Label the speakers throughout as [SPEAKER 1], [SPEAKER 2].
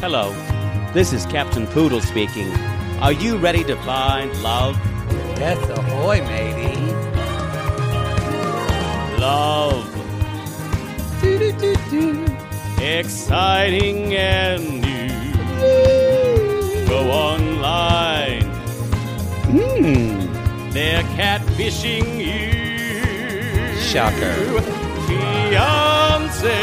[SPEAKER 1] Hello, this is Captain Poodle speaking. Are you ready to find love?
[SPEAKER 2] Yes, ahoy, matey.
[SPEAKER 1] Love, exciting and new. Go online.
[SPEAKER 2] Hmm.
[SPEAKER 1] They're catfishing you.
[SPEAKER 2] Shocker.
[SPEAKER 1] Fiance.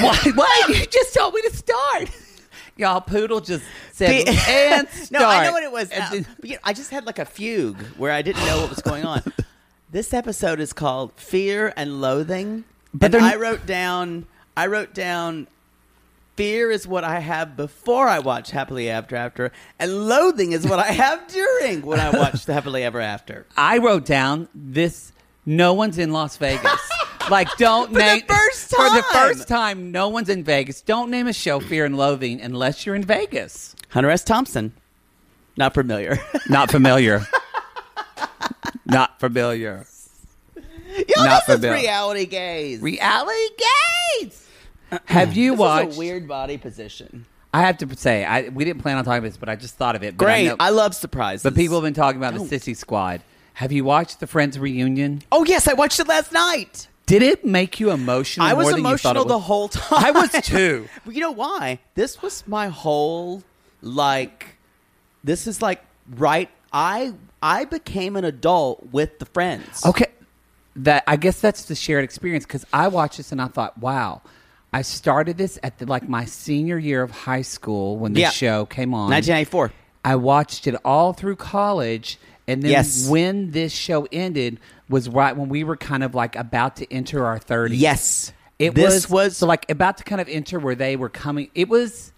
[SPEAKER 2] Why? Why? You just told me to start. Y'all, Poodle just said
[SPEAKER 3] The-
[SPEAKER 2] and start.
[SPEAKER 3] No, I know what it was.
[SPEAKER 2] And
[SPEAKER 3] Uh,
[SPEAKER 2] then-
[SPEAKER 3] but, you know, I just had like a fugue where I didn't know what was going on. this episode is called "Fear and Loathing,"
[SPEAKER 2] But
[SPEAKER 3] but
[SPEAKER 2] they're-
[SPEAKER 3] I wrote down. I wrote down. Fear is what I have before I watch Happily Ever After, and loathing is what I have during when I watch the Happily Ever After.
[SPEAKER 2] I wrote down this. No one's in Las Vegas. Like, don't
[SPEAKER 3] For the
[SPEAKER 2] name
[SPEAKER 3] first
[SPEAKER 2] for the
[SPEAKER 3] time.
[SPEAKER 2] first time. No one's in Vegas. Don't name a show Fear and Loathing unless you're in Vegas.
[SPEAKER 3] Hunter S. Thompson, not familiar.
[SPEAKER 2] Not familiar. Not familiar.
[SPEAKER 3] Yo,
[SPEAKER 2] Not
[SPEAKER 3] this is
[SPEAKER 2] familiar.
[SPEAKER 3] reality gaze.
[SPEAKER 2] Reality Gates. Have you
[SPEAKER 3] this
[SPEAKER 2] watched?
[SPEAKER 3] is a weird body position.
[SPEAKER 2] I have to say, I, we didn't plan on talking about this, but I just thought of it. But I
[SPEAKER 3] Great,
[SPEAKER 2] know-
[SPEAKER 3] I, love surprises.
[SPEAKER 2] but people have been talking about the Sissy Squad. Have you watched the Friends reunion?
[SPEAKER 3] Oh yes, I watched it last night.
[SPEAKER 2] Did it make you emotional?
[SPEAKER 3] I was
[SPEAKER 2] more than you thought
[SPEAKER 3] emotional
[SPEAKER 2] it
[SPEAKER 3] the
[SPEAKER 2] would?
[SPEAKER 3] whole time.
[SPEAKER 2] I was too.
[SPEAKER 3] But you know why? This was my whole like. This is like right. I I became an adult with the friends.
[SPEAKER 2] Okay, that I guess that's the shared experience because I watched this and I thought, wow. I started this at the, like my senior year of high school when the
[SPEAKER 3] Yeah.
[SPEAKER 2] show came on.
[SPEAKER 3] 1994.
[SPEAKER 2] I watched it all through college, and then
[SPEAKER 3] Yes.
[SPEAKER 2] when this show ended was right when we were kind of like about to enter our thirties.
[SPEAKER 3] Yes.
[SPEAKER 2] it was,
[SPEAKER 3] This was-
[SPEAKER 2] so like about to kind of enter where they were coming. It was,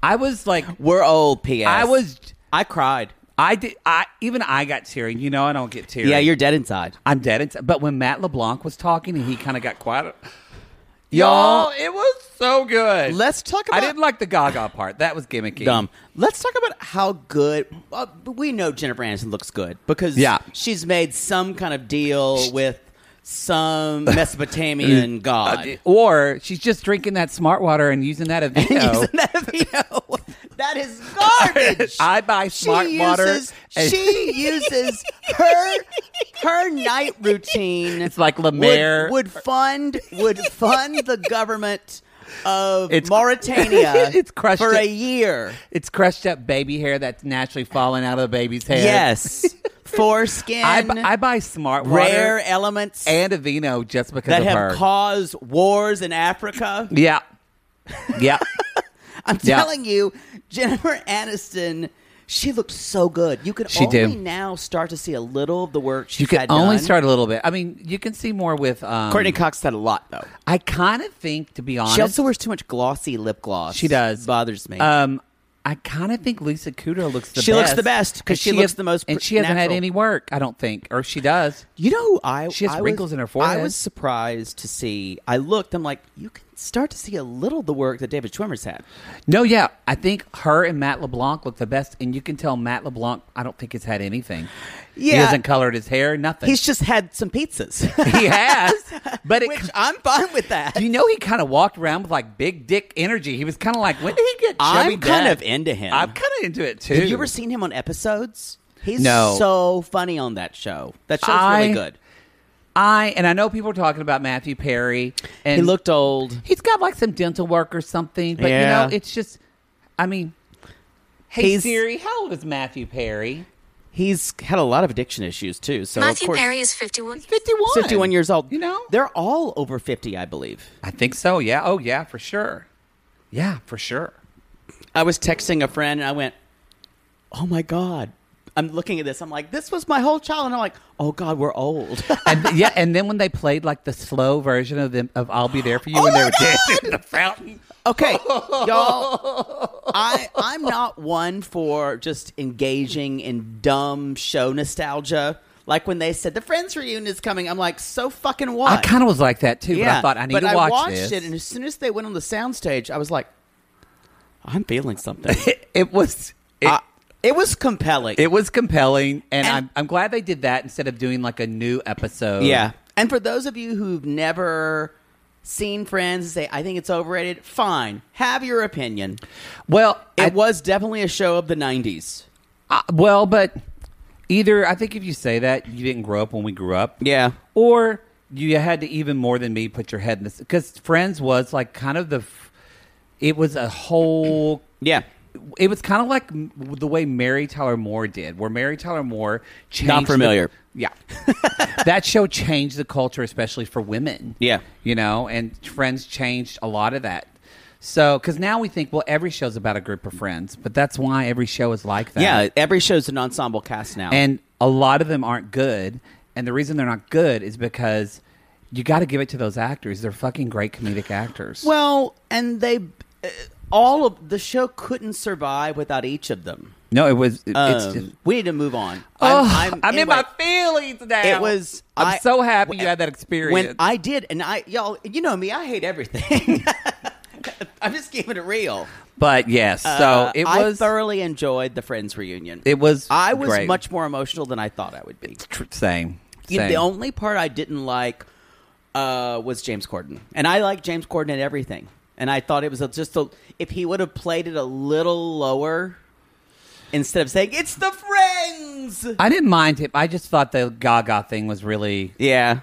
[SPEAKER 2] I was like,
[SPEAKER 3] We're old. P.S.
[SPEAKER 2] I was,
[SPEAKER 3] I cried.
[SPEAKER 2] I did, I even I got teary. You know, I don't get teary.
[SPEAKER 3] Yeah, you're dead inside.
[SPEAKER 2] I'm dead. Inside. But when Matt LeBlanc was talking and he kind of got quiet,
[SPEAKER 3] Y'all,
[SPEAKER 2] y'all, it was so good.
[SPEAKER 3] Let's talk
[SPEAKER 2] I
[SPEAKER 3] about-
[SPEAKER 2] didn't like the Gaga part. That was gimmicky.
[SPEAKER 3] Dumb. Let's talk about how good. Uh, we know Jennifer Aniston looks good because
[SPEAKER 2] Yeah.
[SPEAKER 3] she's made some kind of deal with some
[SPEAKER 2] Uh,
[SPEAKER 3] Mesopotamian god.
[SPEAKER 2] Or she's just drinking that smart water and using that Aveeno.
[SPEAKER 3] Using that video. That is garbage.
[SPEAKER 2] I buy smart
[SPEAKER 3] she
[SPEAKER 2] water
[SPEAKER 3] Uses,
[SPEAKER 2] and-
[SPEAKER 3] she uses her her night routine.
[SPEAKER 2] It's like Lemaire.
[SPEAKER 3] would, would fund would fund the government of
[SPEAKER 2] It's-
[SPEAKER 3] Mauritania.
[SPEAKER 2] It's crushed
[SPEAKER 3] for
[SPEAKER 2] it.
[SPEAKER 3] a year.
[SPEAKER 2] It's crushed up baby hair that's naturally falling out of the baby's head.
[SPEAKER 3] Yes, foreskin,
[SPEAKER 2] I, bu- I buy smart
[SPEAKER 3] rare
[SPEAKER 2] water
[SPEAKER 3] elements
[SPEAKER 2] and Aveeno just because
[SPEAKER 3] that
[SPEAKER 2] of
[SPEAKER 3] have
[SPEAKER 2] her.
[SPEAKER 3] caused wars in Africa.
[SPEAKER 2] yeah, yeah.
[SPEAKER 3] I'm
[SPEAKER 2] Yeah.
[SPEAKER 3] telling you, Jennifer Aniston. She looked so good. You can
[SPEAKER 2] She
[SPEAKER 3] only
[SPEAKER 2] did.
[SPEAKER 3] now start to see a little of the work she's
[SPEAKER 2] you can
[SPEAKER 3] had
[SPEAKER 2] only
[SPEAKER 3] done.
[SPEAKER 2] start a little bit. I mean, you can see more with um,
[SPEAKER 3] Courtney Cox had a lot though.
[SPEAKER 2] I kind of think, to be honest,
[SPEAKER 3] She also wears too much glossy lip gloss.
[SPEAKER 2] She does.
[SPEAKER 3] Bothers me.
[SPEAKER 2] Um, I kind of think Lisa Kudrow looks the
[SPEAKER 3] She
[SPEAKER 2] best.
[SPEAKER 3] looks the best 'cause
[SPEAKER 2] And
[SPEAKER 3] she looks the most
[SPEAKER 2] and
[SPEAKER 3] pr-
[SPEAKER 2] she hasn't had
[SPEAKER 3] natural.
[SPEAKER 2] any work. I don't think, or if she does.
[SPEAKER 3] you know, who I
[SPEAKER 2] She has
[SPEAKER 3] I
[SPEAKER 2] wrinkles
[SPEAKER 3] was,
[SPEAKER 2] in her
[SPEAKER 3] I
[SPEAKER 2] forehead.
[SPEAKER 3] was surprised to see. I looked. I'm like, you can start to see a little of the work that David Schwimmer's had.
[SPEAKER 2] No, yeah, I think her and Matt LeBlanc look the best, and you can tell Matt LeBlanc. I don't think has had anything. he
[SPEAKER 3] Yeah.
[SPEAKER 2] hasn't colored his hair. Nothing.
[SPEAKER 3] He's just had some pizzas,
[SPEAKER 2] he has, but it.
[SPEAKER 3] which I'm fine with that.
[SPEAKER 2] do you know he kind of walked around with like big dick energy? He was kind of like, when did he get chubby?
[SPEAKER 3] I'm kind
[SPEAKER 2] back?
[SPEAKER 3] of into him.
[SPEAKER 2] I'm kind of into it too.
[SPEAKER 3] Have you ever seen him on episodes? He's
[SPEAKER 2] No.
[SPEAKER 3] so funny on that show. That show's
[SPEAKER 2] I-
[SPEAKER 3] really good.
[SPEAKER 2] I and I know people are talking about Matthew Perry, and
[SPEAKER 3] He looked old.
[SPEAKER 2] He's got like some dental work or something, but
[SPEAKER 3] Yeah.
[SPEAKER 2] you know, it's just. I mean, hey
[SPEAKER 3] He's-
[SPEAKER 2] Siri, how old is Matthew Perry?
[SPEAKER 3] He's had a lot of addiction issues too. So of
[SPEAKER 4] Matthew
[SPEAKER 3] course,
[SPEAKER 4] Perry is 51.
[SPEAKER 2] Fifty-one.
[SPEAKER 3] 51 years old.
[SPEAKER 2] You know,
[SPEAKER 3] they're all over 50, I believe.
[SPEAKER 2] I think so. Yeah. Oh yeah, for sure. Yeah, for sure.
[SPEAKER 3] I was texting a friend and I went, "Oh my god." I'm looking at this. I'm like, this was my whole child, and I'm like, oh god, we're old.
[SPEAKER 2] And yeah, and then when they played like the slow version of them of "I'll Be There for You" when they
[SPEAKER 3] Oh
[SPEAKER 2] were dancing in the fountain,
[SPEAKER 3] okay, y'all. I I'm not one for just engaging in dumb show nostalgia. Like when they said the Friends reunion is coming, I'm like, so fucking what?
[SPEAKER 2] I kind of was like that too. But I thought I need
[SPEAKER 3] but
[SPEAKER 2] to
[SPEAKER 3] I
[SPEAKER 2] watch
[SPEAKER 3] watched
[SPEAKER 2] this.
[SPEAKER 3] it, and as soon as they went on the soundstage, I was like, I'm feeling something. I- it,
[SPEAKER 2] it was. It,
[SPEAKER 3] was compelling.
[SPEAKER 2] it was compelling, and,
[SPEAKER 3] And-
[SPEAKER 2] I'm, I'm glad they did that instead of doing like a new episode.
[SPEAKER 3] Yeah. And for those of you who've never seen Friends and say, I think it's overrated, fine. Have your opinion.
[SPEAKER 2] Well,
[SPEAKER 3] It
[SPEAKER 2] I-
[SPEAKER 3] was definitely a show of the 90s.
[SPEAKER 2] Uh, well, but either I think if you say that you didn't grow up when we grew up,
[SPEAKER 3] Yeah.
[SPEAKER 2] or you had to even more than me put your head in this because Friends was like kind of the, f- it was a whole.
[SPEAKER 3] Yeah.
[SPEAKER 2] It was kind of like m- the way Mary Tyler Moore did, where Mary Tyler Moore changed.
[SPEAKER 3] Not familiar.
[SPEAKER 2] the- yeah, that show changed the culture, especially for women.
[SPEAKER 3] Yeah.
[SPEAKER 2] you know, and Friends changed a lot of that. So, because now we think, well, every show's about a group of friends, but that's why every show is like that.
[SPEAKER 3] Yeah. Every show's an ensemble cast now.
[SPEAKER 2] And a lot of them aren't good. And the reason they're not good is because you got to give it to those actors. They're fucking great comedic actors.
[SPEAKER 3] well, and they, uh, all of the show couldn't survive without each of them.
[SPEAKER 2] no, it was. it-
[SPEAKER 3] Um,
[SPEAKER 2] it's just,
[SPEAKER 3] we need to move on.
[SPEAKER 2] oh, I'm, in
[SPEAKER 3] anyway.
[SPEAKER 2] my feelings now.
[SPEAKER 3] It was.
[SPEAKER 2] I'm
[SPEAKER 3] I-
[SPEAKER 2] so happy you
[SPEAKER 3] when-
[SPEAKER 2] had that experience.
[SPEAKER 3] When I did, and I y'all, you know me, I hate everything. I'm just keeping it real.
[SPEAKER 2] but yes, so
[SPEAKER 3] Uh,
[SPEAKER 2] it
[SPEAKER 3] I
[SPEAKER 2] was.
[SPEAKER 3] thoroughly enjoyed the Friends reunion.
[SPEAKER 2] it was.
[SPEAKER 3] I was
[SPEAKER 2] great.
[SPEAKER 3] much more emotional than I thought I would be.
[SPEAKER 2] Tr- same.
[SPEAKER 3] You-
[SPEAKER 2] same.
[SPEAKER 3] the only part I didn't like uh, was James Corden, and I like James Corden in everything. And I thought it was a, just a, if he would have played it a little lower instead of saying it's the Friends.
[SPEAKER 2] I didn't mind him. I just thought the Gaga thing was really
[SPEAKER 3] Yeah,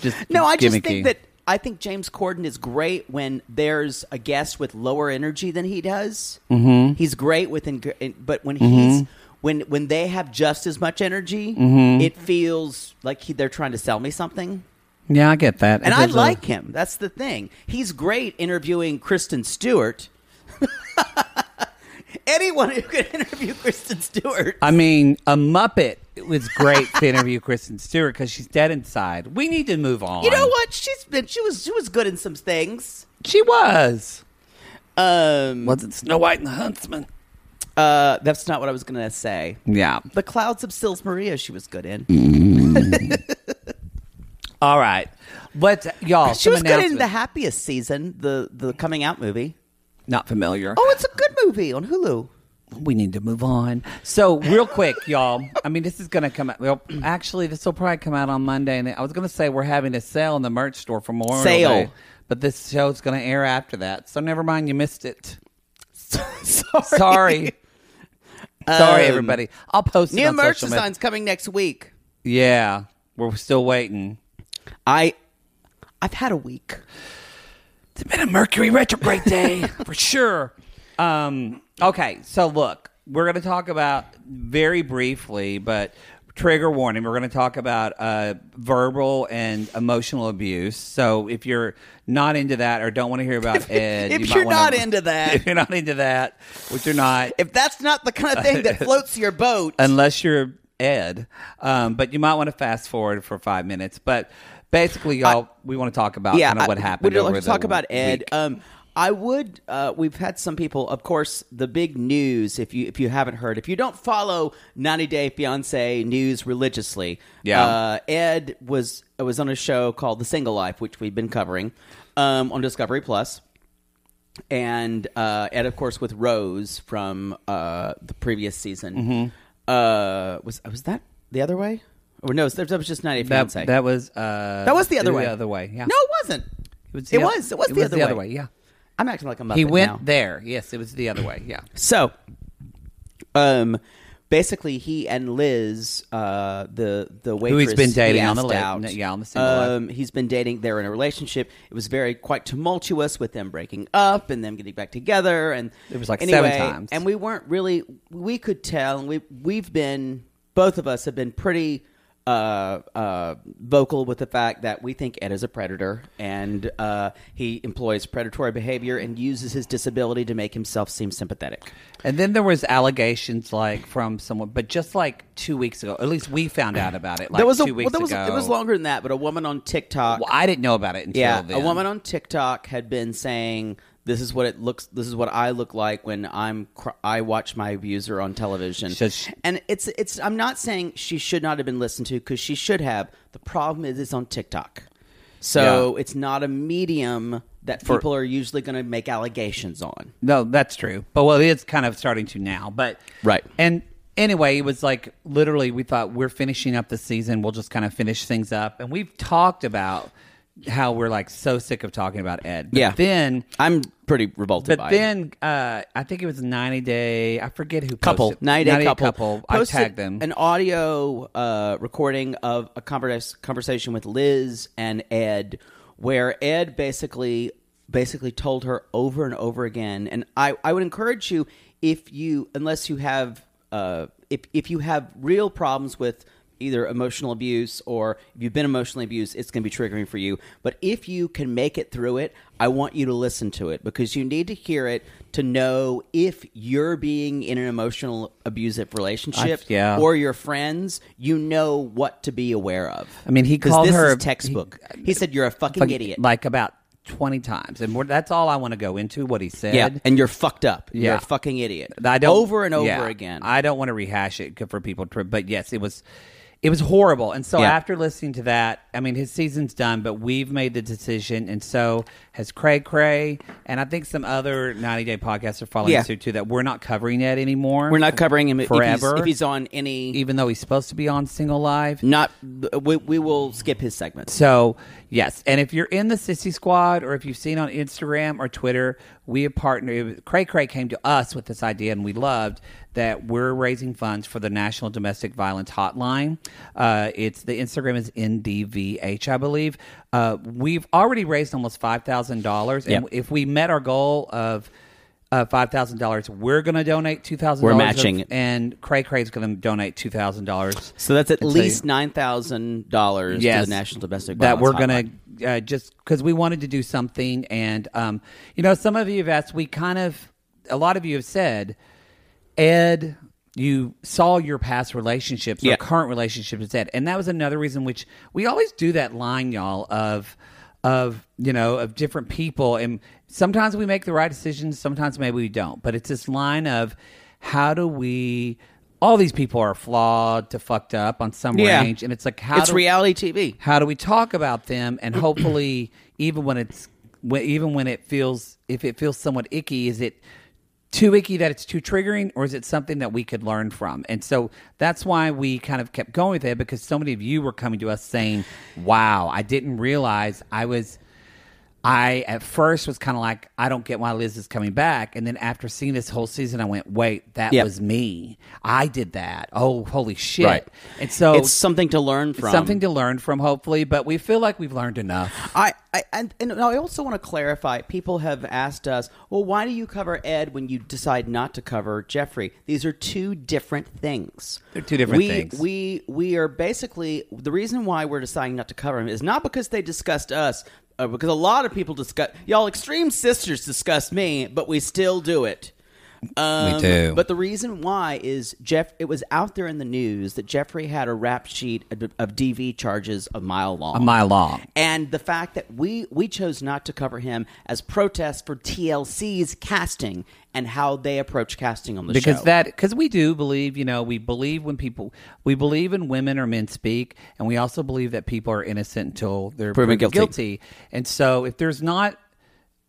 [SPEAKER 2] just
[SPEAKER 3] No, I just
[SPEAKER 2] gimmicky.
[SPEAKER 3] think that I think James Corden is great when there's a guest with lower energy than he does. Mm-hmm. He's great with, eng- in- but when he's when when they have just as much energy, it feels like he, they're trying to sell me something.
[SPEAKER 2] Yeah, I get that.
[SPEAKER 3] And
[SPEAKER 2] If
[SPEAKER 3] I
[SPEAKER 2] there's a-
[SPEAKER 3] like him. That's the thing. He's great interviewing Kristen Stewart. Anyone who could interview Kristen Stewart.
[SPEAKER 2] I mean, a Muppet it was great to interview Kristen Stewart because she's dead inside. We need to move on.
[SPEAKER 3] you know what? She's been she was she was good in some things.
[SPEAKER 2] She was.
[SPEAKER 3] Um,
[SPEAKER 2] Was it Snow White and the Huntsman?
[SPEAKER 3] uh, that's not what I was gonna say.
[SPEAKER 2] Yeah.
[SPEAKER 3] The Clouds of Sils Maria, she was good in.
[SPEAKER 2] Mm. All right. But y'all,
[SPEAKER 3] She
[SPEAKER 2] some
[SPEAKER 3] was good in the
[SPEAKER 2] announcements.
[SPEAKER 3] happiest season, the the coming out movie.
[SPEAKER 2] Not familiar.
[SPEAKER 3] Oh, it's a good movie on Hulu.
[SPEAKER 2] we need to move on. So real quick, y'all. I mean, this is going to come out. Well, actually, this will probably come out on Monday. And I was going to say we're having a sale in the merch store for Memorial
[SPEAKER 3] Sale.
[SPEAKER 2] Day, but this show's going to air after that. So never mind, you missed it.
[SPEAKER 3] Sorry.
[SPEAKER 2] Sorry. Sorry,
[SPEAKER 3] Um,
[SPEAKER 2] everybody. I'll post it
[SPEAKER 3] New
[SPEAKER 2] on
[SPEAKER 3] merch
[SPEAKER 2] social media.
[SPEAKER 3] designs coming next week.
[SPEAKER 2] Yeah, we're still waiting.
[SPEAKER 3] I I've had a week.
[SPEAKER 2] It's been a Mercury retrograde day for sure. Um, okay, so look, we're going to talk about very briefly, but trigger warning. We're going to talk about uh, verbal and emotional abuse. So if you're not into that or don't want to hear about it,
[SPEAKER 3] if
[SPEAKER 2] you might
[SPEAKER 3] you're
[SPEAKER 2] wanna-
[SPEAKER 3] not into that.
[SPEAKER 2] if you're not into that, which you're not,
[SPEAKER 3] If that's not the kind of thing that floats your boat,
[SPEAKER 2] unless you're Ed. Um, but you might want to fast forward for five minutes. But basically, y'all, we want to talk about
[SPEAKER 3] yeah,
[SPEAKER 2] kinda
[SPEAKER 3] I-
[SPEAKER 2] what happened.
[SPEAKER 3] We'd like
[SPEAKER 2] over
[SPEAKER 3] to talk
[SPEAKER 2] the
[SPEAKER 3] about Ed.
[SPEAKER 2] week.
[SPEAKER 3] Um, I would. Uh, we've had some people, of course. The big news, if you if you haven't heard, if you don't follow 90 Day Fiance news religiously,
[SPEAKER 2] Yeah.
[SPEAKER 3] uh, Ed was uh, was on a show called The Single Life, which we've been covering um, on Discovery Plus. and uh, and of course with Rose from uh, the previous season.
[SPEAKER 2] Mm-hmm.
[SPEAKER 3] Uh, was was that the other way? Or no, that was just ninety
[SPEAKER 2] That,
[SPEAKER 3] fiance.
[SPEAKER 2] that was uh,
[SPEAKER 3] That was the other way.
[SPEAKER 2] The other way. Yeah.
[SPEAKER 3] No, it wasn't.
[SPEAKER 2] was
[SPEAKER 3] it
[SPEAKER 2] the-
[SPEAKER 3] was. It was the, other, way.
[SPEAKER 2] Yeah.
[SPEAKER 3] I'm acting like a muppet.
[SPEAKER 2] He went
[SPEAKER 3] now.
[SPEAKER 2] there. Yes, it was the other way. Yeah.
[SPEAKER 3] So, um, basically, he and Liz, uh, the the waitress,
[SPEAKER 2] he's been dating
[SPEAKER 3] he
[SPEAKER 2] on the
[SPEAKER 3] asked
[SPEAKER 2] li-
[SPEAKER 3] out.
[SPEAKER 2] yeah, on the single life.
[SPEAKER 3] Um, he's been dating. They're in a relationship. It was very quite tumultuous with them breaking up and them getting back together. And
[SPEAKER 2] It was like
[SPEAKER 3] anyway,
[SPEAKER 2] seven times.
[SPEAKER 3] And we weren't really. We could tell. And we we've been both of us have been pretty. Uh, uh, vocal with the fact that we think Ed is a predator and uh, he employs predatory behavior and uses his disability to make himself seem sympathetic.
[SPEAKER 2] And then there was allegations like from someone, but just like two weeks ago, at least we found out about it. Like
[SPEAKER 3] there was
[SPEAKER 2] two
[SPEAKER 3] a,
[SPEAKER 2] weeks
[SPEAKER 3] well, there was,
[SPEAKER 2] ago.
[SPEAKER 3] It was longer than that, but a woman on TikTok.
[SPEAKER 2] Well, I didn't know about it until
[SPEAKER 3] yeah,
[SPEAKER 2] then.
[SPEAKER 3] a woman on TikTok had been saying, "This is what it looks. This is what I look like when I'm. Cr- I watch my abuser on television."
[SPEAKER 2] So she-
[SPEAKER 3] and it's it's. I'm not saying she should not have been listened to because she should have. The problem is it's on TikTok, so it's not a medium that people are usually going to make allegations on.
[SPEAKER 2] No, that's true. But well, it's kind of starting to now. But
[SPEAKER 3] Right.
[SPEAKER 2] And anyway, it was like literally, we thought we're finishing up the season. We'll just kind of finish things up, and we've talked about how we're like so sick of talking about Ed. But
[SPEAKER 3] Yeah.
[SPEAKER 2] Then.
[SPEAKER 3] I'm pretty
[SPEAKER 2] But
[SPEAKER 3] revolted. by it.
[SPEAKER 2] then uh, I think it was 90 Day. I forget who
[SPEAKER 3] couple,
[SPEAKER 2] posted-
[SPEAKER 3] 90 day couple,
[SPEAKER 2] I
[SPEAKER 3] posted
[SPEAKER 2] tagged them.
[SPEAKER 3] An audio uh, recording of a converse, conversation with Liz and Ed, where Ed basically basically told her over and over again. And I, I would encourage you if you unless you have uh, if if you have real problems with either emotional abuse or if you've been emotionally abused it's going to be triggering for you but if you can make it through it i want you to listen to it because you need to hear it to know if you're being in an emotional abusive relationship
[SPEAKER 2] yeah.
[SPEAKER 3] or your friends you know what to be aware of
[SPEAKER 2] I mean, he
[SPEAKER 3] 'Cause
[SPEAKER 2] called
[SPEAKER 3] this
[SPEAKER 2] her-
[SPEAKER 3] is textbook he, said you're a fucking
[SPEAKER 2] Fuck-
[SPEAKER 3] idiot
[SPEAKER 2] Like about 20 times. And we're, that's all I want to go into what he said.
[SPEAKER 3] yeah and you're fucked up you're
[SPEAKER 2] Yeah.
[SPEAKER 3] a fucking idiot
[SPEAKER 2] I don't,
[SPEAKER 3] over and over
[SPEAKER 2] yeah.
[SPEAKER 3] again
[SPEAKER 2] I don't want to rehash it for people to, but yes, it was it was horrible. And so
[SPEAKER 3] Yeah.
[SPEAKER 2] after listening to that, I mean his season's done, but we've made the decision and so has Cray Cray and I think some other 90 Day podcasts are following
[SPEAKER 3] Yeah.
[SPEAKER 2] suit too that we're not covering that anymore.
[SPEAKER 3] we're not covering him if he's-
[SPEAKER 2] forever.
[SPEAKER 3] if he's on any
[SPEAKER 2] even though he's supposed to be on Single Live.
[SPEAKER 3] Not we, we will skip his segments.
[SPEAKER 2] So yes, and if you're in the Sissy Squad or if you've seen on Instagram or Twitter, we have partnered. Cray Cray came to us with this idea, and we loved that we're raising funds for the National Domestic Violence Hotline. Uh, it's the Instagram is ndvh, I believe. Uh, we've already raised almost five thousand dollars, and
[SPEAKER 3] Yep.
[SPEAKER 2] if we met our goal of uh, five thousand dollars, we're going to donate two thousand.
[SPEAKER 3] We're matching it.
[SPEAKER 2] and Cray Cray's going to donate two thousand dollars.
[SPEAKER 3] So that's at
[SPEAKER 2] And so-
[SPEAKER 3] least nine thousand dollars to the National Domestic
[SPEAKER 2] that
[SPEAKER 3] Violence
[SPEAKER 2] we're gonna
[SPEAKER 3] Hotline.
[SPEAKER 2] uh, just because we wanted to do something and um, you know some of you have asked we kind of a lot of you have said ed you saw your past relationships
[SPEAKER 3] Yeah.
[SPEAKER 2] or current relationships with ed and that was another reason which we always do that line y'all of of you know of different people and sometimes we make the right decisions sometimes maybe we don't but it's this line of how do we all these people are flawed to fucked up on some
[SPEAKER 3] Yeah.
[SPEAKER 2] range and it's like how
[SPEAKER 3] it's
[SPEAKER 2] do
[SPEAKER 3] reality TV.
[SPEAKER 2] how do we talk about them and hopefully even when it's when, even when it feels if it feels somewhat icky is it too icky that it's too triggering or is it something that we could learn from and so that's why we kind of kept going with it because so many of you were coming to us saying wow i didn't realize i was I at first was kind of like, I don't get why Liz is coming back. And then after seeing this whole season, I went, wait, that
[SPEAKER 3] Yep.
[SPEAKER 2] was me. I did that. Oh, holy shit.
[SPEAKER 3] Right.
[SPEAKER 2] And so
[SPEAKER 3] it's something to learn from.
[SPEAKER 2] Oh. something to learn from, hopefully, but we feel like we've learned enough.
[SPEAKER 3] I, I and, and I also want to clarify. People have asked us, well, why do you cover Ed when you decide not to cover Jeffrey? These are two different things.
[SPEAKER 2] They're two different
[SPEAKER 3] we,
[SPEAKER 2] things.
[SPEAKER 3] We we are basically the reason why we're deciding not to cover him is not because they discussed us. Uh, because a lot of people discuss y'all extreme sisters discuss me, but we still do it. Um,
[SPEAKER 2] do.
[SPEAKER 3] But the reason why is Jeff. It was out there in the news that Jeffrey had a rap sheet of, of DV charges a mile long
[SPEAKER 2] A mile long.
[SPEAKER 3] and the fact that we we chose not to cover him as protest for TLC's casting and how they approach casting on the
[SPEAKER 2] because
[SPEAKER 3] show.
[SPEAKER 2] that because we do believe you know we believe when people we believe in women or men speak and we also believe that people are innocent until they're
[SPEAKER 3] Proven
[SPEAKER 2] proven,
[SPEAKER 3] guilty.
[SPEAKER 2] guilty. and so if there's not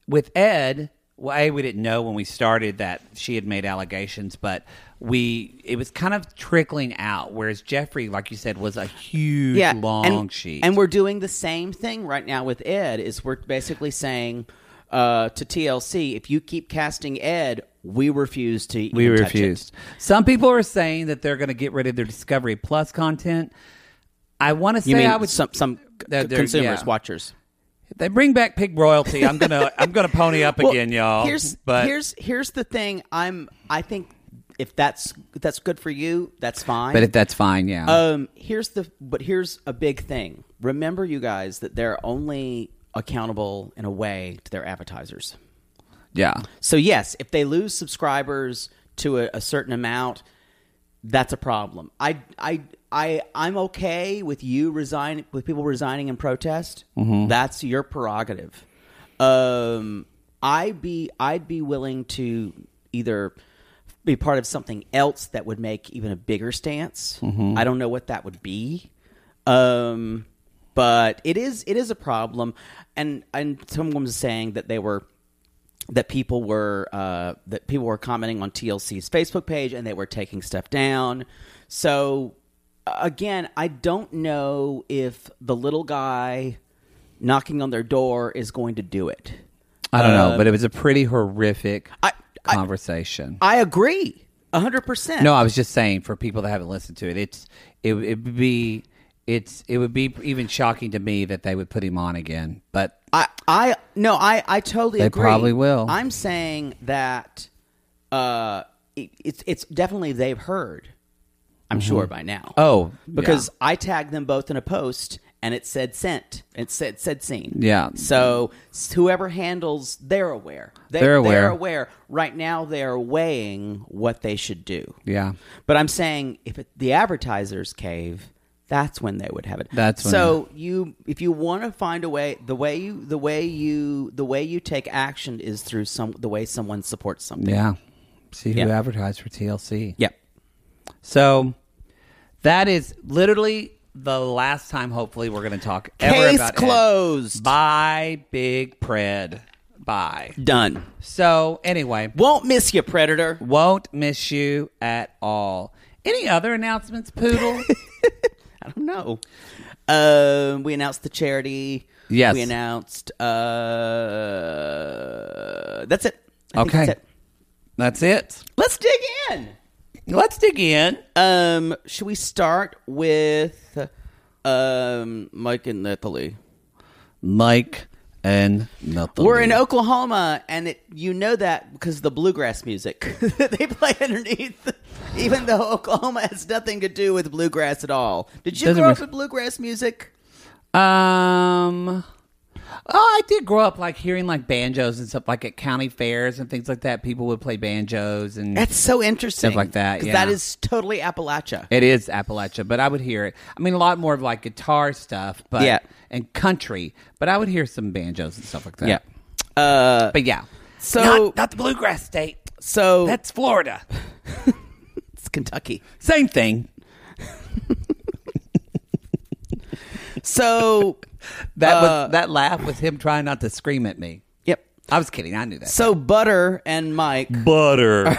[SPEAKER 2] with ed well a we didn't know when we started that she had made allegations but we it was kind of trickling out whereas jeffrey like you said was a huge long
[SPEAKER 3] and,
[SPEAKER 2] sheet
[SPEAKER 3] and we're doing the same thing right now with Ed. Is we're basically saying uh, to TLC, if you keep casting Ed, we refuse to. even
[SPEAKER 2] we
[SPEAKER 3] touch it.
[SPEAKER 2] refused some people are saying that they're going to get rid of their discovery plus content i want to say
[SPEAKER 3] You mean
[SPEAKER 2] i would
[SPEAKER 3] some some
[SPEAKER 2] They're- they're-
[SPEAKER 3] consumers
[SPEAKER 2] yeah.
[SPEAKER 3] watchers?
[SPEAKER 2] If They bring back pig royalty. I'm gonna I'm gonna pony up
[SPEAKER 3] Well,
[SPEAKER 2] again, y'all.
[SPEAKER 3] Here's
[SPEAKER 2] but
[SPEAKER 3] here's here's the thing. I'm I think if that's if that's good for you, that's fine.
[SPEAKER 2] but if that's fine, yeah.
[SPEAKER 3] Um, here's the but here's a big thing. Remember, you guys, that they're only accountable in a way to their advertisers.
[SPEAKER 2] yeah.
[SPEAKER 3] So yes, if they lose subscribers to a, a certain amount, that's a problem. I I I I'm okay with you resign with people resigning in protest. That's your prerogative. Um, I be I'd be willing to either be part of something else that would make even a bigger stance. I don't know what that would be. Um, but it is it is a problem, and and someone was saying that they were that people were uh, that people were commenting on TLC's Facebook page and they were taking stuff down. So uh, again, I don't know if the little guy knocking on their door is going to do it.
[SPEAKER 2] I don't know, but it was a pretty horrific
[SPEAKER 3] um, I I,
[SPEAKER 2] conversation.
[SPEAKER 3] I agree, hundred percent.
[SPEAKER 2] no, I was just saying for people that haven't listened to it, it's it, it would be it's it would be even shocking to me that they would put him on again. But
[SPEAKER 3] I, I no, I, I totally
[SPEAKER 2] They
[SPEAKER 3] agree.
[SPEAKER 2] probably will.
[SPEAKER 3] I'm saying that uh, it, it's it's definitely they've heard. I'm sure by now.
[SPEAKER 2] Mm-hmm. Oh,
[SPEAKER 3] because I tagged them both in a post and it said sent. It said said seen.
[SPEAKER 2] Yeah.
[SPEAKER 3] So s- whoever handles, they're aware. They,
[SPEAKER 2] They're aware.
[SPEAKER 3] They're aware. Right now, they're weighing what they should do.
[SPEAKER 2] yeah,
[SPEAKER 3] But I'm saying if it, the advertisers cave, that's when they would have it.
[SPEAKER 2] That's when-
[SPEAKER 3] so you if you want to find a way the way you the way you the way you take action is through some the way someone supports something.
[SPEAKER 2] yeah. See who
[SPEAKER 3] Yeah.
[SPEAKER 2] advertised for TLC.
[SPEAKER 3] Yep.
[SPEAKER 2] So that is literally the last time. Hopefully, we're going to talk ever
[SPEAKER 3] Case
[SPEAKER 2] about Ed.
[SPEAKER 3] closed.
[SPEAKER 2] Bye, Big Pred. Bye.
[SPEAKER 3] Done.
[SPEAKER 2] So anyway,
[SPEAKER 3] Won't miss you, predator.
[SPEAKER 2] won't miss you at all. Any other announcements, Poodle?
[SPEAKER 3] I don't know. Um, we announced the charity.
[SPEAKER 2] Yes.
[SPEAKER 3] We announced. Uh, that's it. I think
[SPEAKER 2] Okay.
[SPEAKER 3] that's it.
[SPEAKER 2] That's it.
[SPEAKER 3] Let's dig in.
[SPEAKER 2] Let's dig in.
[SPEAKER 3] Um, should we start with um Mike and Natalie?
[SPEAKER 2] Mike and Natalie.
[SPEAKER 3] We're in Oklahoma, and it, you know that because of the bluegrass music that they play underneath. Even though Oklahoma has nothing to do with bluegrass at all. Did you
[SPEAKER 2] Doesn't
[SPEAKER 3] grow
[SPEAKER 2] make-
[SPEAKER 3] up with bluegrass music?
[SPEAKER 2] Um. Oh, I did grow up like hearing like banjos and stuff like at county fairs and things like that. People would play banjos and
[SPEAKER 3] That's so interesting.
[SPEAKER 2] like that,
[SPEAKER 3] 'Cause
[SPEAKER 2] yeah.
[SPEAKER 3] That is totally Appalachia.
[SPEAKER 2] It is Appalachia, but I would hear it. I mean, a lot more of like guitar stuff, but
[SPEAKER 3] Yeah.
[SPEAKER 2] and country. But I would hear some banjos and stuff like that.
[SPEAKER 3] Yeah. Uh,
[SPEAKER 2] but yeah.
[SPEAKER 3] So-
[SPEAKER 2] not, not the bluegrass state.
[SPEAKER 3] so
[SPEAKER 2] That's Florida.
[SPEAKER 3] it's Kentucky.
[SPEAKER 2] Same thing.
[SPEAKER 3] So,
[SPEAKER 2] That
[SPEAKER 3] Uh,
[SPEAKER 2] was that laugh was him trying not to scream at me.
[SPEAKER 3] yep.
[SPEAKER 2] I was kidding. I knew that.
[SPEAKER 3] So Butter and Mike,
[SPEAKER 2] butter,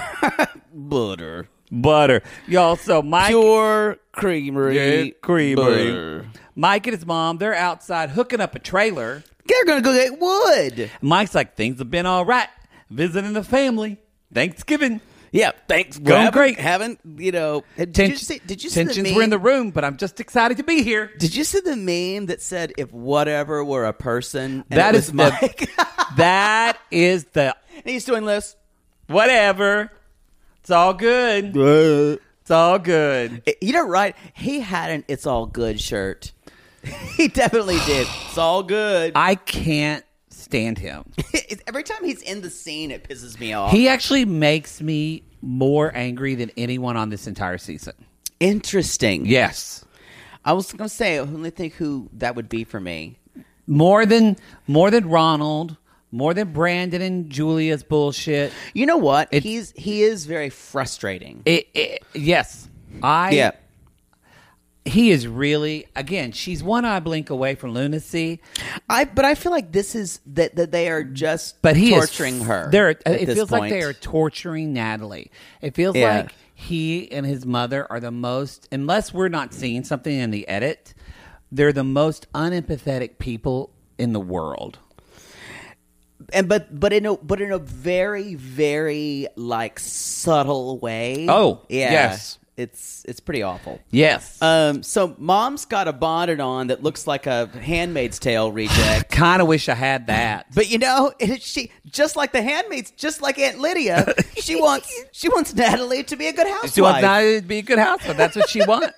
[SPEAKER 3] Butter,
[SPEAKER 2] butter, y'all. So Mike,
[SPEAKER 3] Pure Creamery,
[SPEAKER 2] Yeah, creamery.
[SPEAKER 3] Butter.
[SPEAKER 2] Mike and his mom, they're outside hooking up a trailer.
[SPEAKER 3] They're gonna go get wood.
[SPEAKER 2] Mike's like, things have been all right. Visiting the family. Thanksgiving.
[SPEAKER 3] Yeah, thanks.
[SPEAKER 2] Going
[SPEAKER 3] Haven't-
[SPEAKER 2] great.
[SPEAKER 3] Haven't you know? Did you see? Did you see
[SPEAKER 2] tensions
[SPEAKER 3] the meme?
[SPEAKER 2] were in the room, but I'm just excited to be here.
[SPEAKER 3] Did you see the meme that said if whatever were a person? And
[SPEAKER 2] That
[SPEAKER 3] it
[SPEAKER 2] is
[SPEAKER 3] was Mike.
[SPEAKER 2] the that is the
[SPEAKER 3] and he's doing this.
[SPEAKER 2] whatever. It's all good. It's all good.
[SPEAKER 3] You know, right? He had an "It's all good" shirt. he definitely did. It's all good.
[SPEAKER 2] I can't stand him.
[SPEAKER 3] It's- Every time he's in the scene, it pisses me off.
[SPEAKER 2] He actually makes me more angry than anyone on this entire season.
[SPEAKER 3] Interesting.
[SPEAKER 2] Yes.
[SPEAKER 3] I was gonna say, I only think who that would be for me.
[SPEAKER 2] More than more than Ronald, more than Brandon and Julia's bullshit.
[SPEAKER 3] You know what?
[SPEAKER 2] It-
[SPEAKER 3] he's he is very frustrating.
[SPEAKER 2] It, it, yes. I
[SPEAKER 3] yeah.
[SPEAKER 2] he is really again, she's one eye blink away from lunacy.
[SPEAKER 3] I but I feel like this is that that they are just
[SPEAKER 2] but he
[SPEAKER 3] torturing
[SPEAKER 2] is,
[SPEAKER 3] her.
[SPEAKER 2] They're, uh,
[SPEAKER 3] at
[SPEAKER 2] it
[SPEAKER 3] this
[SPEAKER 2] feels like
[SPEAKER 3] point.
[SPEAKER 2] they are torturing Natalie. It feels
[SPEAKER 3] Yeah.
[SPEAKER 2] like he and his mother are the most, unless we're not seeing something in the edit, they're the most unempathetic people in the world.
[SPEAKER 3] and but but in a but in a very very like subtle way.
[SPEAKER 2] Oh,
[SPEAKER 3] yeah.
[SPEAKER 2] yes.
[SPEAKER 3] It's it's pretty awful.
[SPEAKER 2] Yes.
[SPEAKER 3] Um, so mom's got a bonnet on that looks like a Handmaid's Tale reject.
[SPEAKER 2] kind of wish I had that.
[SPEAKER 3] But you know, it, she just like the handmaids, just like Aunt Lydia, she wants she wants Natalie to be a good housewife.
[SPEAKER 2] she wants Natalie to be a good housewife. That's what she wants.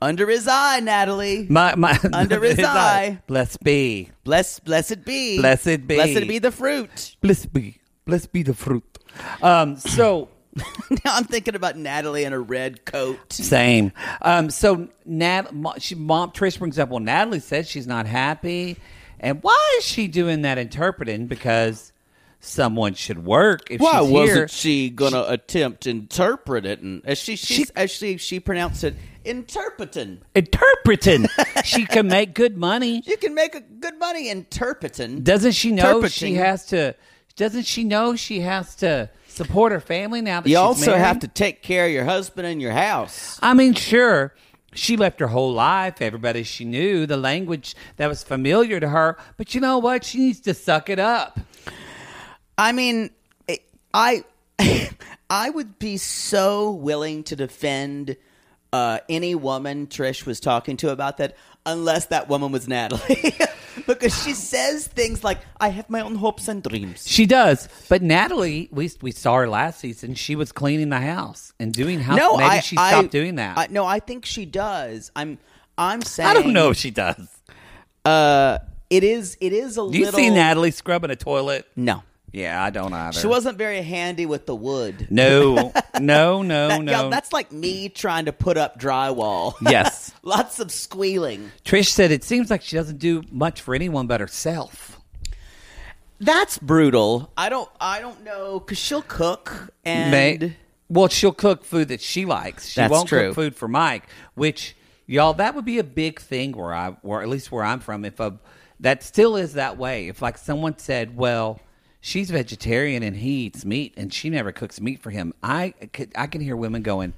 [SPEAKER 3] Under his eye, Natalie.
[SPEAKER 2] My, my,
[SPEAKER 3] Under his eye.
[SPEAKER 2] Blessed be.
[SPEAKER 3] Bless, blessed be.
[SPEAKER 2] Blessed be.
[SPEAKER 3] Blessed be the fruit.
[SPEAKER 2] Blessed be. Blessed be the fruit. Um, so.
[SPEAKER 3] now I'm thinking about Natalie in a red coat.
[SPEAKER 2] Same. Um, so Nat, Mo- she, mom Trish brings up. Well, Natalie says she's not happy, and why is she doing that interpreting? Because someone should work. If she's here.
[SPEAKER 3] she gonna attempt to interpret it? And as she, she's,
[SPEAKER 2] She-
[SPEAKER 3] actually she pronounced it interpreting.
[SPEAKER 2] interpreting? she can make good money.
[SPEAKER 3] You can make a good money interpreting.
[SPEAKER 2] Doesn't she know she
[SPEAKER 3] Interpreting.
[SPEAKER 2] has to? Doesn't she know she has to support her family now? That
[SPEAKER 3] you
[SPEAKER 2] she's
[SPEAKER 3] also
[SPEAKER 2] married?
[SPEAKER 3] have to take care of your husband and your house.
[SPEAKER 2] I mean, sure, she left her whole life, everybody she knew, the language that was familiar to her. But you know what? She needs to suck it up.
[SPEAKER 3] I mean, it- I I would be so willing to defend uh, any woman Trish was talking to about that, unless that woman was Natalie, because she says things like, "I have my own hopes and dreams."
[SPEAKER 2] She does, but Natalie, we we saw her last season. She was cleaning the house and doing house.
[SPEAKER 3] No,
[SPEAKER 2] maybe
[SPEAKER 3] I,
[SPEAKER 2] she
[SPEAKER 3] I-
[SPEAKER 2] stopped doing that.
[SPEAKER 3] I,
[SPEAKER 2] I,
[SPEAKER 3] no, I think she does. I'm I'm saying
[SPEAKER 2] don't know if she does.
[SPEAKER 3] Uh, it is it is a
[SPEAKER 2] Do you
[SPEAKER 3] little.
[SPEAKER 2] see Natalie scrubbing a toilet?
[SPEAKER 3] No,
[SPEAKER 2] Yeah, I don't either.
[SPEAKER 3] she wasn't very handy with the wood.
[SPEAKER 2] No, no, no,
[SPEAKER 3] That-
[SPEAKER 2] no.
[SPEAKER 3] yeah, that's like me trying to put up drywall.
[SPEAKER 2] yes.
[SPEAKER 3] Lots of squealing.
[SPEAKER 2] Trish said it seems like she doesn't do much for anyone but herself.
[SPEAKER 3] That's brutal. I don't. I don't know because she'll cook and
[SPEAKER 2] May- well, she'll cook food that she likes. She
[SPEAKER 3] That's
[SPEAKER 2] won't
[SPEAKER 3] true.
[SPEAKER 2] cook food for Mike, which y'all that would be a big thing where I, or at least where I'm from. If a that still is that way. If like someone said, well. She's vegetarian and he eats meat, and she never cooks meat for him. I could, I can hear women going,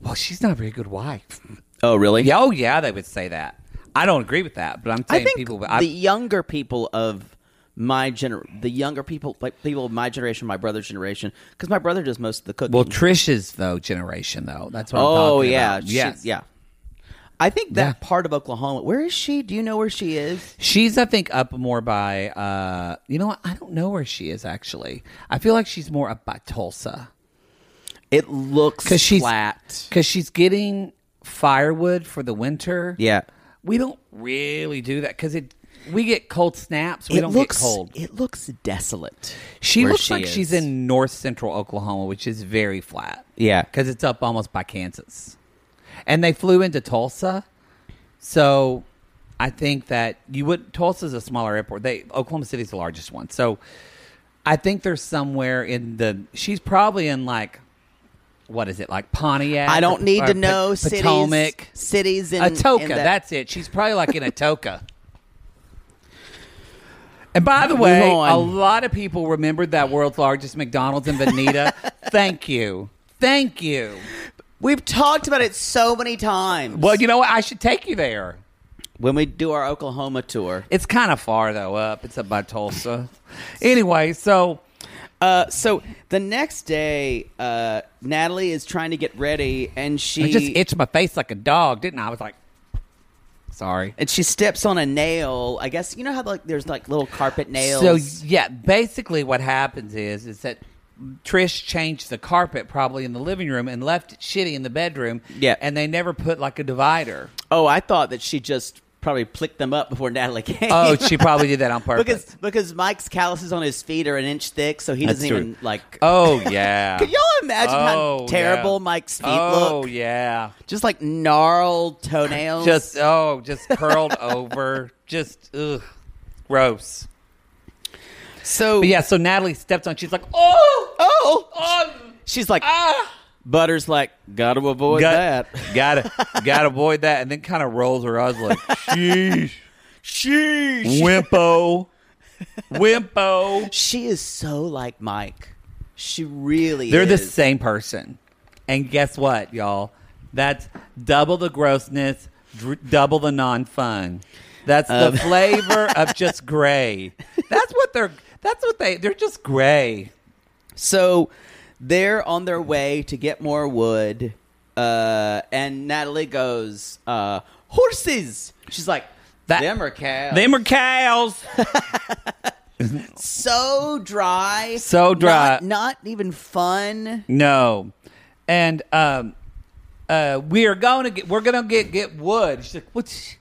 [SPEAKER 2] "Well, she's not a very good wife."
[SPEAKER 3] oh really?
[SPEAKER 2] Yeah, oh yeah, they would say that. I don't agree with that, but I'm
[SPEAKER 3] I
[SPEAKER 2] saying
[SPEAKER 3] think
[SPEAKER 2] people.
[SPEAKER 3] the
[SPEAKER 2] I,
[SPEAKER 3] younger people of my gener, the younger people, like people of my generation, my brother's generation, because my brother does most of the cooking.
[SPEAKER 2] well, Trish's though generation though. That's what. I'm
[SPEAKER 3] oh
[SPEAKER 2] talking
[SPEAKER 3] yeah,
[SPEAKER 2] about.
[SPEAKER 3] she-
[SPEAKER 2] yes,
[SPEAKER 3] yeah. I think that
[SPEAKER 2] Yeah.
[SPEAKER 3] part of Oklahoma. Where is she? Do you know where she is?
[SPEAKER 2] She's, I think, up more by, uh, you know what? I don't know where she is actually. I feel like she's more up by Tulsa.
[SPEAKER 3] It looks
[SPEAKER 2] Cause she's,
[SPEAKER 3] flat.
[SPEAKER 2] Cause she's getting firewood for the winter.
[SPEAKER 3] Yeah.
[SPEAKER 2] We don't really do that cause it, we get cold snaps. We
[SPEAKER 3] it
[SPEAKER 2] don't
[SPEAKER 3] looks
[SPEAKER 2] get cold.
[SPEAKER 3] It looks desolate.
[SPEAKER 2] She
[SPEAKER 3] where
[SPEAKER 2] looks
[SPEAKER 3] she
[SPEAKER 2] like
[SPEAKER 3] is.
[SPEAKER 2] she's in north central Oklahoma, which is very flat.
[SPEAKER 3] Yeah.
[SPEAKER 2] Cause it's up almost by Kansas. And they flew into Tulsa. So I think that you would, Tulsa's a smaller airport. They, Oklahoma City's the largest one. So I think there's somewhere in the, she's probably in like, what is it, like Pontiac?
[SPEAKER 3] I don't need
[SPEAKER 2] or
[SPEAKER 3] to
[SPEAKER 2] Pot-
[SPEAKER 3] know
[SPEAKER 2] Potomac.
[SPEAKER 3] cities. Cities in
[SPEAKER 2] Atoka.
[SPEAKER 3] in the-
[SPEAKER 2] that's it. She's probably like in Atoka. And by the way,
[SPEAKER 3] Move on.
[SPEAKER 2] a lot of people remembered that world's largest McDonald's in Bonita. Thank you. Thank you.
[SPEAKER 3] We've talked about it so many times.
[SPEAKER 2] Well, you know what? I should take you there.
[SPEAKER 3] when we do our Oklahoma tour.
[SPEAKER 2] It's kind of far though up. It's up by Tulsa. anyway, so
[SPEAKER 3] Uh, so the next day, uh, Natalie is trying to get ready, and she
[SPEAKER 2] I just itched my face like a dog, didn't I? I was like, sorry.
[SPEAKER 3] and she steps on a nail. I guess you know how like there's like little carpet nails.
[SPEAKER 2] So yeah, basically what happens is is that Trish changed the carpet probably in the living room and left it shitty in the bedroom.
[SPEAKER 3] Yeah.
[SPEAKER 2] and they never put like a divider.
[SPEAKER 3] oh, I thought that she just probably plicked them up before Natalie came.
[SPEAKER 2] Oh, she probably did that on purpose.
[SPEAKER 3] because because Mike's calluses on his feet are an inch thick, so he
[SPEAKER 2] That's
[SPEAKER 3] doesn't
[SPEAKER 2] true.
[SPEAKER 3] even like.
[SPEAKER 2] oh yeah.
[SPEAKER 3] Could y'all imagine
[SPEAKER 2] Oh,
[SPEAKER 3] how terrible
[SPEAKER 2] yeah.
[SPEAKER 3] Mike's feet
[SPEAKER 2] oh,
[SPEAKER 3] look?
[SPEAKER 2] yeah.
[SPEAKER 3] Just like gnarled toenails.
[SPEAKER 2] Just oh, just curled over. Just ugh, gross.
[SPEAKER 3] so
[SPEAKER 2] But yeah, so Natalie stepped on. She's like, oh,
[SPEAKER 3] Oh,
[SPEAKER 2] oh,
[SPEAKER 3] she's like
[SPEAKER 2] ah.
[SPEAKER 3] Butter's like gotta avoid
[SPEAKER 2] Got,
[SPEAKER 3] that.
[SPEAKER 2] got it. Got to avoid that, and then kind of rolls her eyes like, sheesh,
[SPEAKER 3] Sheesh.
[SPEAKER 2] wimpo, wimpo.
[SPEAKER 3] She is so like Mike. She really
[SPEAKER 2] They're the
[SPEAKER 3] is.
[SPEAKER 2] same person, and guess what, y'all? That's double the grossness, dr- double the non-fun. That's
[SPEAKER 3] Um,
[SPEAKER 2] the flavor of just gray. That's what they're. That's what they. They're just gray.
[SPEAKER 3] So they're on their way to get more wood, uh, and Natalie goes, uh, "Horses." She's like,
[SPEAKER 2] That-
[SPEAKER 3] "Them are cows.
[SPEAKER 2] Them are cows.
[SPEAKER 3] so dry,
[SPEAKER 2] So dry.
[SPEAKER 3] not, not even fun."
[SPEAKER 2] No, and um, uh, we are going to get. We're going to get get wood. She's like, what's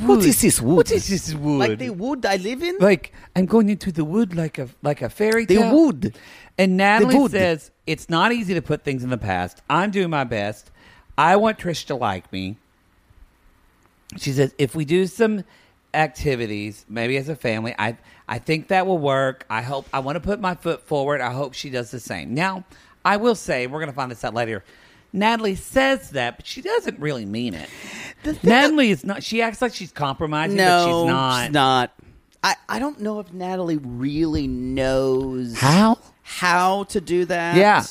[SPEAKER 3] What is this wood?
[SPEAKER 2] What is this wood?
[SPEAKER 3] Like the wood I live in.
[SPEAKER 2] Like, I'm going into the wood like a like a fairy
[SPEAKER 3] The
[SPEAKER 2] tale.
[SPEAKER 3] wood.
[SPEAKER 2] And Natalie
[SPEAKER 3] wood.
[SPEAKER 2] says it's not easy to put things in the past. I'm doing my best. I want Trish to like me. She says if we do some activities, maybe as a family, I I think that will work. I hope I want to put my foot forward. I hope she does the same. Now, I will say we're going to find this out later. Natalie says that, but she doesn't really mean it. Natalie is not. She acts like she's compromising, but
[SPEAKER 3] no,
[SPEAKER 2] she's not.
[SPEAKER 3] she's not. I, I don't know if Natalie really knows
[SPEAKER 2] How?
[SPEAKER 3] how to do that.
[SPEAKER 2] Yeah.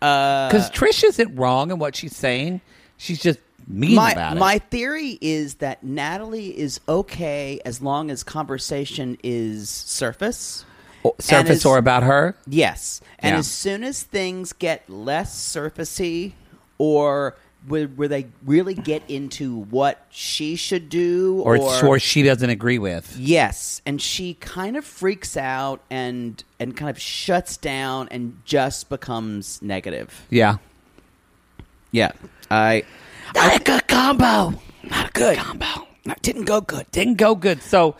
[SPEAKER 2] Because Trish isn't wrong in what she's saying. She's just mean
[SPEAKER 3] my,
[SPEAKER 2] about
[SPEAKER 3] my
[SPEAKER 2] it.
[SPEAKER 3] theory is that Natalie is okay as long as conversation is surface.
[SPEAKER 2] Or- Surface
[SPEAKER 3] is-
[SPEAKER 2] or about her.
[SPEAKER 3] Yes. And
[SPEAKER 2] Yeah.
[SPEAKER 3] as soon as things get less surfacey or where, where they really get into what she should do
[SPEAKER 2] Or, it's or she doesn't agree with.
[SPEAKER 3] Yes, and she kind of freaks out and and kind of shuts down and just becomes negative.
[SPEAKER 2] Yeah.
[SPEAKER 3] Yeah. I
[SPEAKER 2] Not a good combo. Not a good combo. Didn't go good. Didn't go good. So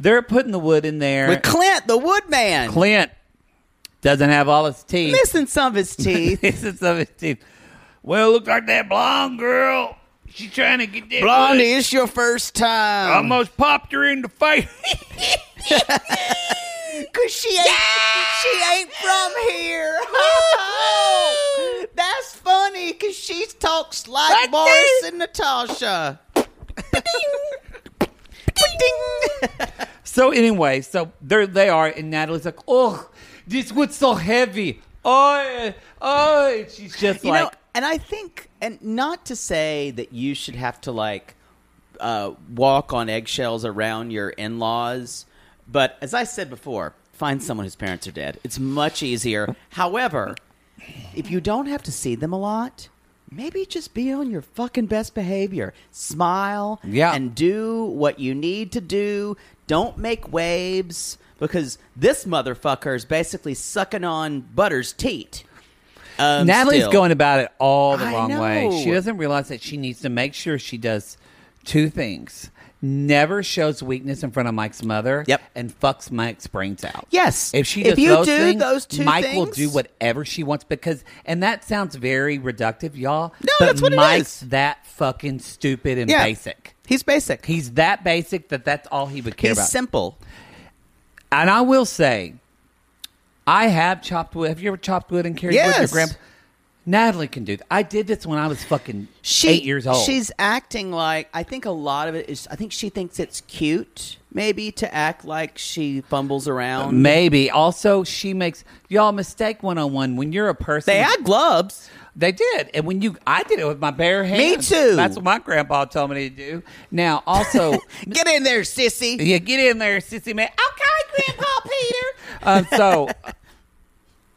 [SPEAKER 2] they're putting the wood in there.
[SPEAKER 3] with Clint the Woodman.
[SPEAKER 2] Clint doesn't have all his teeth.
[SPEAKER 3] missing some of his teeth.
[SPEAKER 2] Missing some of his teeth. Well, it looks like that blonde girl. She trying to get that
[SPEAKER 3] Blondie,
[SPEAKER 2] wood.
[SPEAKER 3] it's your first time.
[SPEAKER 2] Almost popped her in the face.
[SPEAKER 3] Cause she ain't, she ain't from here. That's funny because she talks like,
[SPEAKER 2] Like
[SPEAKER 3] Morris
[SPEAKER 2] this.
[SPEAKER 3] and Natasha.
[SPEAKER 2] So anyway, so there they are, and Natalie's like, "Oh, this wood's so heavy." Oh, oh, and she's just
[SPEAKER 3] You
[SPEAKER 2] like,
[SPEAKER 3] know, and I think, and not to say that you should have to like uh, walk on eggshells around your in laws, but as I said before, find someone whose parents are dead. It's much easier. However, if you don't have to see them a lot, maybe just be on your fucking best behavior. Smile
[SPEAKER 2] Yeah.
[SPEAKER 3] and do what you need to do. Don't make waves because this motherfucker is basically sucking on Butter's teat. Um,
[SPEAKER 2] Natalie's
[SPEAKER 3] still.
[SPEAKER 2] going about it all the
[SPEAKER 3] I
[SPEAKER 2] wrong way.
[SPEAKER 3] know.
[SPEAKER 2] She doesn't realize that she needs to make sure she does two things: never shows weakness in front of Mike's mother,
[SPEAKER 3] Yep.
[SPEAKER 2] and fucks Mike's brains out.
[SPEAKER 3] Yes.
[SPEAKER 2] if she
[SPEAKER 3] If
[SPEAKER 2] does
[SPEAKER 3] you
[SPEAKER 2] those
[SPEAKER 3] do
[SPEAKER 2] things,
[SPEAKER 3] those two
[SPEAKER 2] Mike will
[SPEAKER 3] things-
[SPEAKER 2] do whatever she wants because, and that sounds very reductive, y'all.
[SPEAKER 3] No,
[SPEAKER 2] but
[SPEAKER 3] that's what it
[SPEAKER 2] Mike's
[SPEAKER 3] is.
[SPEAKER 2] that fucking stupid and
[SPEAKER 3] Yeah.
[SPEAKER 2] basic.
[SPEAKER 3] He's basic.
[SPEAKER 2] He's that basic that that's all he would care
[SPEAKER 3] He's
[SPEAKER 2] about.
[SPEAKER 3] simple.
[SPEAKER 2] And I will say, I have chopped wood. Have you ever chopped wood and carried wood to your
[SPEAKER 3] Yes.
[SPEAKER 2] grandpa? Natalie can do that. I did this when I was fucking
[SPEAKER 3] She,
[SPEAKER 2] eight years old.
[SPEAKER 3] She's acting like I think a lot of it is. I think she thinks it's cute, maybe, to act like she fumbles around.
[SPEAKER 2] Uh, maybe. Also, she makes y'all mistake one on one when you're a person.
[SPEAKER 3] they had gloves.
[SPEAKER 2] They did, and when you, I did it with my bare hands.
[SPEAKER 3] too.
[SPEAKER 2] That's what my grandpa told me to do. Now, also,
[SPEAKER 3] Get in there, sissy.
[SPEAKER 2] yeah, get in there, sissy man. Okay, Grandpa Peter. Um, so,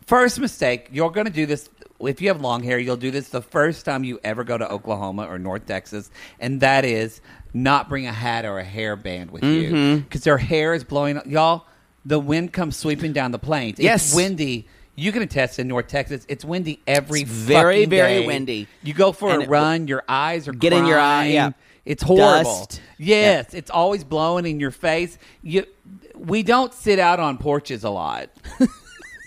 [SPEAKER 2] first mistake, you're going to do this. If you have long hair, you'll do this the first time you ever go to Oklahoma or North Texas, and that is not bring a hat or a hairband with you
[SPEAKER 3] Mm-hmm.
[SPEAKER 2] because their hair is blowing. Y'all, the wind comes sweeping down the plains.
[SPEAKER 3] Yes.
[SPEAKER 2] it's windy. You can attest in North Texas, it's windy every
[SPEAKER 3] It's very,
[SPEAKER 2] fucking
[SPEAKER 3] very
[SPEAKER 2] day.
[SPEAKER 3] windy.
[SPEAKER 2] You go for
[SPEAKER 3] And
[SPEAKER 2] a
[SPEAKER 3] it-
[SPEAKER 2] run, your eyes are
[SPEAKER 3] Get in your eye,
[SPEAKER 2] crying.
[SPEAKER 3] yeah.
[SPEAKER 2] It's horrible.
[SPEAKER 3] Dust.
[SPEAKER 2] Yes, it's always blowing in your face. You, we don't sit out on porches a lot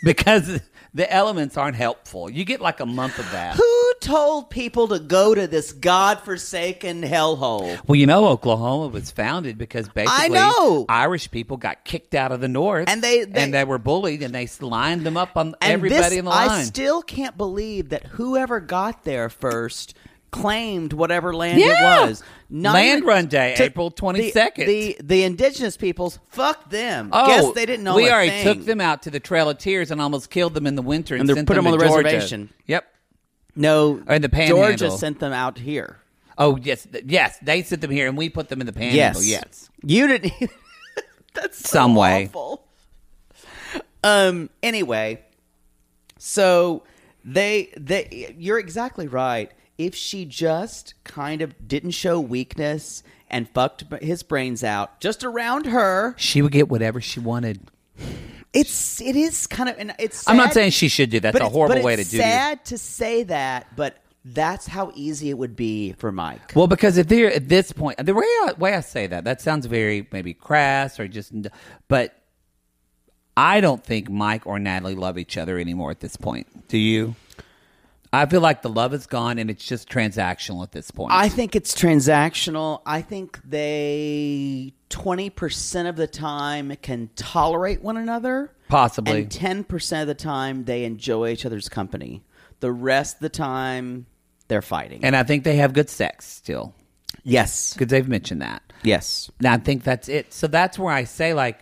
[SPEAKER 2] because the elements aren't helpful. You get like a month of that.
[SPEAKER 3] Who told people to go to this godforsaken hellhole?
[SPEAKER 2] Well, you know, Oklahoma was founded because basically
[SPEAKER 3] know.
[SPEAKER 2] Irish people got kicked out of the North,
[SPEAKER 3] And they- they-
[SPEAKER 2] and they were bullied, and they lined them up on
[SPEAKER 3] And
[SPEAKER 2] everybody
[SPEAKER 3] this,
[SPEAKER 2] in the
[SPEAKER 3] I
[SPEAKER 2] line.
[SPEAKER 3] still can't believe that whoever got there first claimed whatever land
[SPEAKER 2] Yeah.
[SPEAKER 3] it was. Not
[SPEAKER 2] Land
[SPEAKER 3] even-
[SPEAKER 2] Run Day,
[SPEAKER 3] to-
[SPEAKER 2] April
[SPEAKER 3] the-
[SPEAKER 2] 22nd.
[SPEAKER 3] The, the indigenous peoples, fuck them.
[SPEAKER 2] Oh,
[SPEAKER 3] Guess they didn't know.
[SPEAKER 2] We
[SPEAKER 3] a
[SPEAKER 2] already
[SPEAKER 3] thing.
[SPEAKER 2] took them out to the Trail of Tears and almost killed them in the winter and,
[SPEAKER 3] And they
[SPEAKER 2] sent
[SPEAKER 3] put them on
[SPEAKER 2] to
[SPEAKER 3] the
[SPEAKER 2] Georgia.
[SPEAKER 3] reservation.
[SPEAKER 2] Yep.
[SPEAKER 3] No,
[SPEAKER 2] Or in the
[SPEAKER 3] Georgia
[SPEAKER 2] panhandle.
[SPEAKER 3] sent them out here.
[SPEAKER 2] Oh yes, th- yes. They sent them here, and we put them in the panhandle.
[SPEAKER 3] Yes,
[SPEAKER 2] Yes,
[SPEAKER 3] You didn't. e- That's so
[SPEAKER 2] Some way.
[SPEAKER 3] awful. Um. Anyway, so they they you're exactly right. If she just kind of didn't show weakness and fucked b- his brains out just around her,
[SPEAKER 2] she would get whatever she wanted.
[SPEAKER 3] it's it is kind of and it's.
[SPEAKER 2] I'm not
[SPEAKER 3] sad-
[SPEAKER 2] saying she should do. That's
[SPEAKER 3] but
[SPEAKER 2] a
[SPEAKER 3] it's-
[SPEAKER 2] horrible
[SPEAKER 3] but
[SPEAKER 2] way
[SPEAKER 3] it's
[SPEAKER 2] to do. it.
[SPEAKER 3] Sad to say that, but that's how easy it would be for Mike.
[SPEAKER 2] Well, because if they're at this point, the way I, way I say that, that sounds very maybe crass or just, but I don't think Mike or Natalie love each other anymore at this point. Do you? I feel like the love is gone and it's just transactional at this point.
[SPEAKER 3] I think it's transactional. I think they 20% of the time can tolerate one another.
[SPEAKER 2] Possibly.
[SPEAKER 3] And 10% of the time they enjoy each other's company. The rest of the time they're fighting.
[SPEAKER 2] and I think they have good sex still
[SPEAKER 3] yes.
[SPEAKER 2] because they've mentioned that.
[SPEAKER 3] Yes.
[SPEAKER 2] And I think that's it. So that's where I say, like,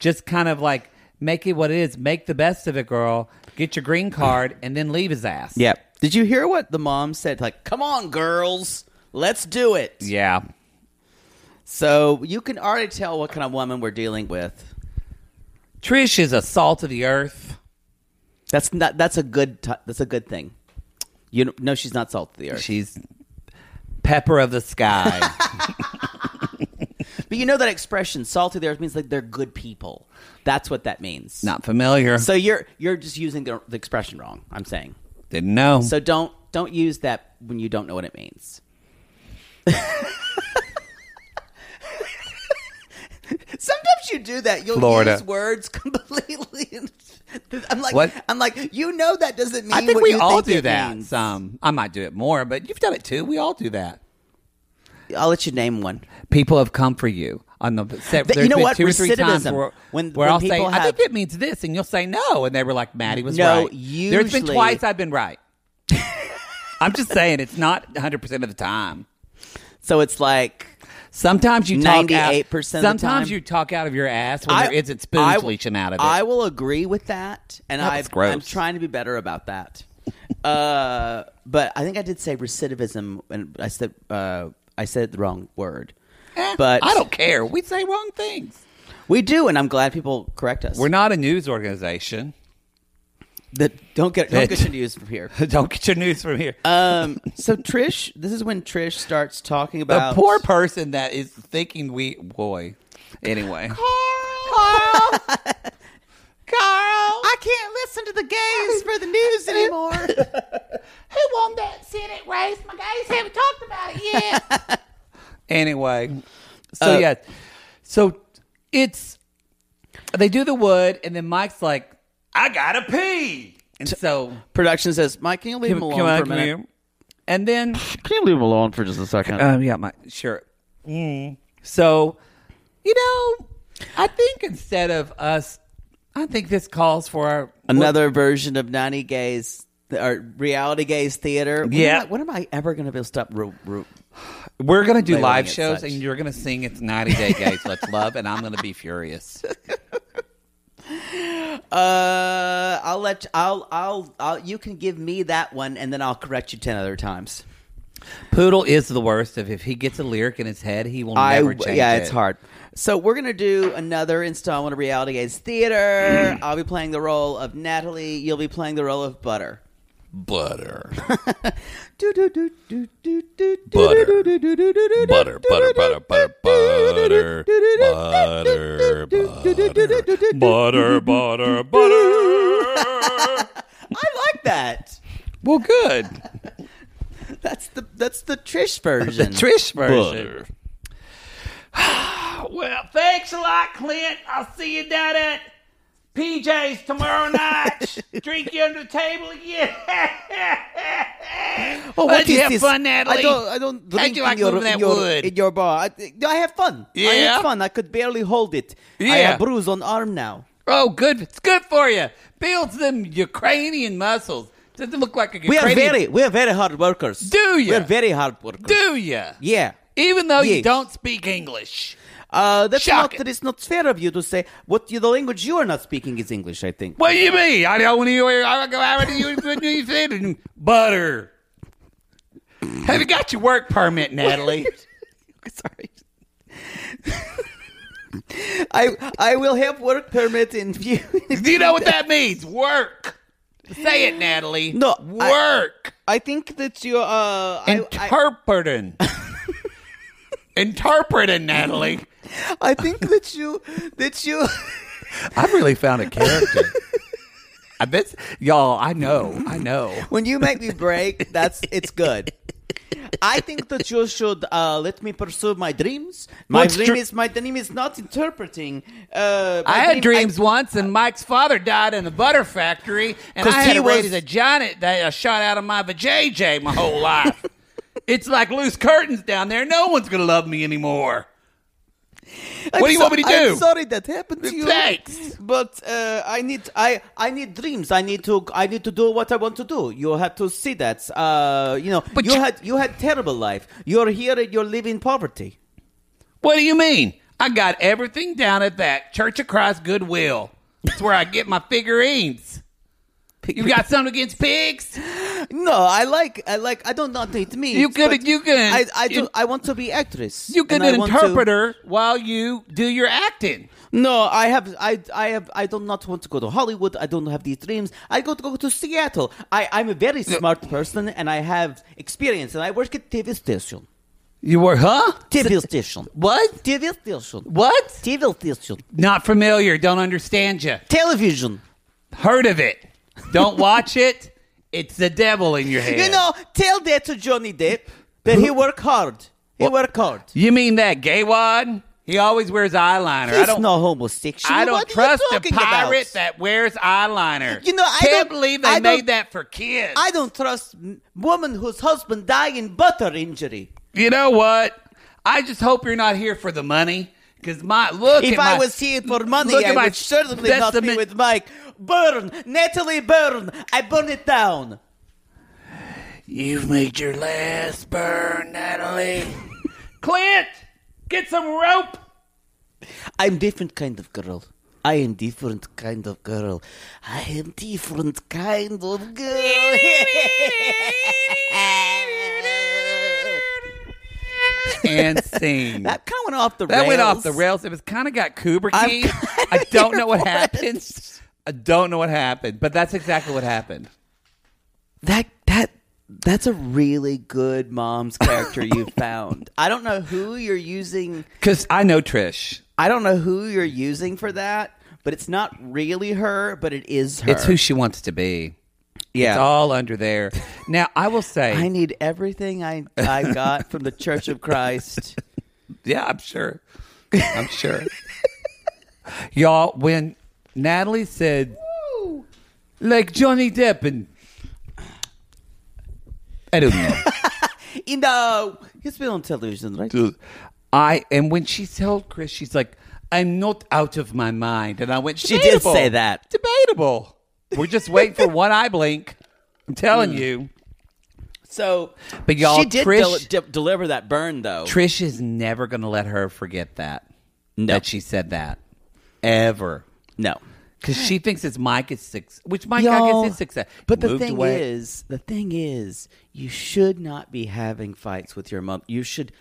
[SPEAKER 2] just kind of like make it what it is, make the best of it, girl. Get your green card and then leave his ass.
[SPEAKER 3] Yep. Did you hear what the mom said? Like, come on, girls, let's do it.
[SPEAKER 2] Yeah.
[SPEAKER 3] So you can already tell what kind of woman we're dealing with.
[SPEAKER 2] Trish is a salt of the earth.
[SPEAKER 3] That's not. That's a good. T- that's a good thing. You know, no, she's not salt of the earth.
[SPEAKER 2] She's pepper of the sky.
[SPEAKER 3] But you know that expression, salty there means like they're good people. That's what that means.
[SPEAKER 2] Not familiar.
[SPEAKER 3] So you're you're just using the, the expression wrong. I'm saying.
[SPEAKER 2] Didn't know.
[SPEAKER 3] So don't don't use that when you don't know what it means. Sometimes you do that. You'll
[SPEAKER 2] Florida.
[SPEAKER 3] use words completely. I'm like,
[SPEAKER 2] What?
[SPEAKER 3] I'm like, you know that doesn't mean.
[SPEAKER 2] I think
[SPEAKER 3] what
[SPEAKER 2] we
[SPEAKER 3] you
[SPEAKER 2] all
[SPEAKER 3] think
[SPEAKER 2] do
[SPEAKER 3] it
[SPEAKER 2] that.
[SPEAKER 3] means.
[SPEAKER 2] Some. I might do it more, but you've done it too. We all do that.
[SPEAKER 3] I'll let you name one.
[SPEAKER 2] People have come for you on the set.
[SPEAKER 3] Th- you
[SPEAKER 2] there's
[SPEAKER 3] know
[SPEAKER 2] been
[SPEAKER 3] what?
[SPEAKER 2] Two or three times
[SPEAKER 3] Recidivism.
[SPEAKER 2] where,
[SPEAKER 3] When-
[SPEAKER 2] where
[SPEAKER 3] when
[SPEAKER 2] I'll say,
[SPEAKER 3] people
[SPEAKER 2] "I think
[SPEAKER 3] have-
[SPEAKER 2] it means this," and you'll say, "No," and they were like, "Maddie was
[SPEAKER 3] No,
[SPEAKER 2] right." there's been
[SPEAKER 3] usually-
[SPEAKER 2] twice I've been right. I'm just saying it's not 100 percent of the time.
[SPEAKER 3] So it's like
[SPEAKER 2] Sometimes you talk out.
[SPEAKER 3] 98% of the
[SPEAKER 2] Sometimes
[SPEAKER 3] time.
[SPEAKER 2] you talk out of your ass when there isn't spoons
[SPEAKER 3] I-
[SPEAKER 2] leaching out of it.
[SPEAKER 3] I will agree with that, and
[SPEAKER 2] That
[SPEAKER 3] I
[SPEAKER 2] was gross.
[SPEAKER 3] I'm trying to be better about that. uh, but I think I did say recidivism, and I said uh, I said the wrong word.
[SPEAKER 2] Eh,
[SPEAKER 3] but
[SPEAKER 2] I don't care. We say wrong things.
[SPEAKER 3] We do, and I'm glad people correct us.
[SPEAKER 2] We're not a news organization.
[SPEAKER 3] that don't get don't
[SPEAKER 2] That-
[SPEAKER 3] get your news from here.
[SPEAKER 2] don't get your news from here.
[SPEAKER 3] Um, so Trish, this is when Trish starts talking
[SPEAKER 2] the
[SPEAKER 3] about
[SPEAKER 2] poor person that is thinking we boy. Anyway, Carl, Carl, Carl.
[SPEAKER 3] I can't listen to the gays for the news anymore.
[SPEAKER 2] Who won that Senate race? My guys haven't talked about it yet. anyway, so
[SPEAKER 3] Uh,
[SPEAKER 2] yes, so it's they do the wood, and then Mike's like, "I gotta pee," and so
[SPEAKER 3] Production says, Mike, can you leave him alone for a minute?
[SPEAKER 2] and then
[SPEAKER 3] Can you leave him alone for just a second?
[SPEAKER 2] um, yeah, my sure. Mm. So, you know, I think instead of us, I think this calls for our
[SPEAKER 3] another version of 90 gays or reality gays theater When am
[SPEAKER 2] Yeah.
[SPEAKER 3] I- when am i ever going to be able to stop ro- ro-
[SPEAKER 2] We're gonna do
[SPEAKER 3] Labeling
[SPEAKER 2] live
[SPEAKER 3] it
[SPEAKER 2] shows,
[SPEAKER 3] such.
[SPEAKER 2] and you're gonna sing "It's 90 Day Gays Let's Love," and I'm gonna be furious.
[SPEAKER 3] uh I'll let I'll, I'll I'll you can give me that one, and then I'll correct you ten other times.
[SPEAKER 2] Poodle is the worst. Of if he gets a lyric in his head, he will never change
[SPEAKER 3] yeah,
[SPEAKER 2] it.
[SPEAKER 3] it's hard. So we're gonna do another installment of Reality Gaze Theater. I'll be playing the role of Natalie. You'll be playing the role of Butter.
[SPEAKER 4] Butter.
[SPEAKER 3] Do, do, do, do, do, do, do,
[SPEAKER 4] Butter.
[SPEAKER 3] do, do, do, do, do, do,
[SPEAKER 4] Butter,
[SPEAKER 3] do,
[SPEAKER 4] butter,
[SPEAKER 3] do,
[SPEAKER 4] butter,
[SPEAKER 3] do,
[SPEAKER 4] butter, butter,
[SPEAKER 3] do, do, do, do, do,
[SPEAKER 4] butter,
[SPEAKER 3] do, do, do, do, do, do, do, do.
[SPEAKER 4] Butter, butter, butter.
[SPEAKER 3] I like that.
[SPEAKER 2] Well, good.
[SPEAKER 3] That's the that's the Trish version.
[SPEAKER 2] Trish version.
[SPEAKER 4] Butter.
[SPEAKER 2] Well, thanks a lot, Clint. I'll see you down at PJ's tomorrow night. Drink you under the table again.
[SPEAKER 3] Oh,
[SPEAKER 2] How'd you have fun, Natalie?
[SPEAKER 3] I don't. I don't.
[SPEAKER 2] How'd
[SPEAKER 3] drink
[SPEAKER 2] you like
[SPEAKER 3] in your,
[SPEAKER 2] moving that
[SPEAKER 3] in your,
[SPEAKER 2] wood?
[SPEAKER 3] in your bar? I, no, I have fun. I
[SPEAKER 2] Yeah?
[SPEAKER 3] have fun. I could barely hold it. I
[SPEAKER 2] Yeah.
[SPEAKER 3] have bruise on arm now.
[SPEAKER 2] Oh, good. It's good for you. Builds them Ukrainian muscles. Doesn't look like a
[SPEAKER 3] We are
[SPEAKER 2] Ukrainian.
[SPEAKER 3] very, we are very hard workers.
[SPEAKER 2] Do ya?
[SPEAKER 3] We are very hard workers.
[SPEAKER 2] Do you?
[SPEAKER 3] Yeah.
[SPEAKER 2] Even though you
[SPEAKER 3] Yes.
[SPEAKER 2] don't speak English.
[SPEAKER 3] Uh, that's
[SPEAKER 2] Shocking.
[SPEAKER 3] not. It's not fair of you to say what you, the language you are not speaking is English. I think.
[SPEAKER 2] What do you mean? I don't want to hear. I go out and you what do you said butter. Have you got your work permit, Natalie?
[SPEAKER 3] Sorry. I I will have work permit in view.
[SPEAKER 2] Do you know what that means? Work. Say it, Natalie.
[SPEAKER 3] No, I-
[SPEAKER 2] work.
[SPEAKER 3] I think that you. Uh, I, I,
[SPEAKER 2] Interpreting. Interpreting, Natalie.
[SPEAKER 3] I think that you that you.
[SPEAKER 2] I've really found a character. I bet y'all. I know. I know.
[SPEAKER 3] when you make me break, that's it's good. I think that you should uh, let me pursue my dreams. My
[SPEAKER 2] What's
[SPEAKER 3] dream
[SPEAKER 2] dr-
[SPEAKER 3] is my dream is not interpreting. Uh, my
[SPEAKER 2] I had
[SPEAKER 3] dream-
[SPEAKER 2] dreams once, and Mike's father died in a butter factory, and
[SPEAKER 3] 'Cause
[SPEAKER 2] I had
[SPEAKER 3] he
[SPEAKER 2] a ready
[SPEAKER 3] was-
[SPEAKER 2] to Johnny that a shot out of my vajayjay my whole life. it's like loose curtains down there. No one's gonna love me anymore.
[SPEAKER 3] I'm
[SPEAKER 2] what do you want me to do?
[SPEAKER 3] I'm sorry that happened to you.
[SPEAKER 2] Thanks.
[SPEAKER 3] But uh, I need I I need dreams. I need to I need to do what I want to do. You have to see that. Uh, you know,
[SPEAKER 2] But
[SPEAKER 3] you
[SPEAKER 2] you-
[SPEAKER 3] had you had terrible life. You're here and you're living poverty.
[SPEAKER 2] What do you mean? I got everything down at that Church of Christ Goodwill. That's where I get my figurines. You got something against pigs?
[SPEAKER 3] No, I like I like I don't know what it means.
[SPEAKER 2] You could-
[SPEAKER 3] but
[SPEAKER 2] you can-
[SPEAKER 3] I I, do,
[SPEAKER 2] you-
[SPEAKER 3] I want to be actress.
[SPEAKER 2] You get
[SPEAKER 3] and I
[SPEAKER 2] an
[SPEAKER 3] want to-
[SPEAKER 2] interpreter while you do your acting.
[SPEAKER 3] No, I have, I, I have, I do not want to go to Hollywood. I don't have these dreams. I go to go to Seattle. I, I'm a very smart person, and I have experience, and I work at TV station.
[SPEAKER 2] You were, huh?
[SPEAKER 3] TV station.
[SPEAKER 2] What?
[SPEAKER 3] TV station.
[SPEAKER 2] What?
[SPEAKER 3] TV station.
[SPEAKER 2] Not familiar. Don't understand you.
[SPEAKER 3] Television.
[SPEAKER 2] Heard of it. Don't watch it. It's the devil in your head.
[SPEAKER 3] You know, tell that to Johnny Depp that he work hard. He work hard.
[SPEAKER 2] You mean that gay wad? He always wears eyeliner. I
[SPEAKER 3] He's
[SPEAKER 2] don't
[SPEAKER 3] no homosexual.
[SPEAKER 2] I don't
[SPEAKER 3] What are you
[SPEAKER 2] trust the
[SPEAKER 3] talking about?
[SPEAKER 2] pirate that wears eyeliner.
[SPEAKER 3] You know, I
[SPEAKER 2] can't
[SPEAKER 3] don't-
[SPEAKER 2] believe they
[SPEAKER 3] I don't-
[SPEAKER 2] made that for kids.
[SPEAKER 3] I don't trust m- woman whose husband died in butter injury.
[SPEAKER 2] you know what? I just hope you're not here for the money. Cause my look.
[SPEAKER 3] If
[SPEAKER 2] at
[SPEAKER 3] I
[SPEAKER 2] my-
[SPEAKER 3] was here for money,
[SPEAKER 2] look
[SPEAKER 3] I
[SPEAKER 2] at my
[SPEAKER 3] would certainly not be
[SPEAKER 2] testament-
[SPEAKER 3] with Mike. Burn, Natalie, burn! I burn it down.
[SPEAKER 2] You've made your last burn, Natalie. Clint, get some rope.
[SPEAKER 3] I'm different kind of girl. I am different kind of girl. I am different kind of girl.
[SPEAKER 2] And sing.
[SPEAKER 3] that kind of went off the
[SPEAKER 2] That
[SPEAKER 3] rails.
[SPEAKER 2] went off the rails. It was kind of got Kubricky. I don't know what happened. I don't know what happened, but that's exactly what happened.
[SPEAKER 3] That that that's a really good mom's character you found. I don't know who you're using.
[SPEAKER 2] Because I know Trish.
[SPEAKER 3] I don't know who you're using for that, but it's not really her, but it is her.
[SPEAKER 2] It's who she wants to be.
[SPEAKER 3] yeah.
[SPEAKER 2] It's all under there. Now I will say,
[SPEAKER 3] I need everything I I got from the Church of Christ.
[SPEAKER 2] yeah, I'm sure. I'm sure. Y'all, when Natalie said, like Johnny Depp and I don't know.
[SPEAKER 3] In the he's been on television, right?
[SPEAKER 2] I and when she told Chris, she's like, "I'm not out of my mind," and I went,
[SPEAKER 3] She did
[SPEAKER 2] "Debatable.
[SPEAKER 3] say that.
[SPEAKER 2] Debatable. We're just waiting for one eye blink. I'm telling
[SPEAKER 3] Mm.
[SPEAKER 2] you,
[SPEAKER 3] So,
[SPEAKER 2] But y'all,
[SPEAKER 3] she did
[SPEAKER 2] Trish-
[SPEAKER 3] del- de- deliver that burn though.
[SPEAKER 2] Trish is never going to let her forget that
[SPEAKER 3] No.
[SPEAKER 2] that she said that ever
[SPEAKER 3] no,
[SPEAKER 2] because she thinks it's Mike is six, which Mike I
[SPEAKER 3] Y'all,
[SPEAKER 2] guess is success.
[SPEAKER 3] But the
[SPEAKER 2] Moved
[SPEAKER 3] thing
[SPEAKER 2] away.
[SPEAKER 3] is, the thing is, you should not be having fights with your mom. You should,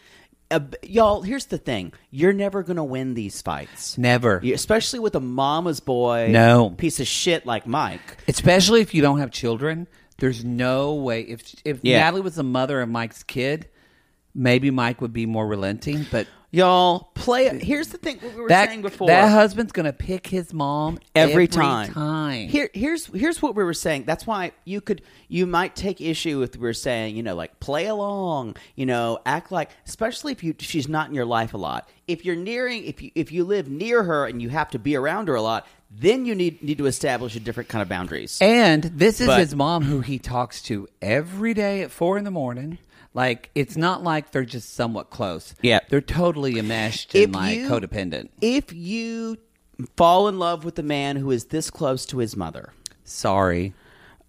[SPEAKER 3] uh, y'all. Here's the thing: you're never gonna win these fights.
[SPEAKER 2] never,
[SPEAKER 3] You- especially with a mama's boy,
[SPEAKER 2] No.
[SPEAKER 3] piece of shit like Mike.
[SPEAKER 2] especially if you don't have children. There's no way if if
[SPEAKER 3] Yeah.
[SPEAKER 2] Natalie was the mother of Mike's kid, maybe Mike would be more relenting. But
[SPEAKER 3] Y'all play. Here's the thing: what we were saying
[SPEAKER 2] that
[SPEAKER 3] before
[SPEAKER 2] that husband's gonna pick his mom
[SPEAKER 3] every, time.
[SPEAKER 2] time.
[SPEAKER 3] Here, here's here's what we were saying. That's why you could you might take issue with we were saying. You know, like play along. You know, act like especially if you she's not in your life a lot. If you're nearing, if you if you live near her and you have to be around her a lot, then you need need to establish a different kind of boundaries.
[SPEAKER 2] And this is
[SPEAKER 3] But-
[SPEAKER 2] his mom who he talks to every day at four in the morning. Like it's not like they're just somewhat close.
[SPEAKER 3] Yeah.
[SPEAKER 2] They're totally enmeshed
[SPEAKER 3] If
[SPEAKER 2] and like
[SPEAKER 3] you-
[SPEAKER 2] codependent.
[SPEAKER 3] if you fall in love with a man who is this close to his mother,
[SPEAKER 2] Sorry.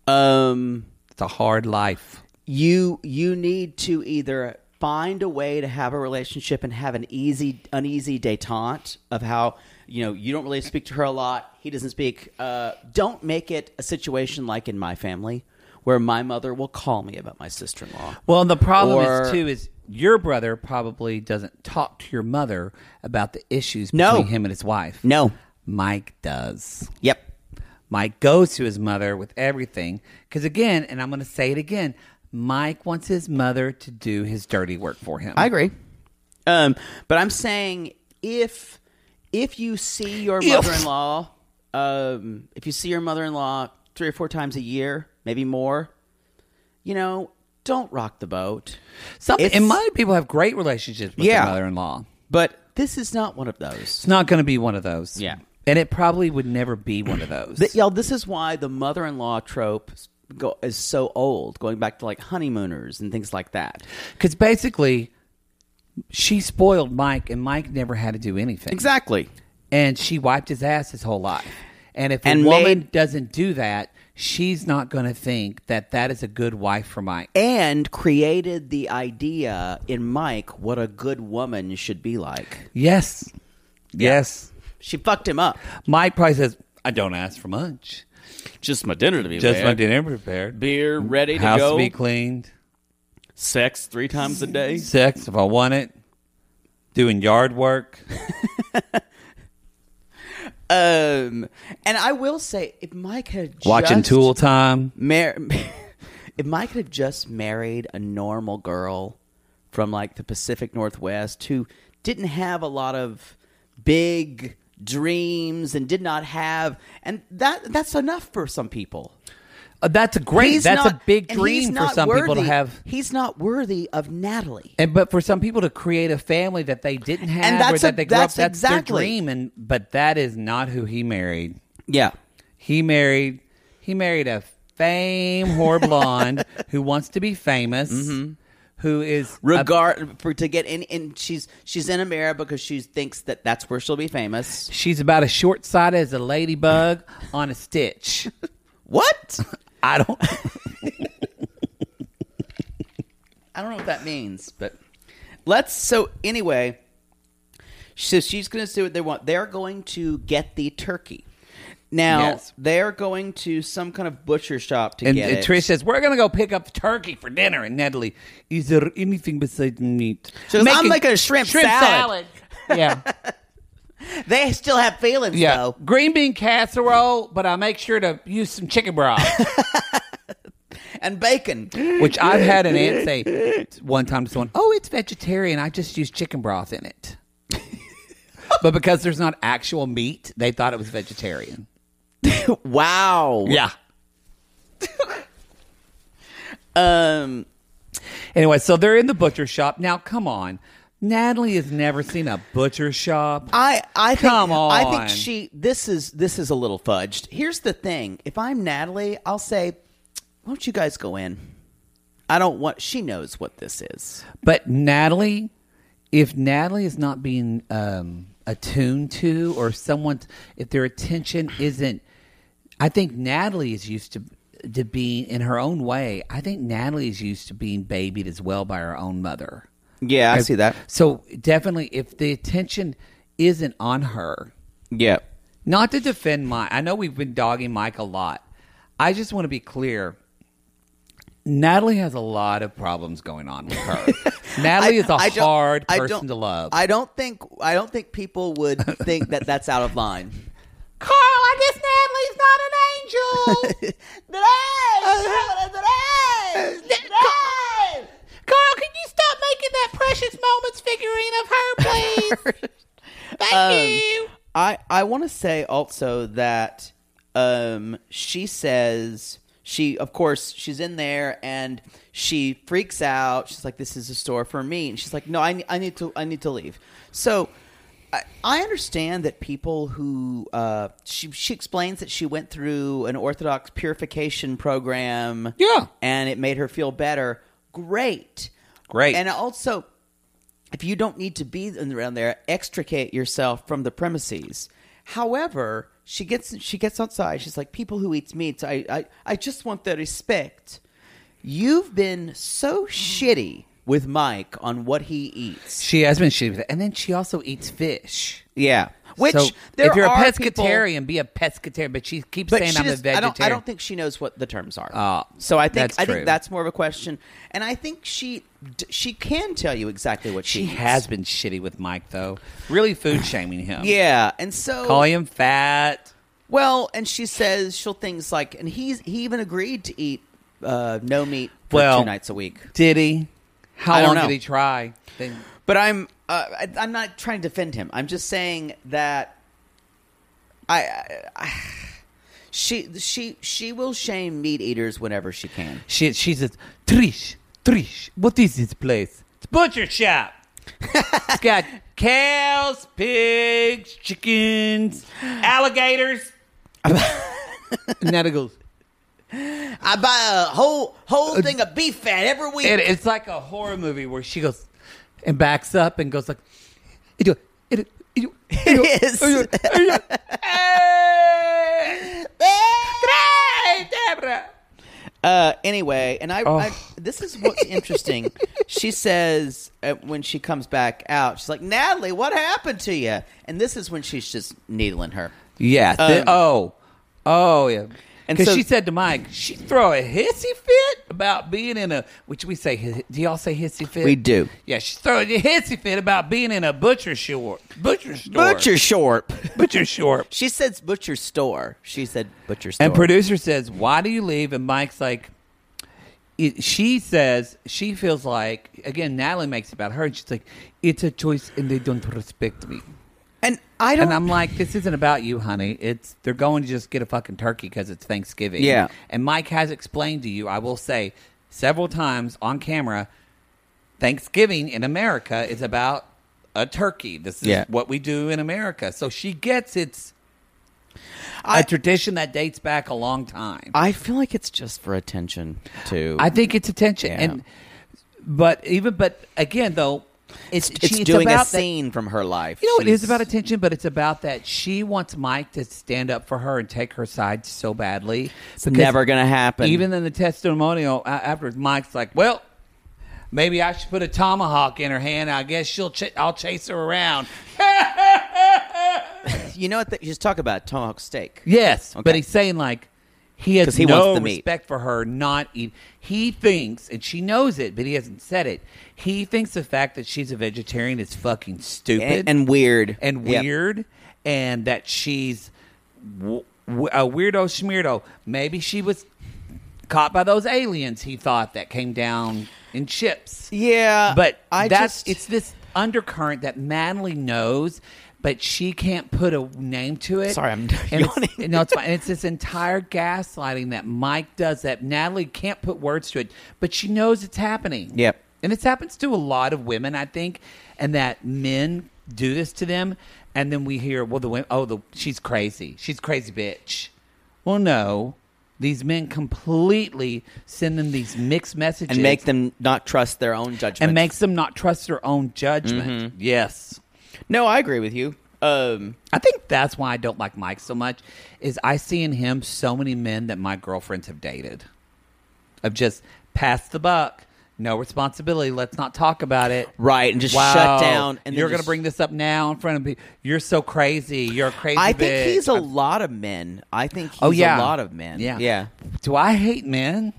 [SPEAKER 3] um,
[SPEAKER 2] It's a hard life.
[SPEAKER 3] you you need to either find a way to have a relationship and have an easy uneasy detente of how you know you don't really speak to her a lot he doesn't speak uh, don't make it a situation like in my family where my mother will call me about my sister-in-law
[SPEAKER 2] Well, and the problem is
[SPEAKER 3] Or-
[SPEAKER 2] too is your brother probably doesn't talk to your mother about the issues
[SPEAKER 3] No.
[SPEAKER 2] between him and his wife.
[SPEAKER 3] No.
[SPEAKER 2] Mike does.
[SPEAKER 3] yep
[SPEAKER 2] Mike goes to his mother with everything. Because again, and I'm going to say it again, Mike wants his mother to do his dirty work for him.
[SPEAKER 3] i agree um, but i'm saying if if you see your mother-in-law um, if you see your mother-in-law three or four times a year maybe more you know don't rock the boat
[SPEAKER 2] Some,
[SPEAKER 3] It's-
[SPEAKER 2] and my people have great relationships with
[SPEAKER 3] Yeah.
[SPEAKER 2] their mother-in-law.
[SPEAKER 3] But this is not one of those.
[SPEAKER 2] It's not going to be one of those.
[SPEAKER 3] Yeah.
[SPEAKER 2] and it probably would never be one of those.
[SPEAKER 3] Th- y'all, this is why the mother-in-law trope s- go- is so old, going back to like honeymooners and things like that.
[SPEAKER 2] Because basically, she spoiled Mike, and Mike never had to do anything.
[SPEAKER 3] Exactly.
[SPEAKER 2] and she wiped his ass his whole life. And if
[SPEAKER 3] And
[SPEAKER 2] a woman
[SPEAKER 3] made-
[SPEAKER 2] doesn't do that, she's not going to think that that is a good wife for Mike.
[SPEAKER 3] And created the idea in Mike what a good woman should be like.
[SPEAKER 2] yes, yes.
[SPEAKER 3] She fucked him up.
[SPEAKER 2] Mike probably says, "I don't ask for much.
[SPEAKER 4] Just my dinner to be
[SPEAKER 2] Just
[SPEAKER 4] had.
[SPEAKER 2] my dinner prepared,
[SPEAKER 4] Beer ready to
[SPEAKER 2] house
[SPEAKER 4] go.
[SPEAKER 2] to be cleaned,
[SPEAKER 4] Sex three times a day.
[SPEAKER 2] sex if I want it, doing yard work."
[SPEAKER 3] Um, and I will say, if Mike had
[SPEAKER 2] watching
[SPEAKER 3] just
[SPEAKER 2] Tool Time.
[SPEAKER 3] mar- if Mike had just married a normal girl from like the Pacific Northwest who didn't have a lot of big dreams and did not have and that that's enough for some people.
[SPEAKER 2] Uh, that's a great.
[SPEAKER 3] He's
[SPEAKER 2] that's
[SPEAKER 3] not-
[SPEAKER 2] a big
[SPEAKER 3] and he's
[SPEAKER 2] dream for
[SPEAKER 3] not
[SPEAKER 2] some people to
[SPEAKER 3] worthy-
[SPEAKER 2] have.
[SPEAKER 3] He's not worthy of Natalie.
[SPEAKER 2] And but for some people to create a family that they didn't have, or
[SPEAKER 3] that's a-
[SPEAKER 2] that they grew
[SPEAKER 3] that's
[SPEAKER 2] up, that's
[SPEAKER 3] exactly-
[SPEAKER 2] their dream. And but that is not who he married.
[SPEAKER 3] Yeah.
[SPEAKER 2] He married. He married a fame whore blonde who wants to be famous. Who is a-
[SPEAKER 3] Regard for to get in and she's she's in America because she thinks that that's where she'll be famous.
[SPEAKER 2] she's about as short sighted as a ladybug on a stitch.
[SPEAKER 3] What?
[SPEAKER 2] I don't.
[SPEAKER 3] I don't know what that means, but let's. So anyway, so she's going to do what they want. They're going to get the turkey. Now
[SPEAKER 2] Yes.
[SPEAKER 3] they're going to some kind of butcher shop to
[SPEAKER 2] And,
[SPEAKER 3] get
[SPEAKER 2] and
[SPEAKER 3] it.
[SPEAKER 2] Trish says, "We're gonna go pick up turkey for dinner." And Natalie, is there anything besides meat?
[SPEAKER 3] She goes, "I'm making a shrimp salad."
[SPEAKER 2] yeah,
[SPEAKER 3] they still have feelings
[SPEAKER 2] yeah.
[SPEAKER 3] though.
[SPEAKER 2] Green bean casserole, but I make sure to use some chicken broth,
[SPEAKER 3] And bacon.
[SPEAKER 2] which I've had an aunt say one time to someone, "Oh, it's vegetarian. I just use chicken broth in it." but because there's not actual meat, they thought it was vegetarian.
[SPEAKER 3] Wow.
[SPEAKER 2] Yeah.
[SPEAKER 3] Um.
[SPEAKER 2] Anyway, so they're in the butcher shop now. Come on, Natalie has never seen a butcher shop.
[SPEAKER 3] I I think,
[SPEAKER 2] Come
[SPEAKER 3] I
[SPEAKER 2] on.
[SPEAKER 3] think she. This is this is a little fudged. Here's the thing. If I'm Natalie, I'll say, "Why don't you guys go in?" I don't want. She knows what this is.
[SPEAKER 2] But Natalie, if Natalie is not being um, attuned to, or someone, if their attention isn't, I think Natalie is used to to being in her own way. I think Natalie is used to being babied as well by her own mother.
[SPEAKER 3] Yeah, I see that.
[SPEAKER 2] So definitely, if the attention isn't on her,
[SPEAKER 3] Yeah.
[SPEAKER 2] Not to defend Mike. I know we've been dogging Mike a lot. I just want to be clear. Natalie has a lot of problems going on with her. Natalie is a
[SPEAKER 3] I don't-
[SPEAKER 2] hard
[SPEAKER 3] I
[SPEAKER 2] person
[SPEAKER 3] don't-
[SPEAKER 2] to love.
[SPEAKER 3] I don't think I don't think people would think that that's out of line.
[SPEAKER 2] Carl, I guess Natalie's not an angel. Carl, can you stop making that precious moments figurine of her, please? Thank
[SPEAKER 3] Um,
[SPEAKER 2] you.
[SPEAKER 3] I I want to say also that um she says she of course she's in there and she freaks out. She's like this is a store for me and she's like no I ne- I need to I need to leave. So I, I understand that people who uh she she explains that she went through an orthodox purification program.
[SPEAKER 2] Yeah.
[SPEAKER 3] And it made her feel better. Great.
[SPEAKER 2] Great.
[SPEAKER 3] And also if you don't need to be in- around there, extricate yourself from the premises. However, she gets she gets outside. She's like, people who eats meat, I I, I just want their respect. You've been so shitty with Mike on what he eats.
[SPEAKER 2] She has been shitty with it. And then she also eats fish.
[SPEAKER 3] Yeah, which
[SPEAKER 2] So,
[SPEAKER 3] there
[SPEAKER 2] if you're
[SPEAKER 3] are
[SPEAKER 2] a
[SPEAKER 3] people-
[SPEAKER 2] pescatarian, be a pescatarian. But she keeps saying
[SPEAKER 3] she
[SPEAKER 2] I'm
[SPEAKER 3] just-
[SPEAKER 2] a vegetarian.
[SPEAKER 3] I don't, I don't think she knows what the terms are.
[SPEAKER 2] Ah,
[SPEAKER 3] so I think
[SPEAKER 2] that's
[SPEAKER 3] I
[SPEAKER 2] true.
[SPEAKER 3] think that's more of a question, and I think she d- she can tell you exactly what she,
[SPEAKER 2] she
[SPEAKER 3] eats.
[SPEAKER 2] has been shitty with Mike though. Really food shaming him.
[SPEAKER 3] Yeah, and so
[SPEAKER 2] Calling him fat.
[SPEAKER 3] Well, and she says she'll things like, and he's he even agreed to eat uh, no meat for
[SPEAKER 2] Well-
[SPEAKER 3] two nights a week.
[SPEAKER 2] Did he? How
[SPEAKER 3] I don't
[SPEAKER 2] long
[SPEAKER 3] know.
[SPEAKER 2] did he try? Then-
[SPEAKER 3] But I'm uh, I, I'm not trying to defend him. I'm just saying that I, I, I she she she will shame meat eaters whenever she can.
[SPEAKER 2] She she says, Trish, Trish, what is this place? It's a butcher shop. it's got cows, pigs, chickens, alligators. and Natalie goes,
[SPEAKER 3] I buy a whole whole thing of beef fat every week.
[SPEAKER 2] it, it's like a horror movie where she goes and backs up and goes like, it, it, it, it,
[SPEAKER 3] It is.
[SPEAKER 2] Hey! Hey, Deborah!
[SPEAKER 3] Uh, anyway, and I,
[SPEAKER 2] Oh.
[SPEAKER 3] I this is what's interesting. she says uh, when she comes back out, she's like, "Natalie, what happened to you?" And this is when she's just needling her.
[SPEAKER 2] Yeah. th-
[SPEAKER 3] Um,
[SPEAKER 2] oh. Oh yeah.
[SPEAKER 3] And
[SPEAKER 2] Because
[SPEAKER 3] so-
[SPEAKER 2] she said to Mike, she throw a hissy fit about being in a which we say hi- do y'all say hissy fit?
[SPEAKER 3] We do.
[SPEAKER 2] Yeah, she throw a hissy fit about being in a butcher short butcher store
[SPEAKER 3] Butcher short.
[SPEAKER 2] butcher short.
[SPEAKER 3] She says butcher store. She said butcher store.
[SPEAKER 2] And producer says, "Why do you leave?" And Mike's like, it, "She says she feels like again Natalie makes it about her. And she's like, it's a choice, and they don't respect me."
[SPEAKER 3] and I don't.
[SPEAKER 2] And I'm like, this isn't about you, honey. It's they're going to just get a fucking turkey because it's Thanksgiving.
[SPEAKER 3] Yeah.
[SPEAKER 2] And Mike has explained to you, I will say, several times on camera, Thanksgiving in America is about a turkey. This is
[SPEAKER 3] Yeah.
[SPEAKER 2] what we do in America. So she gets it's a
[SPEAKER 3] I-
[SPEAKER 2] tradition that dates back a long time.
[SPEAKER 3] I feel like it's just for attention too.
[SPEAKER 2] I think it's attention.
[SPEAKER 3] Yeah.
[SPEAKER 2] And but even but again though, it's
[SPEAKER 3] it's
[SPEAKER 2] she-
[SPEAKER 3] doing a
[SPEAKER 2] about that-
[SPEAKER 3] scene from her life.
[SPEAKER 2] You know, it is
[SPEAKER 3] She's-
[SPEAKER 2] about attention, but it's about that she wants Mike to stand up for her and take her side so badly. It's
[SPEAKER 3] never gonna happen.
[SPEAKER 2] Even in the testimonial a- afterwards, Mike's like, "Well, maybe I should put a tomahawk in her hand. I guess she'll. Ch- I'll chase her around."
[SPEAKER 3] You know what? They just talk about tomahawk steak.
[SPEAKER 2] Yes, but
[SPEAKER 3] Okay.
[SPEAKER 2] he's saying like he
[SPEAKER 3] 'Cause
[SPEAKER 2] has
[SPEAKER 3] he
[SPEAKER 2] no
[SPEAKER 3] wants the meat.
[SPEAKER 2] respect for her. Not eat. He thinks, and she knows it, but he hasn't said it. He thinks the fact that she's a vegetarian is fucking stupid
[SPEAKER 3] And, and weird.
[SPEAKER 2] and
[SPEAKER 3] Yeah.
[SPEAKER 2] weird, and that she's w- w- a weirdo schmeardo. Maybe she was caught by those aliens he thought that came down in ships.
[SPEAKER 3] Yeah,
[SPEAKER 2] but
[SPEAKER 3] I
[SPEAKER 2] that's
[SPEAKER 3] just-
[SPEAKER 2] it's this undercurrent that Madeline knows. But she can't put a name to it.
[SPEAKER 3] Sorry, I'm
[SPEAKER 2] And it's-
[SPEAKER 3] yawning.
[SPEAKER 2] No, it's fine. And it's this entire gaslighting that Mike does that Natalie can't put words to it, but she knows it's happening.
[SPEAKER 3] Yep.
[SPEAKER 2] And this happens to a lot of women, I think, and that men do this to them. And then we hear, well, the women, oh, the, she's crazy. She's a crazy, bitch. Well, no. These men completely send them these mixed messages
[SPEAKER 3] And make them not trust their own judgment.
[SPEAKER 2] and makes them not trust their own
[SPEAKER 3] Mm-hmm.
[SPEAKER 2] judgment. Yes.
[SPEAKER 3] no, I agree with you. Um,
[SPEAKER 2] I think that's why I don't like Mike so much is I see in him so many men that my girlfriends have dated. Of just pass the buck. no responsibility. Let's not talk about it.
[SPEAKER 3] Right, and just
[SPEAKER 2] Wow.
[SPEAKER 3] shut down. And then
[SPEAKER 2] you're going to
[SPEAKER 3] just-
[SPEAKER 2] bring this up now in front of me. You're so crazy. You're a crazy.
[SPEAKER 3] I think
[SPEAKER 2] bitch.
[SPEAKER 3] he's a
[SPEAKER 2] I'm-
[SPEAKER 3] lot of men. I think he's
[SPEAKER 2] Oh yeah,
[SPEAKER 3] a lot of men.
[SPEAKER 2] Yeah,
[SPEAKER 3] yeah.
[SPEAKER 2] Do I hate men?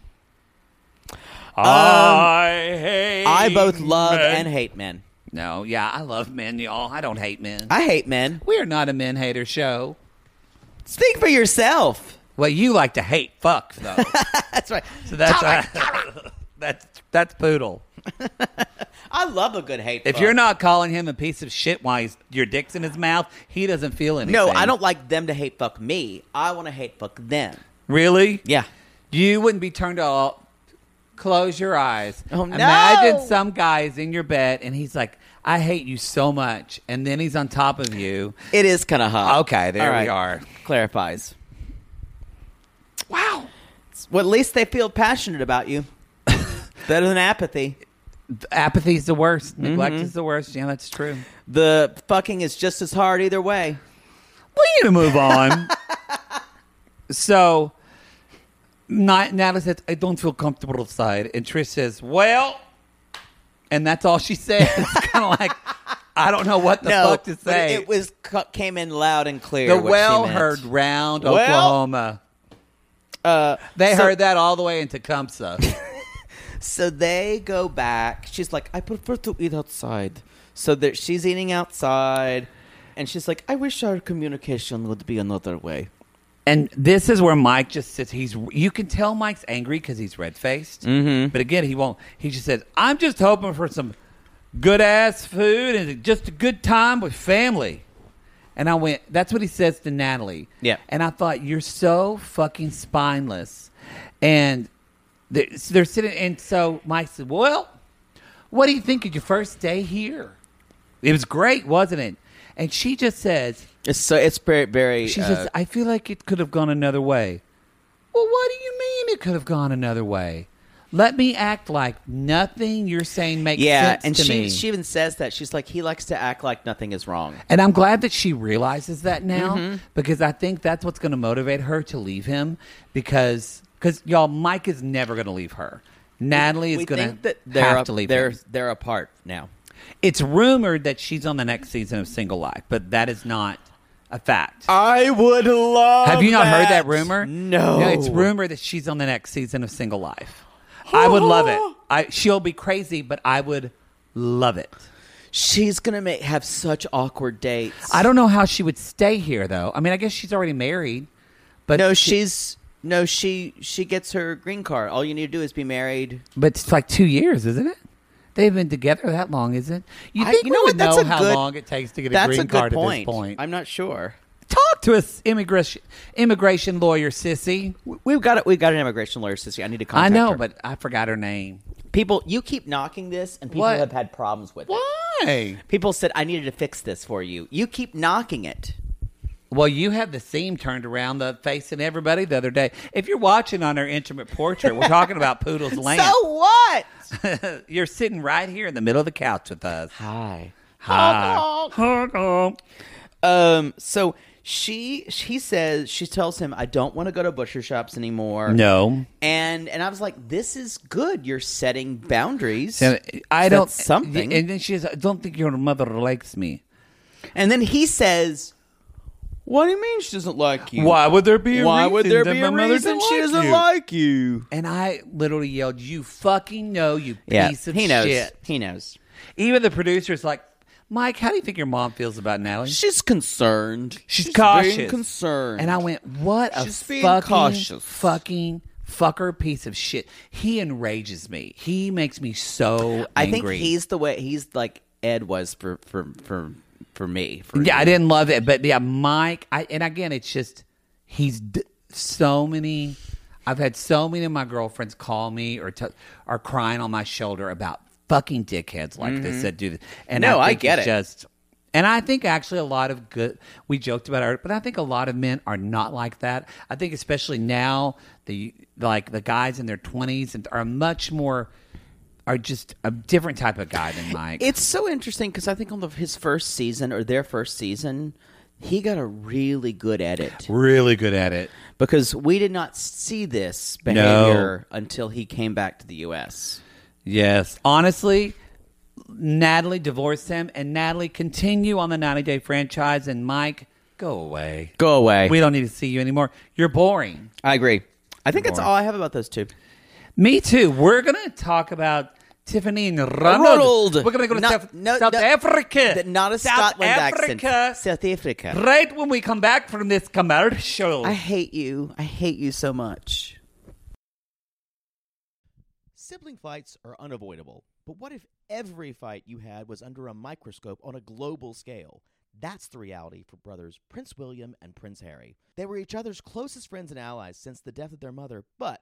[SPEAKER 2] I hate.
[SPEAKER 3] Um, I both love
[SPEAKER 2] men.
[SPEAKER 3] and hate men.
[SPEAKER 2] No, yeah, I love men, y'all. I don't hate men.
[SPEAKER 3] I hate men.
[SPEAKER 2] we are not a men hater show.
[SPEAKER 3] Speak for yourself.
[SPEAKER 2] Well, you like to hate fuck though.
[SPEAKER 3] That's right.
[SPEAKER 2] so that's uh, that's that's poodle.
[SPEAKER 3] I love a good hate.
[SPEAKER 2] If
[SPEAKER 3] fuck.
[SPEAKER 2] you're not calling him a piece of shit while he's, your dick's in his mouth, he doesn't feel anything.
[SPEAKER 3] no, I don't like them to hate fuck me. I want to hate fuck them.
[SPEAKER 2] Really?
[SPEAKER 3] Yeah.
[SPEAKER 2] You wouldn't be turned off. Close your eyes.
[SPEAKER 3] Oh, no.
[SPEAKER 2] Imagine some guy's in your bed and he's like, "I hate you so much," and then he's on top of you.
[SPEAKER 3] It is kind of hot.
[SPEAKER 2] Okay, there
[SPEAKER 3] All
[SPEAKER 2] we
[SPEAKER 3] right.
[SPEAKER 2] are.
[SPEAKER 3] Clarifies.
[SPEAKER 2] Wow.
[SPEAKER 3] Well, at least they feel passionate about you. Better than apathy.
[SPEAKER 2] Apathy is the worst. Neglect
[SPEAKER 3] Mm-hmm.
[SPEAKER 2] is the worst. Yeah, that's true.
[SPEAKER 3] The fucking is just as hard either way.
[SPEAKER 2] We need to move on. so, Ni- Natalie says, I don't feel comfortable outside. And Trish says, Well, and that's all she said. It's kind of like, I don't know what the fuck to
[SPEAKER 3] but
[SPEAKER 2] say.
[SPEAKER 3] It was cu- came in loud and clear.
[SPEAKER 2] the
[SPEAKER 3] what she
[SPEAKER 2] well
[SPEAKER 3] meant.
[SPEAKER 2] heard round
[SPEAKER 3] Well-
[SPEAKER 2] Oklahoma.
[SPEAKER 3] Uh,
[SPEAKER 2] They
[SPEAKER 3] so-
[SPEAKER 2] heard that all the way in Tecumseh.
[SPEAKER 3] So they go back. She's like, I prefer to eat outside. So that she's eating outside, and she's like, I wish our communication would be another way.
[SPEAKER 2] And this is where Mike just sits. He's you can tell Mike's angry because he's red faced. Mm-hmm. But again, he won't. He just says, "I'm just hoping for some good ass food and just a good time with family." And I went. That's what he says to Natalie.
[SPEAKER 3] Yeah.
[SPEAKER 2] And I thought you're so fucking spineless. And they're, so they're sitting. And so Mike said, "Well, what do you think of your first day here? It was great, wasn't it?" And she just says.
[SPEAKER 3] It's so it's very very.
[SPEAKER 2] She
[SPEAKER 3] uh,
[SPEAKER 2] says, I feel like it could have gone another way. Well, what do you mean it could have gone another way? Let me act like nothing you're saying makes
[SPEAKER 3] yeah,
[SPEAKER 2] sense
[SPEAKER 3] and
[SPEAKER 2] to
[SPEAKER 3] she
[SPEAKER 2] me.
[SPEAKER 3] she even says that she's like, he likes to act like nothing is wrong.
[SPEAKER 2] and I'm glad that she realizes that now
[SPEAKER 3] Mm-hmm.
[SPEAKER 2] because I think that's what's going to motivate her to leave him because cause, y'all, Mike is never going to leave her. Natalie is
[SPEAKER 3] we
[SPEAKER 2] going
[SPEAKER 3] think that
[SPEAKER 2] to
[SPEAKER 3] they're
[SPEAKER 2] have
[SPEAKER 3] up-
[SPEAKER 2] to leave
[SPEAKER 3] they're
[SPEAKER 2] him.
[SPEAKER 3] they're apart now.
[SPEAKER 2] It's rumored that she's on the next season of Single Life, but that is not a fact.
[SPEAKER 3] I would love.
[SPEAKER 2] Have you not heard that rumor?
[SPEAKER 3] No.
[SPEAKER 2] it's rumor that she's on the next season of Single Life. I would love it. I she'll be crazy, but I would love it.
[SPEAKER 3] She's gonna make have such awkward dates.
[SPEAKER 2] I don't know how she would stay here though. I mean, I guess she's already married, but
[SPEAKER 3] No, she's no. She she gets her green card. All you need to do is be married.
[SPEAKER 2] but it's like two years, isn't it? They've been together that long, is it? You
[SPEAKER 3] I-
[SPEAKER 2] think
[SPEAKER 3] you
[SPEAKER 2] we
[SPEAKER 3] know
[SPEAKER 2] would
[SPEAKER 3] what? That's
[SPEAKER 2] know
[SPEAKER 3] a
[SPEAKER 2] how
[SPEAKER 3] good-
[SPEAKER 2] long it takes to get a
[SPEAKER 3] That's
[SPEAKER 2] green
[SPEAKER 3] a good
[SPEAKER 2] card
[SPEAKER 3] point.
[SPEAKER 2] at this point?
[SPEAKER 3] I'm not sure.
[SPEAKER 2] Talk to us, immigration immigration lawyer, sissy.
[SPEAKER 3] We- We've got it. We've got an immigration lawyer, sissy. I need to
[SPEAKER 2] I
[SPEAKER 3] contact
[SPEAKER 2] know,
[SPEAKER 3] her.
[SPEAKER 2] but I forgot her name.
[SPEAKER 3] people, you keep knocking this, and people
[SPEAKER 2] What?
[SPEAKER 3] have had problems with it.
[SPEAKER 2] Why?
[SPEAKER 3] People said I needed to fix this for you. You keep knocking it.
[SPEAKER 2] Well, you had the seam turned around the facing everybody the other day. If you're watching on our intimate portrait, we're talking about Poodle's lamp.
[SPEAKER 3] So what?
[SPEAKER 2] you're sitting right here in the middle of the couch with us.
[SPEAKER 3] Hi.
[SPEAKER 2] Hi.
[SPEAKER 3] Um. So she she says she tells him I don't want to go to butcher shops anymore.
[SPEAKER 2] No.
[SPEAKER 3] And and I was like, this is good. You're setting boundaries.
[SPEAKER 2] So, I
[SPEAKER 3] So
[SPEAKER 2] don't
[SPEAKER 3] that's something.
[SPEAKER 2] And then she says, "I don't think your mother likes me."
[SPEAKER 3] And then he says, "What do you mean she doesn't like you?
[SPEAKER 2] would there be?
[SPEAKER 3] Why would there be a reason she doesn't like you?"
[SPEAKER 2] And I literally yelled, "You fucking know, you
[SPEAKER 3] Yeah,
[SPEAKER 2] piece of
[SPEAKER 3] he knows.
[SPEAKER 2] shit!"
[SPEAKER 3] He knows.
[SPEAKER 2] Even the producer's like, "Mike, how do you think your mom feels about Natalie?"
[SPEAKER 3] She's concerned.
[SPEAKER 2] She's, cautious,
[SPEAKER 3] Being concerned.
[SPEAKER 2] And I went, "What a
[SPEAKER 3] She's being
[SPEAKER 2] fucking
[SPEAKER 3] cautious.
[SPEAKER 2] fucking fucker piece of shit." He enrages me. He makes me so
[SPEAKER 3] I
[SPEAKER 2] angry.
[SPEAKER 3] think he's the way he's like Ed was for for for for me. For
[SPEAKER 2] Yeah,
[SPEAKER 3] you.
[SPEAKER 2] I didn't love it, but yeah, Mike. I and again, it's just he's d- so many. I've had so many of my girlfriends call me or t- are crying on my shoulder about fucking dickheads like this that do this. And
[SPEAKER 3] Mm-hmm. No, I
[SPEAKER 2] think
[SPEAKER 3] get
[SPEAKER 2] it's
[SPEAKER 3] it.
[SPEAKER 2] Just and I think actually a lot of good. We joked about our, but I think a lot of men are not like that. I think especially now the like the guys in their twenties and are much more are just a different type of guy than Mike.
[SPEAKER 3] It's so interesting because I think on the, his first season or their first season, he got a really good at it
[SPEAKER 2] really good at it.
[SPEAKER 3] because we did not see this behavior until he came back to the U.S.
[SPEAKER 2] Yes. Honestly, Natalie divorced him, and Natalie continue on the 90 Day franchise. And Mike, go away.
[SPEAKER 3] Go away.
[SPEAKER 2] We don't need to see you anymore. You're boring.
[SPEAKER 3] I agree. I think that's all I have about those two.
[SPEAKER 2] Me too. We're gonna talk about Tiffany and Ronald.
[SPEAKER 3] Ronald.
[SPEAKER 2] We're gonna go to
[SPEAKER 3] Not-
[SPEAKER 2] South,
[SPEAKER 3] no,
[SPEAKER 2] South
[SPEAKER 3] no,
[SPEAKER 2] Africa.
[SPEAKER 3] th- not a
[SPEAKER 2] South
[SPEAKER 3] Scotland
[SPEAKER 2] Africa.
[SPEAKER 3] accent. South Africa.
[SPEAKER 2] Right when we come back from this commercial.
[SPEAKER 3] I hate you. I hate you so much.
[SPEAKER 5] Sibling fights are unavoidable, but what if every fight you had was under a microscope on a global scale? That's the reality for brothers Prince William and Prince Harry. They were each other's closest friends and allies since the death of their mother, but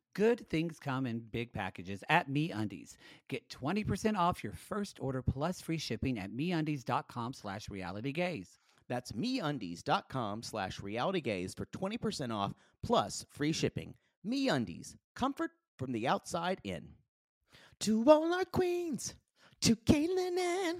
[SPEAKER 2] good things come in big packages at MeUndies. Get 20% off your first order plus free shipping at MeUndies.com slash realitygaze.
[SPEAKER 5] That's meundies.com slash realitygaze for 20% off plus free shipping. MeUndies, comfort from the outside in. To all our queens, to Caitlin and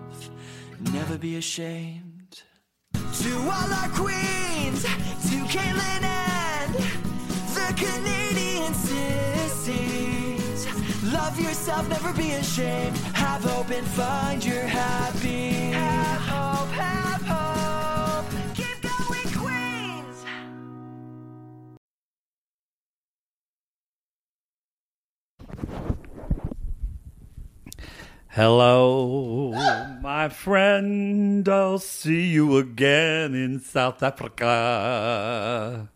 [SPEAKER 6] never be ashamed. To all our queens, to Caitlin and the Canadian sissies. Love yourself, never be ashamed. Have hope and find your happy. Have hope, have hope. Keep going, Queens.
[SPEAKER 2] Hello, my friend. I'll see you again in South Africa.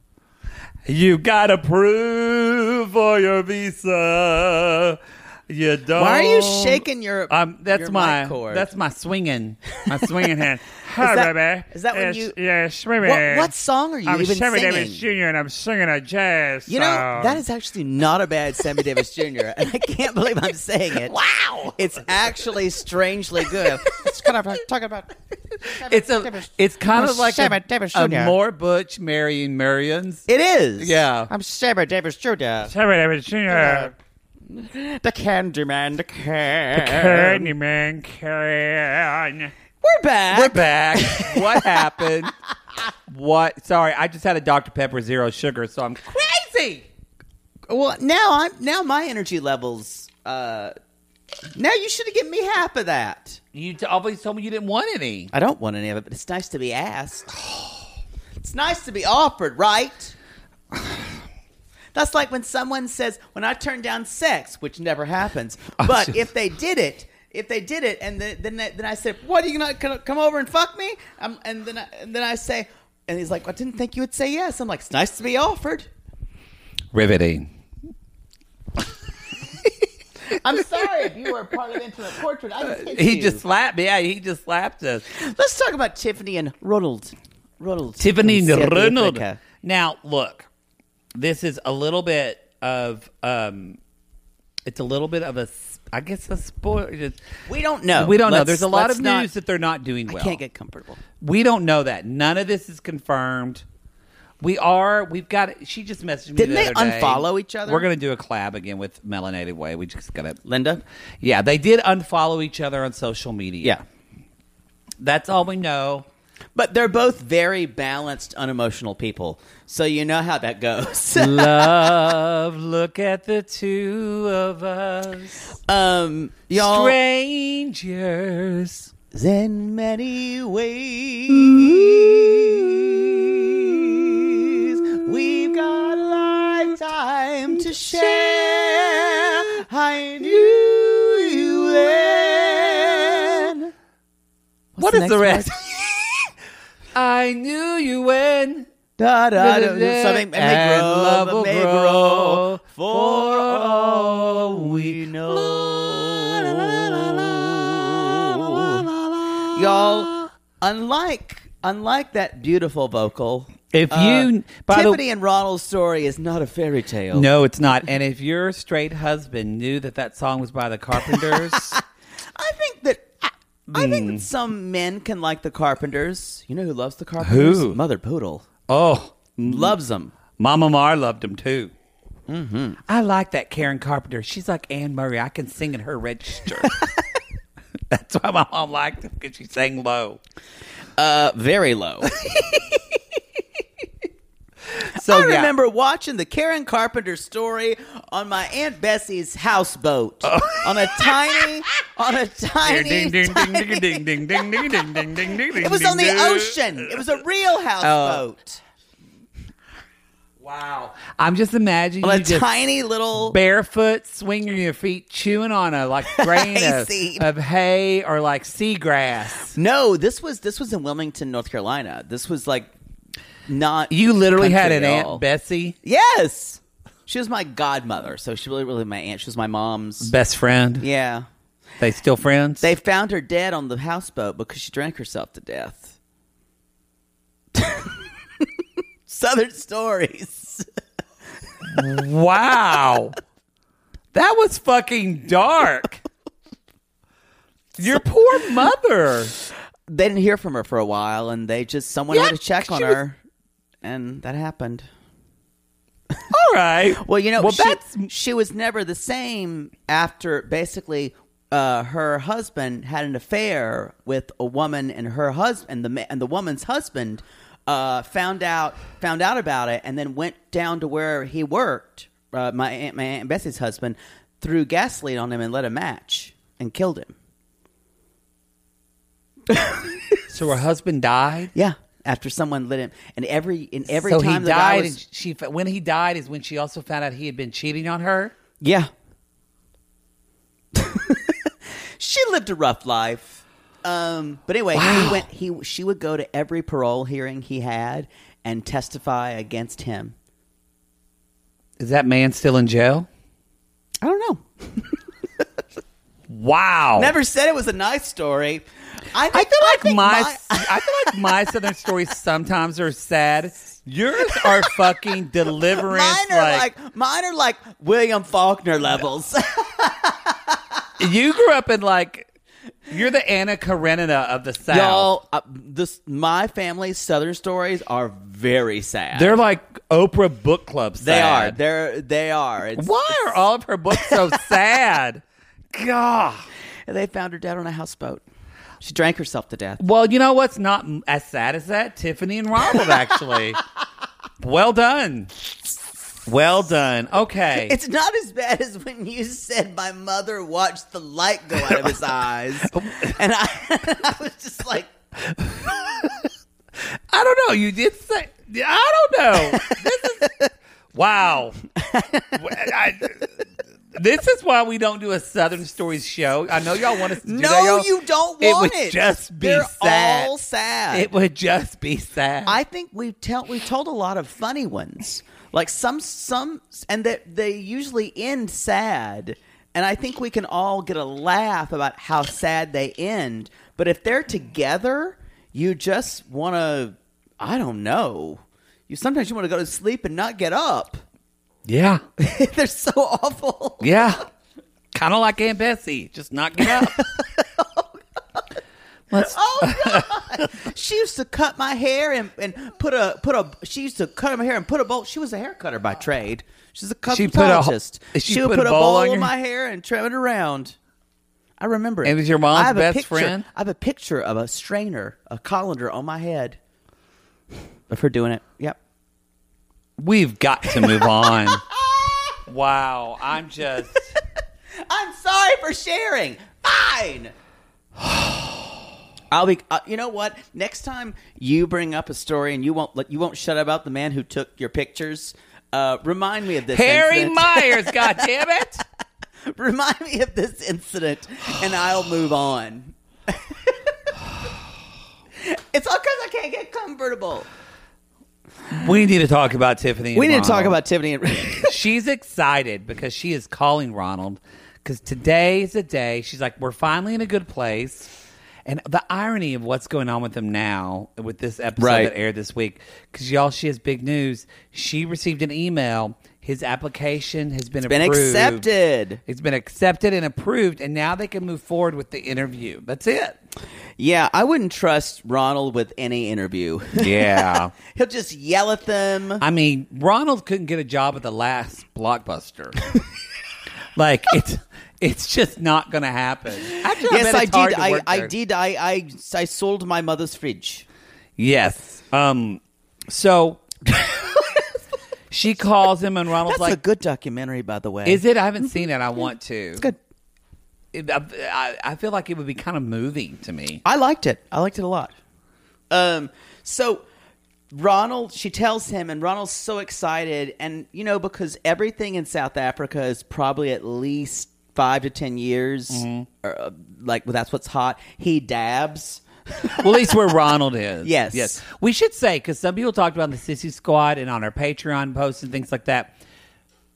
[SPEAKER 2] You gotta prove for your visa. You don't.
[SPEAKER 3] Why are you shaking your?
[SPEAKER 2] Oh, Um, that's
[SPEAKER 3] your mic
[SPEAKER 2] my
[SPEAKER 3] cord?
[SPEAKER 2] that's my swinging, my swinging hand. Hi,
[SPEAKER 3] Is that-
[SPEAKER 2] baby.
[SPEAKER 3] is that when
[SPEAKER 2] It's-
[SPEAKER 3] you-
[SPEAKER 2] Yeah, swinging.
[SPEAKER 3] What, what song are you
[SPEAKER 2] I'm
[SPEAKER 3] even
[SPEAKER 2] Sammy
[SPEAKER 3] singing?
[SPEAKER 2] Davis Jr. and I'm singing a jazz.
[SPEAKER 3] You know,
[SPEAKER 2] song.
[SPEAKER 3] that is actually not a bad Sammy Davis Jr. And I can't believe I'm saying it. Wow. It's actually strangely good. It's kind of talking about
[SPEAKER 2] it's a it's kind of like
[SPEAKER 3] Sammy
[SPEAKER 2] a,
[SPEAKER 3] Davis
[SPEAKER 2] a
[SPEAKER 3] Jr..
[SPEAKER 2] more Butch marrying Marions.
[SPEAKER 3] It is.
[SPEAKER 2] Yeah.
[SPEAKER 3] I'm Sammy Davis Jr. The
[SPEAKER 2] Sammy Davis Jr.
[SPEAKER 3] Candyman, the Candyman.
[SPEAKER 2] Candyman, carry on.
[SPEAKER 3] We're back.
[SPEAKER 2] We're back. what happened? What? Sorry, I just had a Dr. Pepper Zero Sugar, so I'm crazy.
[SPEAKER 3] Well, now I'm now my energy levels. Uh, now you should have given me half of that.
[SPEAKER 2] You t- always told me you didn't want any.
[SPEAKER 3] I don't want any of it, but it's nice to be asked. It's nice to be offered, right? That's like when someone says, "When I turn down sex," which never happens. But if they did it, if they did it, and then then, they- then I said, "What are you not gonna come over and fuck me?" Um, and then I, and then I say, and he's like, "I didn't think you would say yes." I'm like, "It's nice to be offered."
[SPEAKER 2] Riveting.
[SPEAKER 3] I'm sorry if you were a part of intimate portrait. I just hit
[SPEAKER 2] He
[SPEAKER 3] you.
[SPEAKER 2] just slapped me. Yeah, he just slapped us.
[SPEAKER 3] Let's talk about Tiffany and Ronald. Ronald.
[SPEAKER 2] Tiffany
[SPEAKER 3] from South
[SPEAKER 2] Ronald.
[SPEAKER 3] Africa.
[SPEAKER 2] Now, look, this is a little bit of um, it's a little bit of a, s- I guess a spoil.
[SPEAKER 3] We don't know.
[SPEAKER 2] We don't know.
[SPEAKER 3] Let's-
[SPEAKER 2] There's a lot
[SPEAKER 3] let's
[SPEAKER 2] of news
[SPEAKER 3] not-
[SPEAKER 2] that they're not doing well.
[SPEAKER 3] I can't get comfortable.
[SPEAKER 2] We don't know that. None of this is confirmed. We are. We've got. She just messaged me.
[SPEAKER 3] Didn't
[SPEAKER 2] the
[SPEAKER 3] they
[SPEAKER 2] other day.
[SPEAKER 3] unfollow each other?
[SPEAKER 2] We're gonna do a collab again with Melanated Way. We just gotta.
[SPEAKER 3] Linda?
[SPEAKER 2] Yeah, they did unfollow each other on social media.
[SPEAKER 3] Yeah.
[SPEAKER 2] that's all we know.
[SPEAKER 3] But they're both very balanced, unemotional people. So you know how that goes.
[SPEAKER 2] Love, look at the two of us,
[SPEAKER 3] um, y'all.
[SPEAKER 2] strangers.
[SPEAKER 3] In many ways, we've got a lifetime to share. I knew you when.
[SPEAKER 2] What is the rest? I knew you when
[SPEAKER 3] Da, da, da, da, something may
[SPEAKER 2] And
[SPEAKER 3] grow,
[SPEAKER 2] love
[SPEAKER 3] but
[SPEAKER 2] will
[SPEAKER 3] may
[SPEAKER 2] grow
[SPEAKER 3] grow, for all we know. Y'all, unlike unlike that beautiful vocal,
[SPEAKER 2] If you- by the-
[SPEAKER 3] Uh, Tiffany and Ronald's story is not a fairy tale.
[SPEAKER 2] No, it's not. And if your straight husband knew that that song was by the Carpenters,
[SPEAKER 3] I think that I, I think
[SPEAKER 2] Hmm.
[SPEAKER 3] that some men can like the Carpenters. You know who loves the Carpenters?
[SPEAKER 2] Who?
[SPEAKER 3] Mother Poodle
[SPEAKER 2] oh,
[SPEAKER 3] loves them.
[SPEAKER 2] Mama Mar loved him too. I like that Karen Carpenter. She's like Anne Murray. I can sing in her register. That's why my mom liked him because she sang low.
[SPEAKER 3] Uh, very low.
[SPEAKER 2] So
[SPEAKER 3] I
[SPEAKER 2] Oh, yeah.
[SPEAKER 3] remember watching the Karen Carpenter story on my Aunt Bessie's houseboat on a tiny, on a tiny,
[SPEAKER 2] Oh. Ding, ding, ding,
[SPEAKER 3] tiny-
[SPEAKER 2] ding, ding, ding, ding, ding, ding, ding, ding, ding,
[SPEAKER 3] It was
[SPEAKER 2] ding,
[SPEAKER 3] on the
[SPEAKER 2] ding. Oh.
[SPEAKER 3] ocean. It was a real houseboat
[SPEAKER 2] Wow. I'm just imagining
[SPEAKER 3] on
[SPEAKER 2] you
[SPEAKER 3] a
[SPEAKER 2] just
[SPEAKER 3] tiny little.
[SPEAKER 2] barefoot, swinging your feet, chewing on a like grain of,
[SPEAKER 3] Hayseed.
[SPEAKER 2] of hay or like seagrass.
[SPEAKER 3] no, this was this was in Wilmington, North Carolina. This was like not.
[SPEAKER 2] You literally had an
[SPEAKER 3] country at all.
[SPEAKER 2] aunt Bessie,
[SPEAKER 3] Yes, she was my godmother, so she really, really my aunt. She was my mom's.
[SPEAKER 2] best friend.
[SPEAKER 3] yeah,
[SPEAKER 2] They still friends.
[SPEAKER 3] they found her dead on the houseboat because she drank herself to death. Southern stories.
[SPEAKER 2] wow, that was fucking dark. Your poor mother.
[SPEAKER 3] They didn't hear from her for a while, and they just someone
[SPEAKER 2] Yeah,
[SPEAKER 3] had to check on
[SPEAKER 2] she was-
[SPEAKER 3] her, and that happened.
[SPEAKER 2] All right.
[SPEAKER 3] Well, you know,
[SPEAKER 2] Well,
[SPEAKER 3] she,
[SPEAKER 2] that's
[SPEAKER 3] she was never the same after basically uh, her husband had an affair with a woman, and her husband, the ma- and the woman's husband, uh, found out found out about it, and then went down to where he worked. Uh, my aunt, my aunt Bessie's husband threw gasoline on him and lit a match and killed him.
[SPEAKER 2] so. Her husband died.
[SPEAKER 3] Yeah, after someone lit him, and every in every
[SPEAKER 2] so
[SPEAKER 3] time
[SPEAKER 2] he
[SPEAKER 3] that I
[SPEAKER 2] died,
[SPEAKER 3] was,
[SPEAKER 2] and she fa- when he died is when she also found out he had been cheating on her.
[SPEAKER 3] Yeah. she lived a rough life. Um, but anyway, he went he she would go to every parole hearing he had and testify against him.
[SPEAKER 2] Is that man still in jail?
[SPEAKER 3] I don't know.
[SPEAKER 2] Wow.
[SPEAKER 3] Never said it was a nice story. I,
[SPEAKER 2] I
[SPEAKER 3] think-
[SPEAKER 2] feel
[SPEAKER 3] I
[SPEAKER 2] like
[SPEAKER 3] think
[SPEAKER 2] my, I feel like my southern stories sometimes are sad. Yours are fucking deliverance.
[SPEAKER 3] mine are like, mine are like William Faulkner levels.
[SPEAKER 2] you grew up in like you're the Anna Karenina of the South.
[SPEAKER 3] Y'all, uh, this my family's southern stories are very sad.
[SPEAKER 2] They're like Oprah book club. Sad.
[SPEAKER 3] they are. They're they are. It's,
[SPEAKER 2] Why are all of her books so sad? God.
[SPEAKER 3] And they found her dead on a houseboat. She drank herself to death.
[SPEAKER 2] Well, you know what's not m- as sad as that? Tiffany and Ronald actually. well done. Well done. Okay.
[SPEAKER 3] It's not as bad as when you said my mother watched the light go out of his eyes.
[SPEAKER 2] Oh.
[SPEAKER 3] And I, I was just like,
[SPEAKER 2] I don't know. You did say. I don't know. This is wow. I- this is why we don't do a Southern Stories show. I know y'all want us to do that.
[SPEAKER 3] no,
[SPEAKER 2] y'all.
[SPEAKER 3] you don't
[SPEAKER 2] It
[SPEAKER 3] want
[SPEAKER 2] would
[SPEAKER 3] it.
[SPEAKER 2] just be
[SPEAKER 3] They're
[SPEAKER 2] sad.
[SPEAKER 3] all sad.
[SPEAKER 2] It would just be sad.
[SPEAKER 3] I think we've tell we've told a lot of funny ones. Like some some and that they usually end sad. And I think we can all get a laugh about how sad they end. But if they're together, you just want to I don't know. You sometimes you want to go to sleep and not get up.
[SPEAKER 2] yeah,
[SPEAKER 3] they're so awful.
[SPEAKER 2] yeah. Kind of like Aunt Bessie, just knock it up. Let's,
[SPEAKER 3] Oh, She used to cut my hair and, and put a put a she used to cut my hair and put a bowl. She was a hair cutter by trade. She's a
[SPEAKER 2] She put a-
[SPEAKER 3] cosmetologist. She,
[SPEAKER 2] she
[SPEAKER 3] would
[SPEAKER 2] put
[SPEAKER 3] put,
[SPEAKER 2] a
[SPEAKER 3] a
[SPEAKER 2] bowl
[SPEAKER 3] bowl
[SPEAKER 2] on
[SPEAKER 3] in
[SPEAKER 2] your-
[SPEAKER 3] my hair and trim it around. I remember it.
[SPEAKER 2] It was your mom's
[SPEAKER 3] I have a
[SPEAKER 2] best
[SPEAKER 3] picture-
[SPEAKER 2] friend?
[SPEAKER 3] I have a picture of a strainer, a colander on my head of her doing it. Yep.
[SPEAKER 2] we've got to move on. wow, I'm just.
[SPEAKER 3] I'm sorry for sharing. Fine. I'll be. Uh, you know what? Next time you bring up a story and you won't let you won't shut up about the man who took your pictures. Uh, remind me of this
[SPEAKER 2] Harry
[SPEAKER 3] incident.
[SPEAKER 2] Myers, God damn it!
[SPEAKER 3] remind me of this incident, and I'll move on. it's all because I can't get comfortable.
[SPEAKER 2] We need to talk about Tiffany. and
[SPEAKER 3] We need to talk
[SPEAKER 2] Ronald.
[SPEAKER 3] about Tiffany and
[SPEAKER 2] She's excited because she is calling Ronald because today is the day she's like, we're finally in a good place. And the irony of what's going on with them now, with this episode
[SPEAKER 3] Right.
[SPEAKER 2] that aired this week, because y'all, she has big news. She received an email. His application has been
[SPEAKER 3] been
[SPEAKER 2] approved.
[SPEAKER 3] accepted.
[SPEAKER 2] It's been accepted and approved, and now they can move forward with the interview. That's it.
[SPEAKER 3] Yeah, I wouldn't trust Ronald with any interview.
[SPEAKER 2] Yeah.
[SPEAKER 3] He'll just yell at them.
[SPEAKER 2] I mean, Ronald couldn't get a job at the last blockbuster. like it's it's just not going to happen. Actually,
[SPEAKER 3] yes,
[SPEAKER 2] bet
[SPEAKER 3] I
[SPEAKER 2] it's hard
[SPEAKER 3] did.
[SPEAKER 2] to
[SPEAKER 3] I,
[SPEAKER 2] work
[SPEAKER 3] I
[SPEAKER 2] there.
[SPEAKER 3] did. I, I I sold my mother's fridge.
[SPEAKER 2] Yes. Um. So she calls him, and Ronald's
[SPEAKER 3] That's a
[SPEAKER 2] like,
[SPEAKER 3] good documentary, by the way.
[SPEAKER 2] "Is it? I haven't seen it. I want to." It's
[SPEAKER 3] good?
[SPEAKER 2] I, I- I feel like it would be kind of moving to me.
[SPEAKER 3] I liked it. I liked it a lot. Um, so Ronald, she tells him, and Ronald's so excited, and you know because everything in South Africa is probably at least five to ten years, or, uh, like well, that's what's hot. He dabs.
[SPEAKER 2] well, at least where Ronald is.
[SPEAKER 3] Yes.
[SPEAKER 2] Yes. We should say, because some people talked about the Sissy Squad and on our Patreon posts and things like that.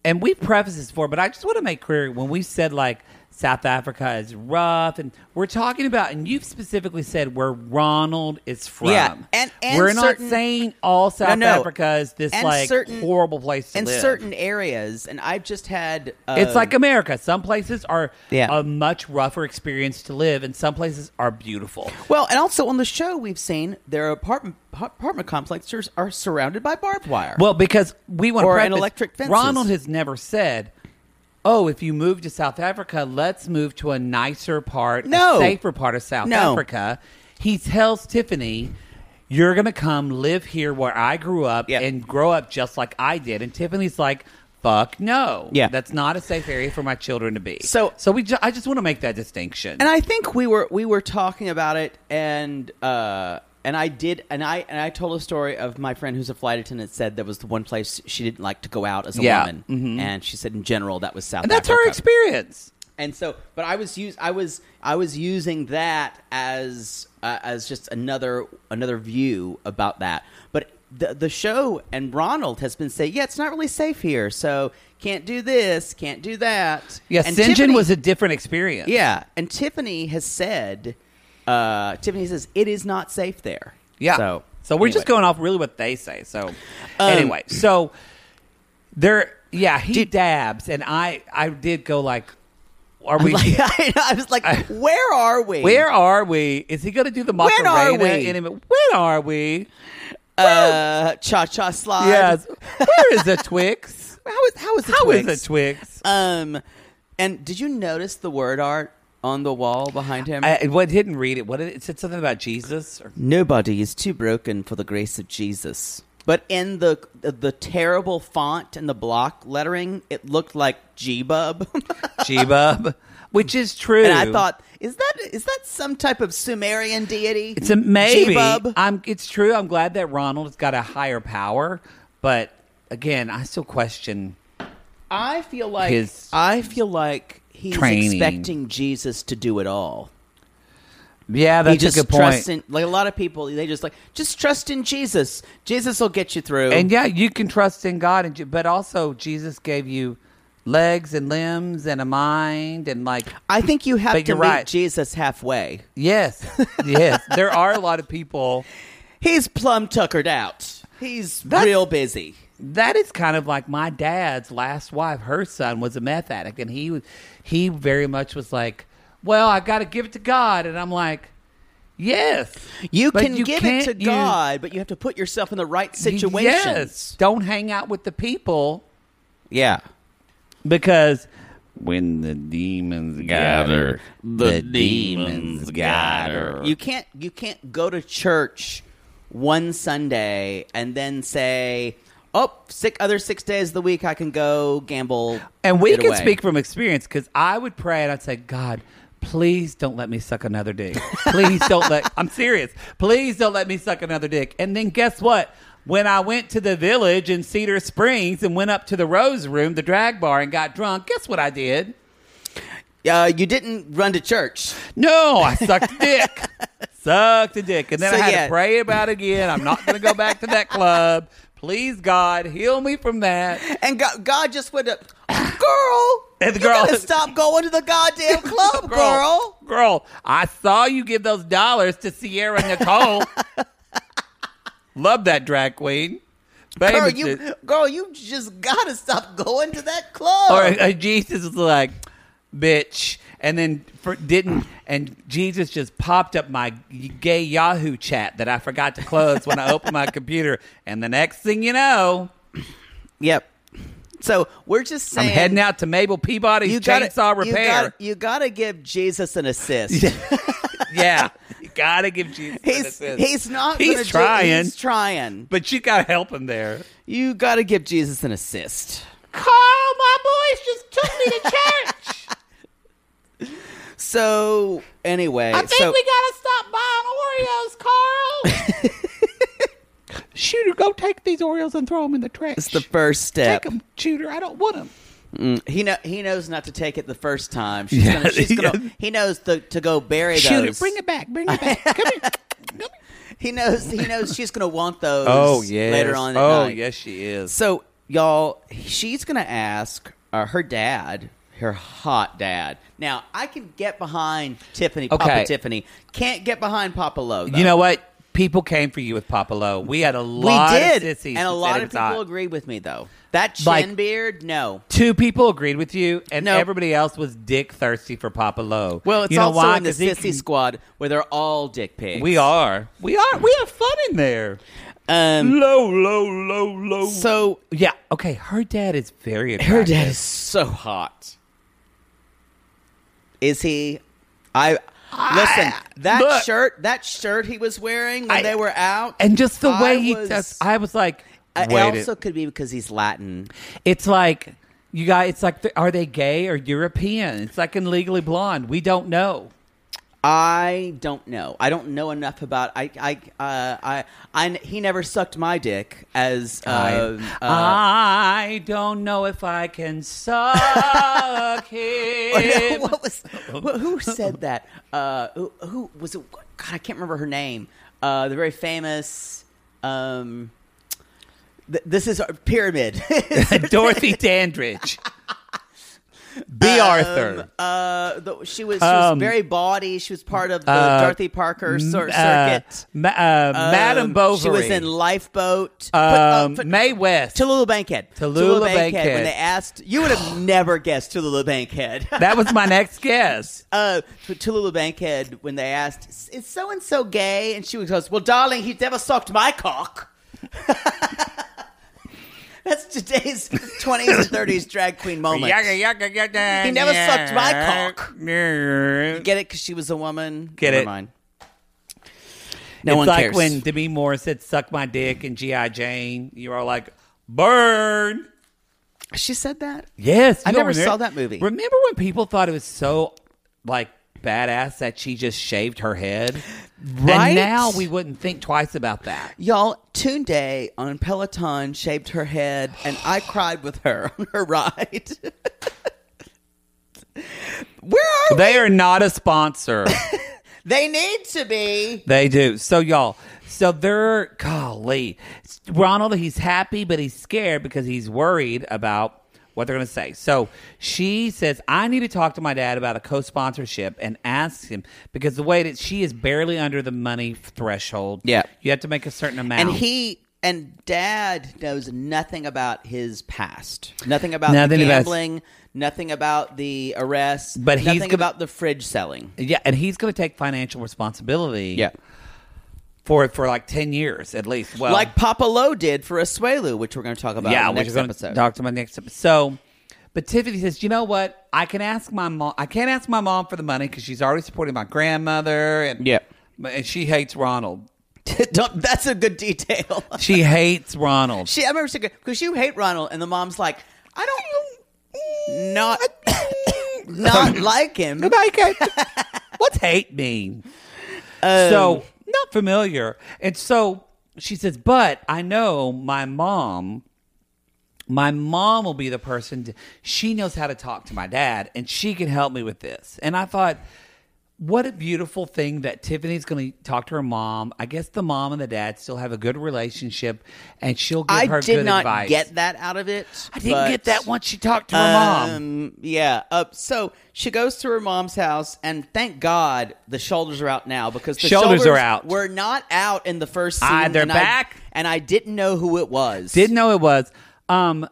[SPEAKER 2] And we preface this for, but I just want to make clear when we said, like, South Africa is rough, and we're talking about, and you've specifically said where Ronald is from.
[SPEAKER 3] Yeah, and- and
[SPEAKER 2] we're
[SPEAKER 3] certain-
[SPEAKER 2] not saying all South
[SPEAKER 3] no.
[SPEAKER 2] Africa is this
[SPEAKER 3] And
[SPEAKER 2] like
[SPEAKER 3] certain-
[SPEAKER 2] horrible place to
[SPEAKER 3] in
[SPEAKER 2] live.
[SPEAKER 3] certain areas, and I've just had. Uh,
[SPEAKER 2] It's like America. Some places are
[SPEAKER 3] Yeah.
[SPEAKER 2] a much rougher experience to live, and some places are beautiful.
[SPEAKER 3] well, and also on the show we've seen their apartment apartment complexes are surrounded by barbed wire.
[SPEAKER 2] Well, because we want
[SPEAKER 3] Or
[SPEAKER 2] to
[SPEAKER 3] an electric fences.
[SPEAKER 2] Ronald has never said, "Oh, if you move to South Africa, let's move to a nicer part, a
[SPEAKER 3] No.
[SPEAKER 2] safer part of South
[SPEAKER 3] No.
[SPEAKER 2] Africa." He tells Tiffany, "You're going to come live here where I grew up
[SPEAKER 3] Yeah.
[SPEAKER 2] and grow up just like I did." And Tiffany's like. Fuck no!
[SPEAKER 3] Yeah.
[SPEAKER 2] that's not a safe area for my children to be.
[SPEAKER 3] So-
[SPEAKER 2] so we. Ju- I just want to make that distinction.
[SPEAKER 3] and I think we were we were talking about it, and uh, and I did, and I and I told a story of my friend who's a flight attendant said there was the one place she didn't like to go out as a
[SPEAKER 2] Yeah. mm-hmm.
[SPEAKER 3] woman, and she said in general that was South.
[SPEAKER 2] and that's her
[SPEAKER 3] Africa.
[SPEAKER 2] experience.
[SPEAKER 3] And so, but I was use I was I was using that as uh, as just another another view about that. But the the show and Ronald has been saying, yeah, it's not really safe here, so can't do this, can't do that.
[SPEAKER 2] Yeah,
[SPEAKER 3] and
[SPEAKER 2] Sinjin
[SPEAKER 3] Tiffany-
[SPEAKER 2] was a different experience.
[SPEAKER 3] yeah, and Tiffany has said, uh, Tiffany says it is not safe there.
[SPEAKER 2] Yeah.
[SPEAKER 3] So,
[SPEAKER 2] So, we're
[SPEAKER 3] anyway. Um,
[SPEAKER 2] just going off really what they say. So anyway, so there, yeah, he dabs, and I, I did go like, are we?
[SPEAKER 3] Like, I, I was like,
[SPEAKER 2] I-
[SPEAKER 3] where are we?
[SPEAKER 2] where are we? Is he going to do the
[SPEAKER 3] When
[SPEAKER 2] Macarena?
[SPEAKER 3] are we?
[SPEAKER 2] in a minute? when are we?
[SPEAKER 3] uh, cha cha slide?
[SPEAKER 2] Yes. Where is the Twix?
[SPEAKER 3] How is how is the
[SPEAKER 2] How is
[SPEAKER 3] Twix?
[SPEAKER 2] the Twix?
[SPEAKER 3] Um, and did you notice the word art on the wall behind him?
[SPEAKER 2] I, well, I didn't read it. What did it, it said something about Jesus? Or,
[SPEAKER 3] Nobody is too broken for the grace of Jesus. But in the the terrible font and the block lettering, it looked like G Bub.
[SPEAKER 2] Jebub, which is true.
[SPEAKER 3] and I thought, is that is that some type of Sumerian deity?
[SPEAKER 2] It's a maybe.
[SPEAKER 3] G-Bub?
[SPEAKER 2] I'm. It's true. I'm glad that Ronald's got a higher power, but again, I still question.
[SPEAKER 3] I feel like
[SPEAKER 2] His
[SPEAKER 3] I feel like he's
[SPEAKER 2] training.
[SPEAKER 3] expecting Jesus to do it all.
[SPEAKER 2] Yeah, that's
[SPEAKER 3] he just
[SPEAKER 2] a good
[SPEAKER 3] trusts
[SPEAKER 2] point.
[SPEAKER 3] in like a lot of people. They just like just trust in Jesus. Jesus will get you through.
[SPEAKER 2] and yeah, you can trust in God, and ju- but also Jesus gave you legs and limbs and a mind and like
[SPEAKER 3] I think you have
[SPEAKER 2] But
[SPEAKER 3] to
[SPEAKER 2] you're
[SPEAKER 3] meet
[SPEAKER 2] right.
[SPEAKER 3] Jesus halfway.
[SPEAKER 2] yes, yes. There are a lot of people
[SPEAKER 3] He's plum tuckered out. He's
[SPEAKER 2] That's-
[SPEAKER 3] real busy.
[SPEAKER 2] that is kind of like my dad's last wife. Her son was a meth addict, and he was- he very much was like, "Well, I got to give it to God," and I'm like, "Yes,
[SPEAKER 3] You
[SPEAKER 2] but
[SPEAKER 3] can give it
[SPEAKER 2] can't
[SPEAKER 3] to
[SPEAKER 2] use-
[SPEAKER 3] God, but you have to put yourself in the right
[SPEAKER 2] you-
[SPEAKER 3] situations.
[SPEAKER 2] Yes, don't hang out with the people
[SPEAKER 3] Yeah.
[SPEAKER 2] because." When the demons gather,
[SPEAKER 4] The demons gather.
[SPEAKER 3] You can't you can't go to church one Sunday and then say, "Oh, six other six days of the week I can go gamble."
[SPEAKER 2] And we
[SPEAKER 3] it
[SPEAKER 2] can
[SPEAKER 3] away."
[SPEAKER 2] speak from experience because I would pray and I'd say, God, please don't let me suck another dick. Please don't let, I'm serious. Please don't let me suck another dick. And then guess what? When I went to the village in Cedar Springs and went up to the Rose Room, the drag bar, and got drunk, guess what I did?
[SPEAKER 3] Uh, you didn't run to church.
[SPEAKER 2] No, I sucked dick. sucked a dick. And then
[SPEAKER 3] So,
[SPEAKER 2] I had
[SPEAKER 3] yeah.
[SPEAKER 2] to pray about it again. I'm not going to go back to that club. Please, God, heal me from that.
[SPEAKER 3] And God, God just went up, girl.
[SPEAKER 2] And the
[SPEAKER 3] you
[SPEAKER 2] girl-
[SPEAKER 3] gotta stop going to the goddamn club, girl.
[SPEAKER 2] Girl, girl, I saw you give those dollars to Sierra Nicole. Love that drag queen. Baby,
[SPEAKER 3] Girl, you,
[SPEAKER 2] did-
[SPEAKER 3] girl, you just gotta stop going to that club.
[SPEAKER 2] or uh, Jesus was like, bitch. And then for, didn't, and Jesus just popped up my gay Yahoo chat that I forgot to close when I opened my computer. And the next thing you know,
[SPEAKER 3] Yep. So we're just
[SPEAKER 2] I'm
[SPEAKER 3] saying.
[SPEAKER 2] heading out to Mabel Peabody's
[SPEAKER 3] You gotta,
[SPEAKER 2] chainsaw
[SPEAKER 3] you
[SPEAKER 2] repair.
[SPEAKER 3] gotta, you gotta give Jesus an assist.
[SPEAKER 2] yeah, you gotta give Jesus. an
[SPEAKER 3] He's
[SPEAKER 2] assist.
[SPEAKER 3] he's not.
[SPEAKER 2] He's
[SPEAKER 3] gonna do-
[SPEAKER 2] trying.
[SPEAKER 3] he's trying.
[SPEAKER 2] but you gotta help him there.
[SPEAKER 3] You gotta give Jesus an assist.
[SPEAKER 2] Carl, my boys just took me to church.
[SPEAKER 3] So anyway, so
[SPEAKER 2] gotta stop buying Oreos, Carl. Shooter, go take these Oreos and throw them in the trash.
[SPEAKER 3] it's the first step.
[SPEAKER 2] Take them, Shooter. I don't want them.
[SPEAKER 3] He know he knows not to take it the first time. She's
[SPEAKER 2] Yeah,
[SPEAKER 3] gonna, she's
[SPEAKER 2] yeah.
[SPEAKER 3] gonna, he knows the, to go bury those.
[SPEAKER 2] Shooter, bring it back. Bring it back. Come here.
[SPEAKER 3] He knows he knows she's gonna want those.
[SPEAKER 2] Oh yes.
[SPEAKER 3] later on. At
[SPEAKER 2] oh
[SPEAKER 3] night.
[SPEAKER 2] yes, she is.
[SPEAKER 3] So, y'all, she's going to ask uh, her dad, her hot dad. Now, I can get behind Tiffany, Papa
[SPEAKER 2] Okay.
[SPEAKER 3] Tiffany. Can't get behind Papa Lo. Though.
[SPEAKER 2] You know what? People came for you with Papa Lo. We had a
[SPEAKER 3] we
[SPEAKER 2] lot
[SPEAKER 3] did.
[SPEAKER 2] of sissies,
[SPEAKER 3] and a
[SPEAKER 2] who said
[SPEAKER 3] lot
[SPEAKER 2] it
[SPEAKER 3] of
[SPEAKER 2] was
[SPEAKER 3] people
[SPEAKER 2] hot.
[SPEAKER 3] agree with me, though. That chin
[SPEAKER 2] Like-
[SPEAKER 3] beard, no.
[SPEAKER 2] Two people agreed with you, and
[SPEAKER 3] No.
[SPEAKER 2] everybody else was dick thirsty for Papa Lo.
[SPEAKER 3] Well, it's
[SPEAKER 2] you know
[SPEAKER 3] also
[SPEAKER 2] why?
[SPEAKER 3] in the
[SPEAKER 2] 'Cause he
[SPEAKER 3] sissy
[SPEAKER 2] can-
[SPEAKER 3] squad where they're all dick pigs.
[SPEAKER 2] We are. We are. We have fun in there.
[SPEAKER 3] Um,
[SPEAKER 2] Low, low, low, low.
[SPEAKER 3] so,
[SPEAKER 2] yeah. Okay. Her dad is very attractive.
[SPEAKER 3] her dad is so hot. Is he? I. Listen, that
[SPEAKER 2] look.
[SPEAKER 3] shirt, that shirt he was wearing when
[SPEAKER 2] I-
[SPEAKER 3] they were out,
[SPEAKER 2] and just the
[SPEAKER 3] I
[SPEAKER 2] way he.
[SPEAKER 3] was-
[SPEAKER 2] does- I was like,
[SPEAKER 3] Uh,
[SPEAKER 2] wait.
[SPEAKER 3] it also
[SPEAKER 2] a-
[SPEAKER 3] could be because he's Latin.
[SPEAKER 2] it's like you guys. It's like, are they gay or European? It's like in Legally Blonde. We don't know.
[SPEAKER 3] I don't know. I don't know enough about. I. I. Uh, I, I. He never sucked my dick as. Uh, uh,
[SPEAKER 2] I don't know if I can suck him.
[SPEAKER 3] what was?
[SPEAKER 2] Oh.
[SPEAKER 3] What, who said that? Uh, who, who was it? God, I can't remember her name. Uh, the very famous. Um, th- this is our pyramid.
[SPEAKER 2] Dorothy Dandridge.
[SPEAKER 3] Um,
[SPEAKER 2] B. Arthur.
[SPEAKER 3] uh, the, she was. She was
[SPEAKER 2] Um,
[SPEAKER 3] very bawdy. She was part of the
[SPEAKER 2] uh,
[SPEAKER 3] Dorothy Parker cir-
[SPEAKER 2] Uh,
[SPEAKER 3] circuit.
[SPEAKER 2] Ma- uh, Madame
[SPEAKER 3] Um,
[SPEAKER 2] Bovary.
[SPEAKER 3] She was in Lifeboat. Put- uh,
[SPEAKER 2] um,
[SPEAKER 3] put-
[SPEAKER 2] May West.
[SPEAKER 3] Tallulah Bankhead.
[SPEAKER 2] Tallulah Bankhead.
[SPEAKER 3] When they asked, you would have never guessed Tallulah Bankhead.
[SPEAKER 2] that was my next guess.
[SPEAKER 3] uh, T- Tallulah Bankhead, when they asked, is so and so gay? And she goes, well, darling, he never sucked my cock. That's today's 20s and 30s drag queen moment.
[SPEAKER 2] yaka, yaka.
[SPEAKER 3] Oh He never sucked my cock.
[SPEAKER 2] Get,
[SPEAKER 3] Get it? Because she was a woman.
[SPEAKER 2] Get
[SPEAKER 3] never
[SPEAKER 2] it.
[SPEAKER 3] Mind. No
[SPEAKER 2] it's
[SPEAKER 3] one
[SPEAKER 2] like
[SPEAKER 3] cares.
[SPEAKER 2] when Demi Moore said, suck my dick in G.I. Jane. You're all like, burn.
[SPEAKER 3] she said that.
[SPEAKER 2] Yes.
[SPEAKER 3] I
[SPEAKER 2] you don't
[SPEAKER 3] never
[SPEAKER 2] remember-
[SPEAKER 3] saw that movie.
[SPEAKER 2] Remember when people thought it was so, like, badass that she just shaved her head?
[SPEAKER 3] Right?
[SPEAKER 2] And now we wouldn't think twice about that.
[SPEAKER 3] Y'all, Tunde on Peloton shaved her head, and I cried with her on her ride. Where are
[SPEAKER 2] They are not a sponsor.
[SPEAKER 3] they? Need to be.
[SPEAKER 2] They do. So y'all, so they're golly, Ronald. He's happy, but he's scared because he's worried about what they're going to say. So she says, "I need to talk to my dad about a co-sponsorship and ask him because the way that she is barely under the money threshold.
[SPEAKER 3] Yeah.
[SPEAKER 2] you have to make a certain amount.
[SPEAKER 3] And he and Dad knows nothing about his past, nothing about
[SPEAKER 2] Nothing
[SPEAKER 3] the
[SPEAKER 2] about-
[SPEAKER 3] gambling, nothing about the arrests,
[SPEAKER 2] But he's
[SPEAKER 3] nothing
[SPEAKER 2] gonna-
[SPEAKER 3] about the fridge selling.
[SPEAKER 2] yeah, and he's going to take financial responsibility. for for like ten years at least. Well,
[SPEAKER 3] like Papa Lo did for Asuelu, which we're going to talk about.
[SPEAKER 2] yeah,
[SPEAKER 3] in the
[SPEAKER 2] which
[SPEAKER 3] next
[SPEAKER 2] is going
[SPEAKER 3] episode.
[SPEAKER 2] to talk to my next episode. So, but Tiffany says, you know what? I can ask my mom. I can't ask my mom for the money because she's already supporting my grandmother, and
[SPEAKER 3] Yeah.
[SPEAKER 2] and she hates Ronald.
[SPEAKER 3] Don't- That's a good detail.
[SPEAKER 2] She hates Ronald.
[SPEAKER 3] She, I remember she because you hate Ronald, and the mom's like, I don't not not like him.
[SPEAKER 2] like it. What's hate mean?
[SPEAKER 3] Um,
[SPEAKER 2] so not familiar. And so she says, but I know my mom my mom will be the person to, she knows how to talk to my dad and she can help me with this and i thought what a beautiful thing that tiffany's going to talk to her mom i guess the mom and the dad still have a good relationship and she'll give
[SPEAKER 3] I
[SPEAKER 2] her
[SPEAKER 3] did
[SPEAKER 2] good
[SPEAKER 3] not
[SPEAKER 2] advice
[SPEAKER 3] get that out of it.
[SPEAKER 2] i didn't
[SPEAKER 3] but,
[SPEAKER 2] get that once she talked to her mom
[SPEAKER 3] Um, yeah. Uh, so she goes to her mom's house, and thank God the shoulders are out now because the
[SPEAKER 2] Shoulders are out.
[SPEAKER 3] Were not out in the first scene.
[SPEAKER 2] Ah, they're
[SPEAKER 3] and I-
[SPEAKER 2] back.
[SPEAKER 3] and I didn't know who it was.
[SPEAKER 2] Didn't know it was. Um,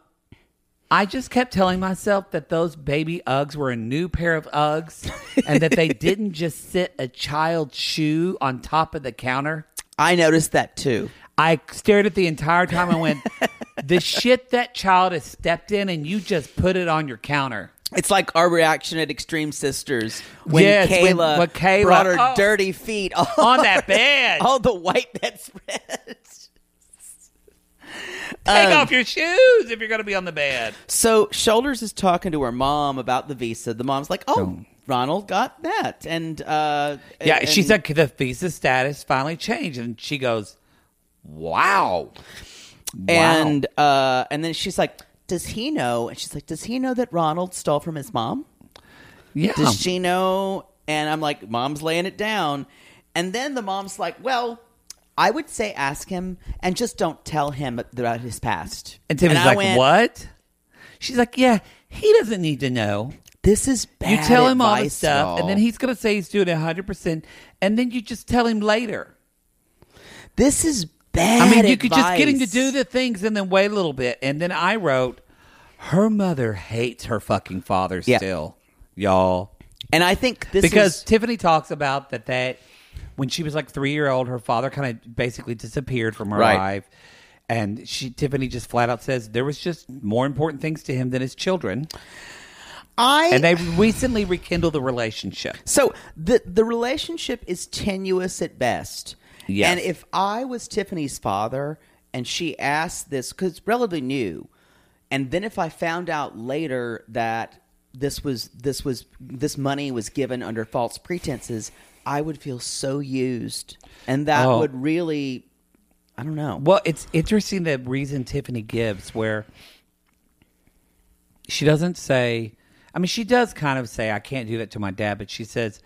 [SPEAKER 2] I just kept telling myself that those baby Uggs were a new pair of Uggs and that they didn't just sit a child's shoe on top of the counter.
[SPEAKER 3] I noticed that too?
[SPEAKER 2] I stared at the entire time and went, the shit that child has stepped in and you just put it on your counter.
[SPEAKER 3] It's like our reaction at Extreme Sisters when
[SPEAKER 2] Yes, when-
[SPEAKER 3] Kayla,
[SPEAKER 2] when Kayla-
[SPEAKER 3] brought her
[SPEAKER 2] oh.
[SPEAKER 3] dirty feet all
[SPEAKER 2] On that bed.
[SPEAKER 3] all the white that spread.
[SPEAKER 2] Take off your shoes if you're going to be on the bed.
[SPEAKER 3] So Shoulders is talking to her mom about the visa. The mom's like, "Oh, Ronald got that," and uh,
[SPEAKER 2] Yeah,
[SPEAKER 3] and-
[SPEAKER 2] she said the visa status finally changed. And she goes, wow.
[SPEAKER 3] and uh, and then she's like, "Does he know?" And she's like, "Does he know that Ronald stole from his mom?
[SPEAKER 2] Yeah.
[SPEAKER 3] Does she know?" And I'm like, "Mom's laying it down," and then the mom's like, "Well." I would say ask him and just don't tell him about his past.
[SPEAKER 2] And Tiffany's
[SPEAKER 3] I
[SPEAKER 2] like,
[SPEAKER 3] went,
[SPEAKER 2] "What?" She's like, "Yeah, he doesn't need to know.
[SPEAKER 3] This is bad.
[SPEAKER 2] You tell him all the
[SPEAKER 3] advice,
[SPEAKER 2] stuff, and
[SPEAKER 3] y'all.
[SPEAKER 2] then he's gonna say he's doing hundred percent, and then you just tell him later.
[SPEAKER 3] This is bad.
[SPEAKER 2] I mean, you could just get him to
[SPEAKER 3] advice.
[SPEAKER 2] do the things, and then wait a little bit, and then I wrote, her mother hates her fucking father
[SPEAKER 3] Yeah.
[SPEAKER 2] still, y'all,
[SPEAKER 3] And I think this
[SPEAKER 2] because
[SPEAKER 3] is,
[SPEAKER 2] Tiffany talks about that that when she was like three year old, her father kind of basically disappeared from her
[SPEAKER 3] Right.
[SPEAKER 2] life. And she Tiffany just flat out says there was just more important things to him than his children.
[SPEAKER 3] I
[SPEAKER 2] and they recently rekindled the relationship.
[SPEAKER 3] So the the relationship is tenuous at best.
[SPEAKER 2] Yes.
[SPEAKER 3] And if I was Tiffany's father and she asked this cuz it's relatively new, and then if I found out later that this was this was this money was given under false pretenses, I would feel so used. And that
[SPEAKER 2] Oh.
[SPEAKER 3] would really I don't know.
[SPEAKER 2] Well, it's interesting the reason Tiffany gives where she doesn't say, I mean, she does kind of say, I can't do that to my dad, but she says,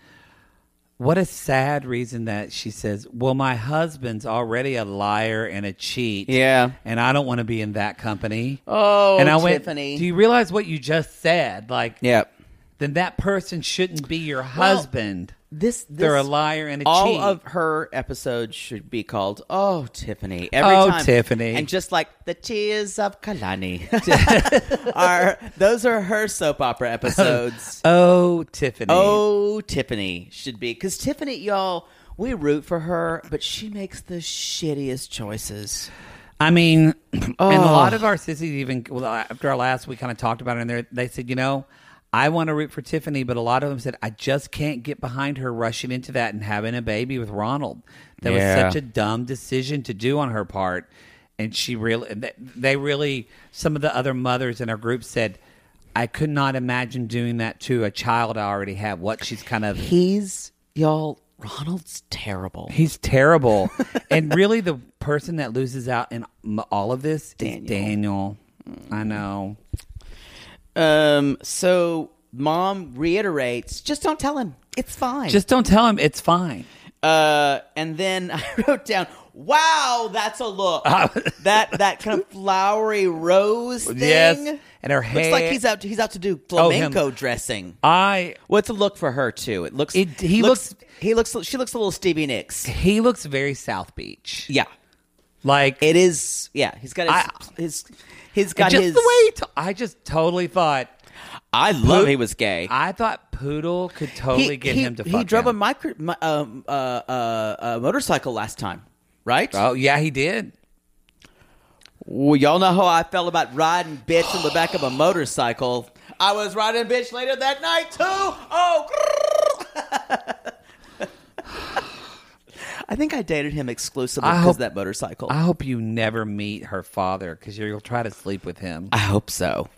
[SPEAKER 2] what a sad reason that she says, well, my husband's already a liar and a cheat.
[SPEAKER 3] Yeah.
[SPEAKER 2] And I don't want to be in that company.
[SPEAKER 3] Oh,
[SPEAKER 2] and I
[SPEAKER 3] Tiffany.
[SPEAKER 2] went, do you realize what you just said? Like,
[SPEAKER 3] Yep.
[SPEAKER 2] then that person shouldn't be your husband.
[SPEAKER 3] This, this
[SPEAKER 2] They're a liar and a
[SPEAKER 3] all
[SPEAKER 2] cheat.
[SPEAKER 3] of her episodes should be called "Oh Tiffany." Every
[SPEAKER 2] Oh,
[SPEAKER 3] time,
[SPEAKER 2] Tiffany.
[SPEAKER 3] and just like the tears of Kalani are those are her soap opera episodes.
[SPEAKER 2] oh, Tiffany.
[SPEAKER 3] oh Tiffany should be because Tiffany, y'all, we root for her, but she makes the shittiest choices.
[SPEAKER 2] I mean,
[SPEAKER 3] Oh.
[SPEAKER 2] and a lot of our sissies even well, after our last, we kind of talked about it, and they they said, you know, I want to root for Tiffany, but a lot of them said I just can't get behind her rushing into that and having a baby with Ronald. That
[SPEAKER 3] Yeah.
[SPEAKER 2] was such a dumb decision to do on her part, and she really and they- they really some of the other mothers in our group said. I could not imagine doing that to a child I already have. What she's kind of
[SPEAKER 3] He's y'all. Ronald's terrible.
[SPEAKER 2] He's terrible. and really, the person that loses out in m- all of this is Daniel.
[SPEAKER 3] Mm.
[SPEAKER 2] I know.
[SPEAKER 3] Um. So mom reiterates, just don't tell him. It's fine.
[SPEAKER 2] Just don't tell him it's fine.
[SPEAKER 3] Uh, and then I wrote down, "Wow, that's a look."
[SPEAKER 2] Ah.
[SPEAKER 3] that that kind of flowery rose thing.
[SPEAKER 2] Yes, and her
[SPEAKER 3] looks like
[SPEAKER 2] hair-
[SPEAKER 3] he's out. He's out to do
[SPEAKER 2] him.
[SPEAKER 3] flamenco dressing.
[SPEAKER 2] I
[SPEAKER 3] Well, it's a look for her too. It looks.
[SPEAKER 2] It- he looks-
[SPEAKER 3] He looks. She looks a little Stevie Nicks.
[SPEAKER 2] he looks very South Beach.
[SPEAKER 3] Yeah,
[SPEAKER 2] Like
[SPEAKER 3] it is. Yeah, he's got his.
[SPEAKER 2] I-
[SPEAKER 3] his he's got
[SPEAKER 2] just
[SPEAKER 3] his.
[SPEAKER 2] the way. He to- I just totally thought.
[SPEAKER 3] I love he was gay.
[SPEAKER 2] I thought Poodle could totally get him to.
[SPEAKER 3] He
[SPEAKER 2] fuck
[SPEAKER 3] drove a
[SPEAKER 2] him.
[SPEAKER 3] micro mi- um, uh, uh, uh, motorcycle last time, right?
[SPEAKER 2] Oh yeah, he did.
[SPEAKER 3] Well, y'all know how I felt about riding bitch in the back of a motorcycle. I was riding bitch later that night too. Oh. grrr. I think I dated him exclusively
[SPEAKER 2] I
[SPEAKER 3] because
[SPEAKER 2] hope-
[SPEAKER 3] of that motorcycle.
[SPEAKER 2] I hope you never meet her father because you'll try to sleep with him.
[SPEAKER 3] I hope so.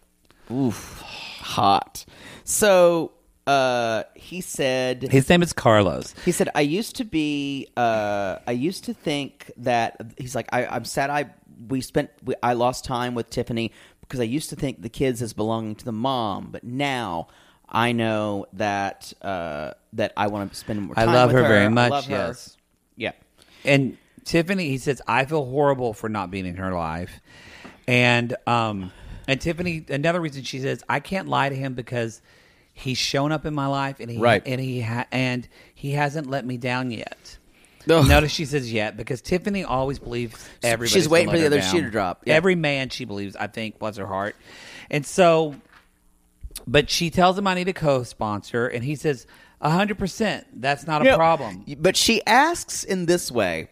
[SPEAKER 3] Oof, hot. So uh, he said
[SPEAKER 2] His name is Carlos.
[SPEAKER 3] He said, "I used to be. Uh, I used to think that he's like. I, I'm sad. I we spent. We, I lost time with Tiffany because I used to think the kids as belonging to the mom, but now I know that uh, that I want to spend more
[SPEAKER 2] I
[SPEAKER 3] time
[SPEAKER 2] love
[SPEAKER 3] with
[SPEAKER 2] her very much,
[SPEAKER 3] I love her.
[SPEAKER 2] yes.
[SPEAKER 3] Yeah.
[SPEAKER 2] And Tiffany, he says, I feel horrible for not being in her life. And um and Tiffany, another reason she says, I can't lie to him because he's shown up in my life and he
[SPEAKER 3] Right.
[SPEAKER 2] and he ha- and he hasn't let me down yet. Notice she says yet because Tiffany always believes everybody.
[SPEAKER 3] waiting for the other shoe to drop. Yeah.
[SPEAKER 2] Every man she believes, I think, was her heart. And so but she tells him I need a co-sponsor, and he says, hundred percent. That's not a
[SPEAKER 3] No,
[SPEAKER 2] problem."
[SPEAKER 3] But she asks in this way,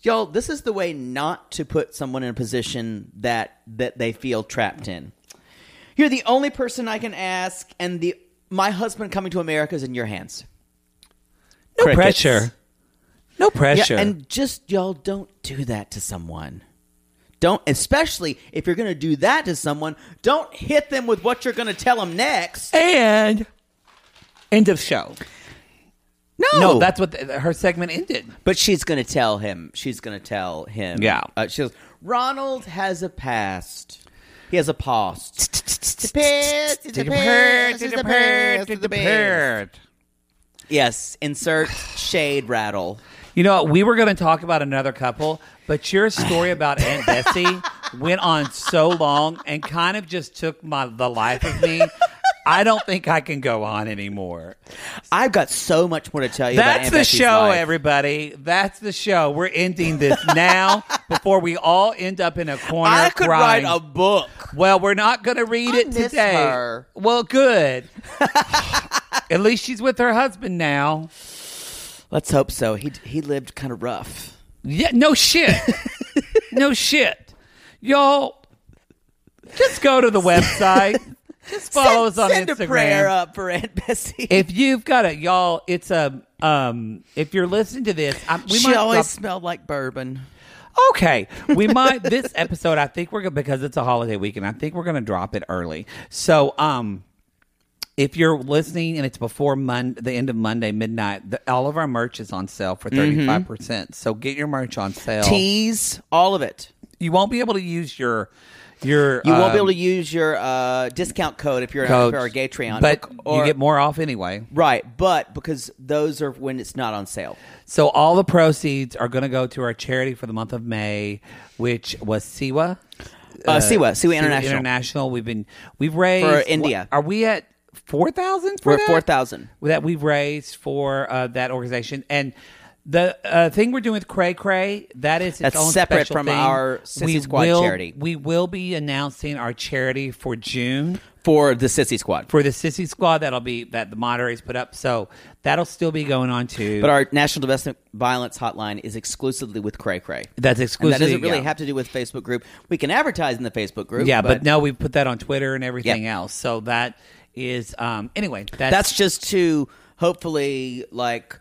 [SPEAKER 3] y'all. This is the way not to put someone in a position that that they feel trapped in. You're the only person I can ask, and the my husband coming to America is in your hands.
[SPEAKER 2] No
[SPEAKER 3] Crickets.
[SPEAKER 2] pressure. No
[SPEAKER 3] Yeah,
[SPEAKER 2] pressure.
[SPEAKER 3] and just y'all don't do that to someone. Don't, especially if you're going to do that to someone, don't hit them with what you're going to tell them next.
[SPEAKER 2] And end of show.
[SPEAKER 3] No,
[SPEAKER 2] No, that's what the, her segment ended.
[SPEAKER 3] But she's going to tell him. She's going to tell him.
[SPEAKER 2] Yeah.
[SPEAKER 3] Uh, she goes, Ronald has a past. He has a past. It's a past. It's a past. It's a past. It's a past. Yes. Insert shade rattle.
[SPEAKER 2] You know, what? we were going to talk about another couple, but your story about Aunt Bessie went on so long and kind of just took my the life of me. I don't think I can go on anymore.
[SPEAKER 3] I've got so much more to tell you. about
[SPEAKER 2] That's
[SPEAKER 3] Aunt
[SPEAKER 2] the
[SPEAKER 3] Betsy's
[SPEAKER 2] show,
[SPEAKER 3] life.
[SPEAKER 2] everybody. That's the show. We're ending this now before we all end up in a corner.
[SPEAKER 3] I could
[SPEAKER 2] crying.
[SPEAKER 3] write a book.
[SPEAKER 2] Well, we're not going to read
[SPEAKER 3] I
[SPEAKER 2] it
[SPEAKER 3] miss
[SPEAKER 2] today.
[SPEAKER 3] her.
[SPEAKER 2] Well, good. At least she's with her husband now.
[SPEAKER 3] Let's hope so. He he lived kind of rough.
[SPEAKER 2] Yeah, no shit. no shit. Y'all just go to the website. just follow us on
[SPEAKER 3] send
[SPEAKER 2] Instagram.
[SPEAKER 3] a prayer up for Aunt Bessie.
[SPEAKER 2] If you've got a y'all, it's a um if you're listening to this, I, we
[SPEAKER 3] she
[SPEAKER 2] might
[SPEAKER 3] always
[SPEAKER 2] drop-
[SPEAKER 3] smelled like bourbon.
[SPEAKER 2] Okay, we might this episode. I think we're gonna because it's a holiday weekend. I think we're gonna drop it early. So, um, if you're listening and it's before Mon- the end of Monday midnight, the, all of our merch is on sale
[SPEAKER 3] Mm-hmm.
[SPEAKER 2] for thirty five percent. So get your merch on sale.
[SPEAKER 3] Teas, all of it.
[SPEAKER 2] you won't be able to use your your
[SPEAKER 3] You won't
[SPEAKER 2] um,
[SPEAKER 3] be able to use your uh, discount code if you're
[SPEAKER 2] codes,
[SPEAKER 3] for our Gatreon,
[SPEAKER 2] but
[SPEAKER 3] or-
[SPEAKER 2] you get more off anyway.
[SPEAKER 3] right. But because those are when it's not on sale.
[SPEAKER 2] So all the proceeds are going to go to our charity for the month of May, which was Siwa.
[SPEAKER 3] Uh, Siwa, Siwa International.
[SPEAKER 2] International. We've been we've raised
[SPEAKER 3] For India.
[SPEAKER 2] Are we at four thousand?
[SPEAKER 3] We're at 4,000.
[SPEAKER 2] that we've raised for uh, that organization and. The uh, thing we're doing with Cray Cray that is its
[SPEAKER 3] That's
[SPEAKER 2] own
[SPEAKER 3] separate
[SPEAKER 2] special
[SPEAKER 3] from
[SPEAKER 2] thing.
[SPEAKER 3] our Sissy
[SPEAKER 2] we
[SPEAKER 3] Squad
[SPEAKER 2] will,
[SPEAKER 3] charity.
[SPEAKER 2] We will be announcing our charity for June
[SPEAKER 3] for the Sissy Squad.
[SPEAKER 2] for the Sissy Squad. That'll be that the moderators put up, so that'll still be going on too.
[SPEAKER 3] But our National Domestic Violence Hotline is exclusively with Cray Cray.
[SPEAKER 2] That's
[SPEAKER 3] And that
[SPEAKER 2] exclusively.
[SPEAKER 3] doesn't really
[SPEAKER 2] yeah.
[SPEAKER 3] have to do with Facebook group. We can advertise in the Facebook group.
[SPEAKER 2] Yeah, but,
[SPEAKER 3] but
[SPEAKER 2] no, we put that on Twitter and everything
[SPEAKER 3] Yeah.
[SPEAKER 2] else. So that is um anyway, that's,
[SPEAKER 3] that's just to hopefully like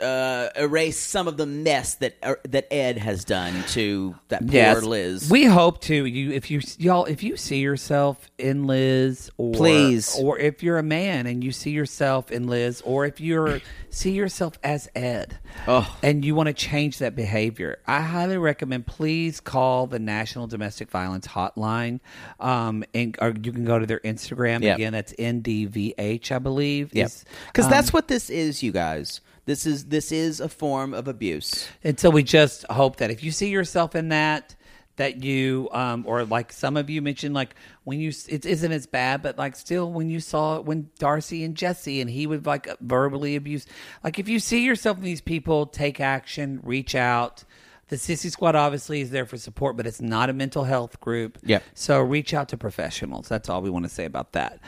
[SPEAKER 3] uh, erase some of the mess that er, that Ed has done to that poor
[SPEAKER 2] yes.
[SPEAKER 3] Liz.
[SPEAKER 2] We hope to you if you y'all if you see yourself in Liz or
[SPEAKER 3] Please.
[SPEAKER 2] or if you're a man and you see yourself in Liz or if you're see yourself as Ed
[SPEAKER 3] Oh.
[SPEAKER 2] and you want to change that behavior, I highly recommend please call the National Domestic Violence Hotline. Um and or you can go to their Instagram
[SPEAKER 3] Yep.
[SPEAKER 2] again. That's NDVH, I believe. is-
[SPEAKER 3] because
[SPEAKER 2] Um,
[SPEAKER 3] that's what this is, you guys. This is this is a form of abuse.
[SPEAKER 2] And so we just hope that if you see yourself in that, that you, um, or like some of you mentioned, like when you, it isn't as bad, but like still when you saw it when Darcy and Jesse and he would like verbally abuse, like if you see yourself in these people, take action, reach out. The Sissy Squad obviously is there for support, but it's not a mental health group.
[SPEAKER 3] Yep.
[SPEAKER 2] So reach out to professionals. That's all we want to say about that.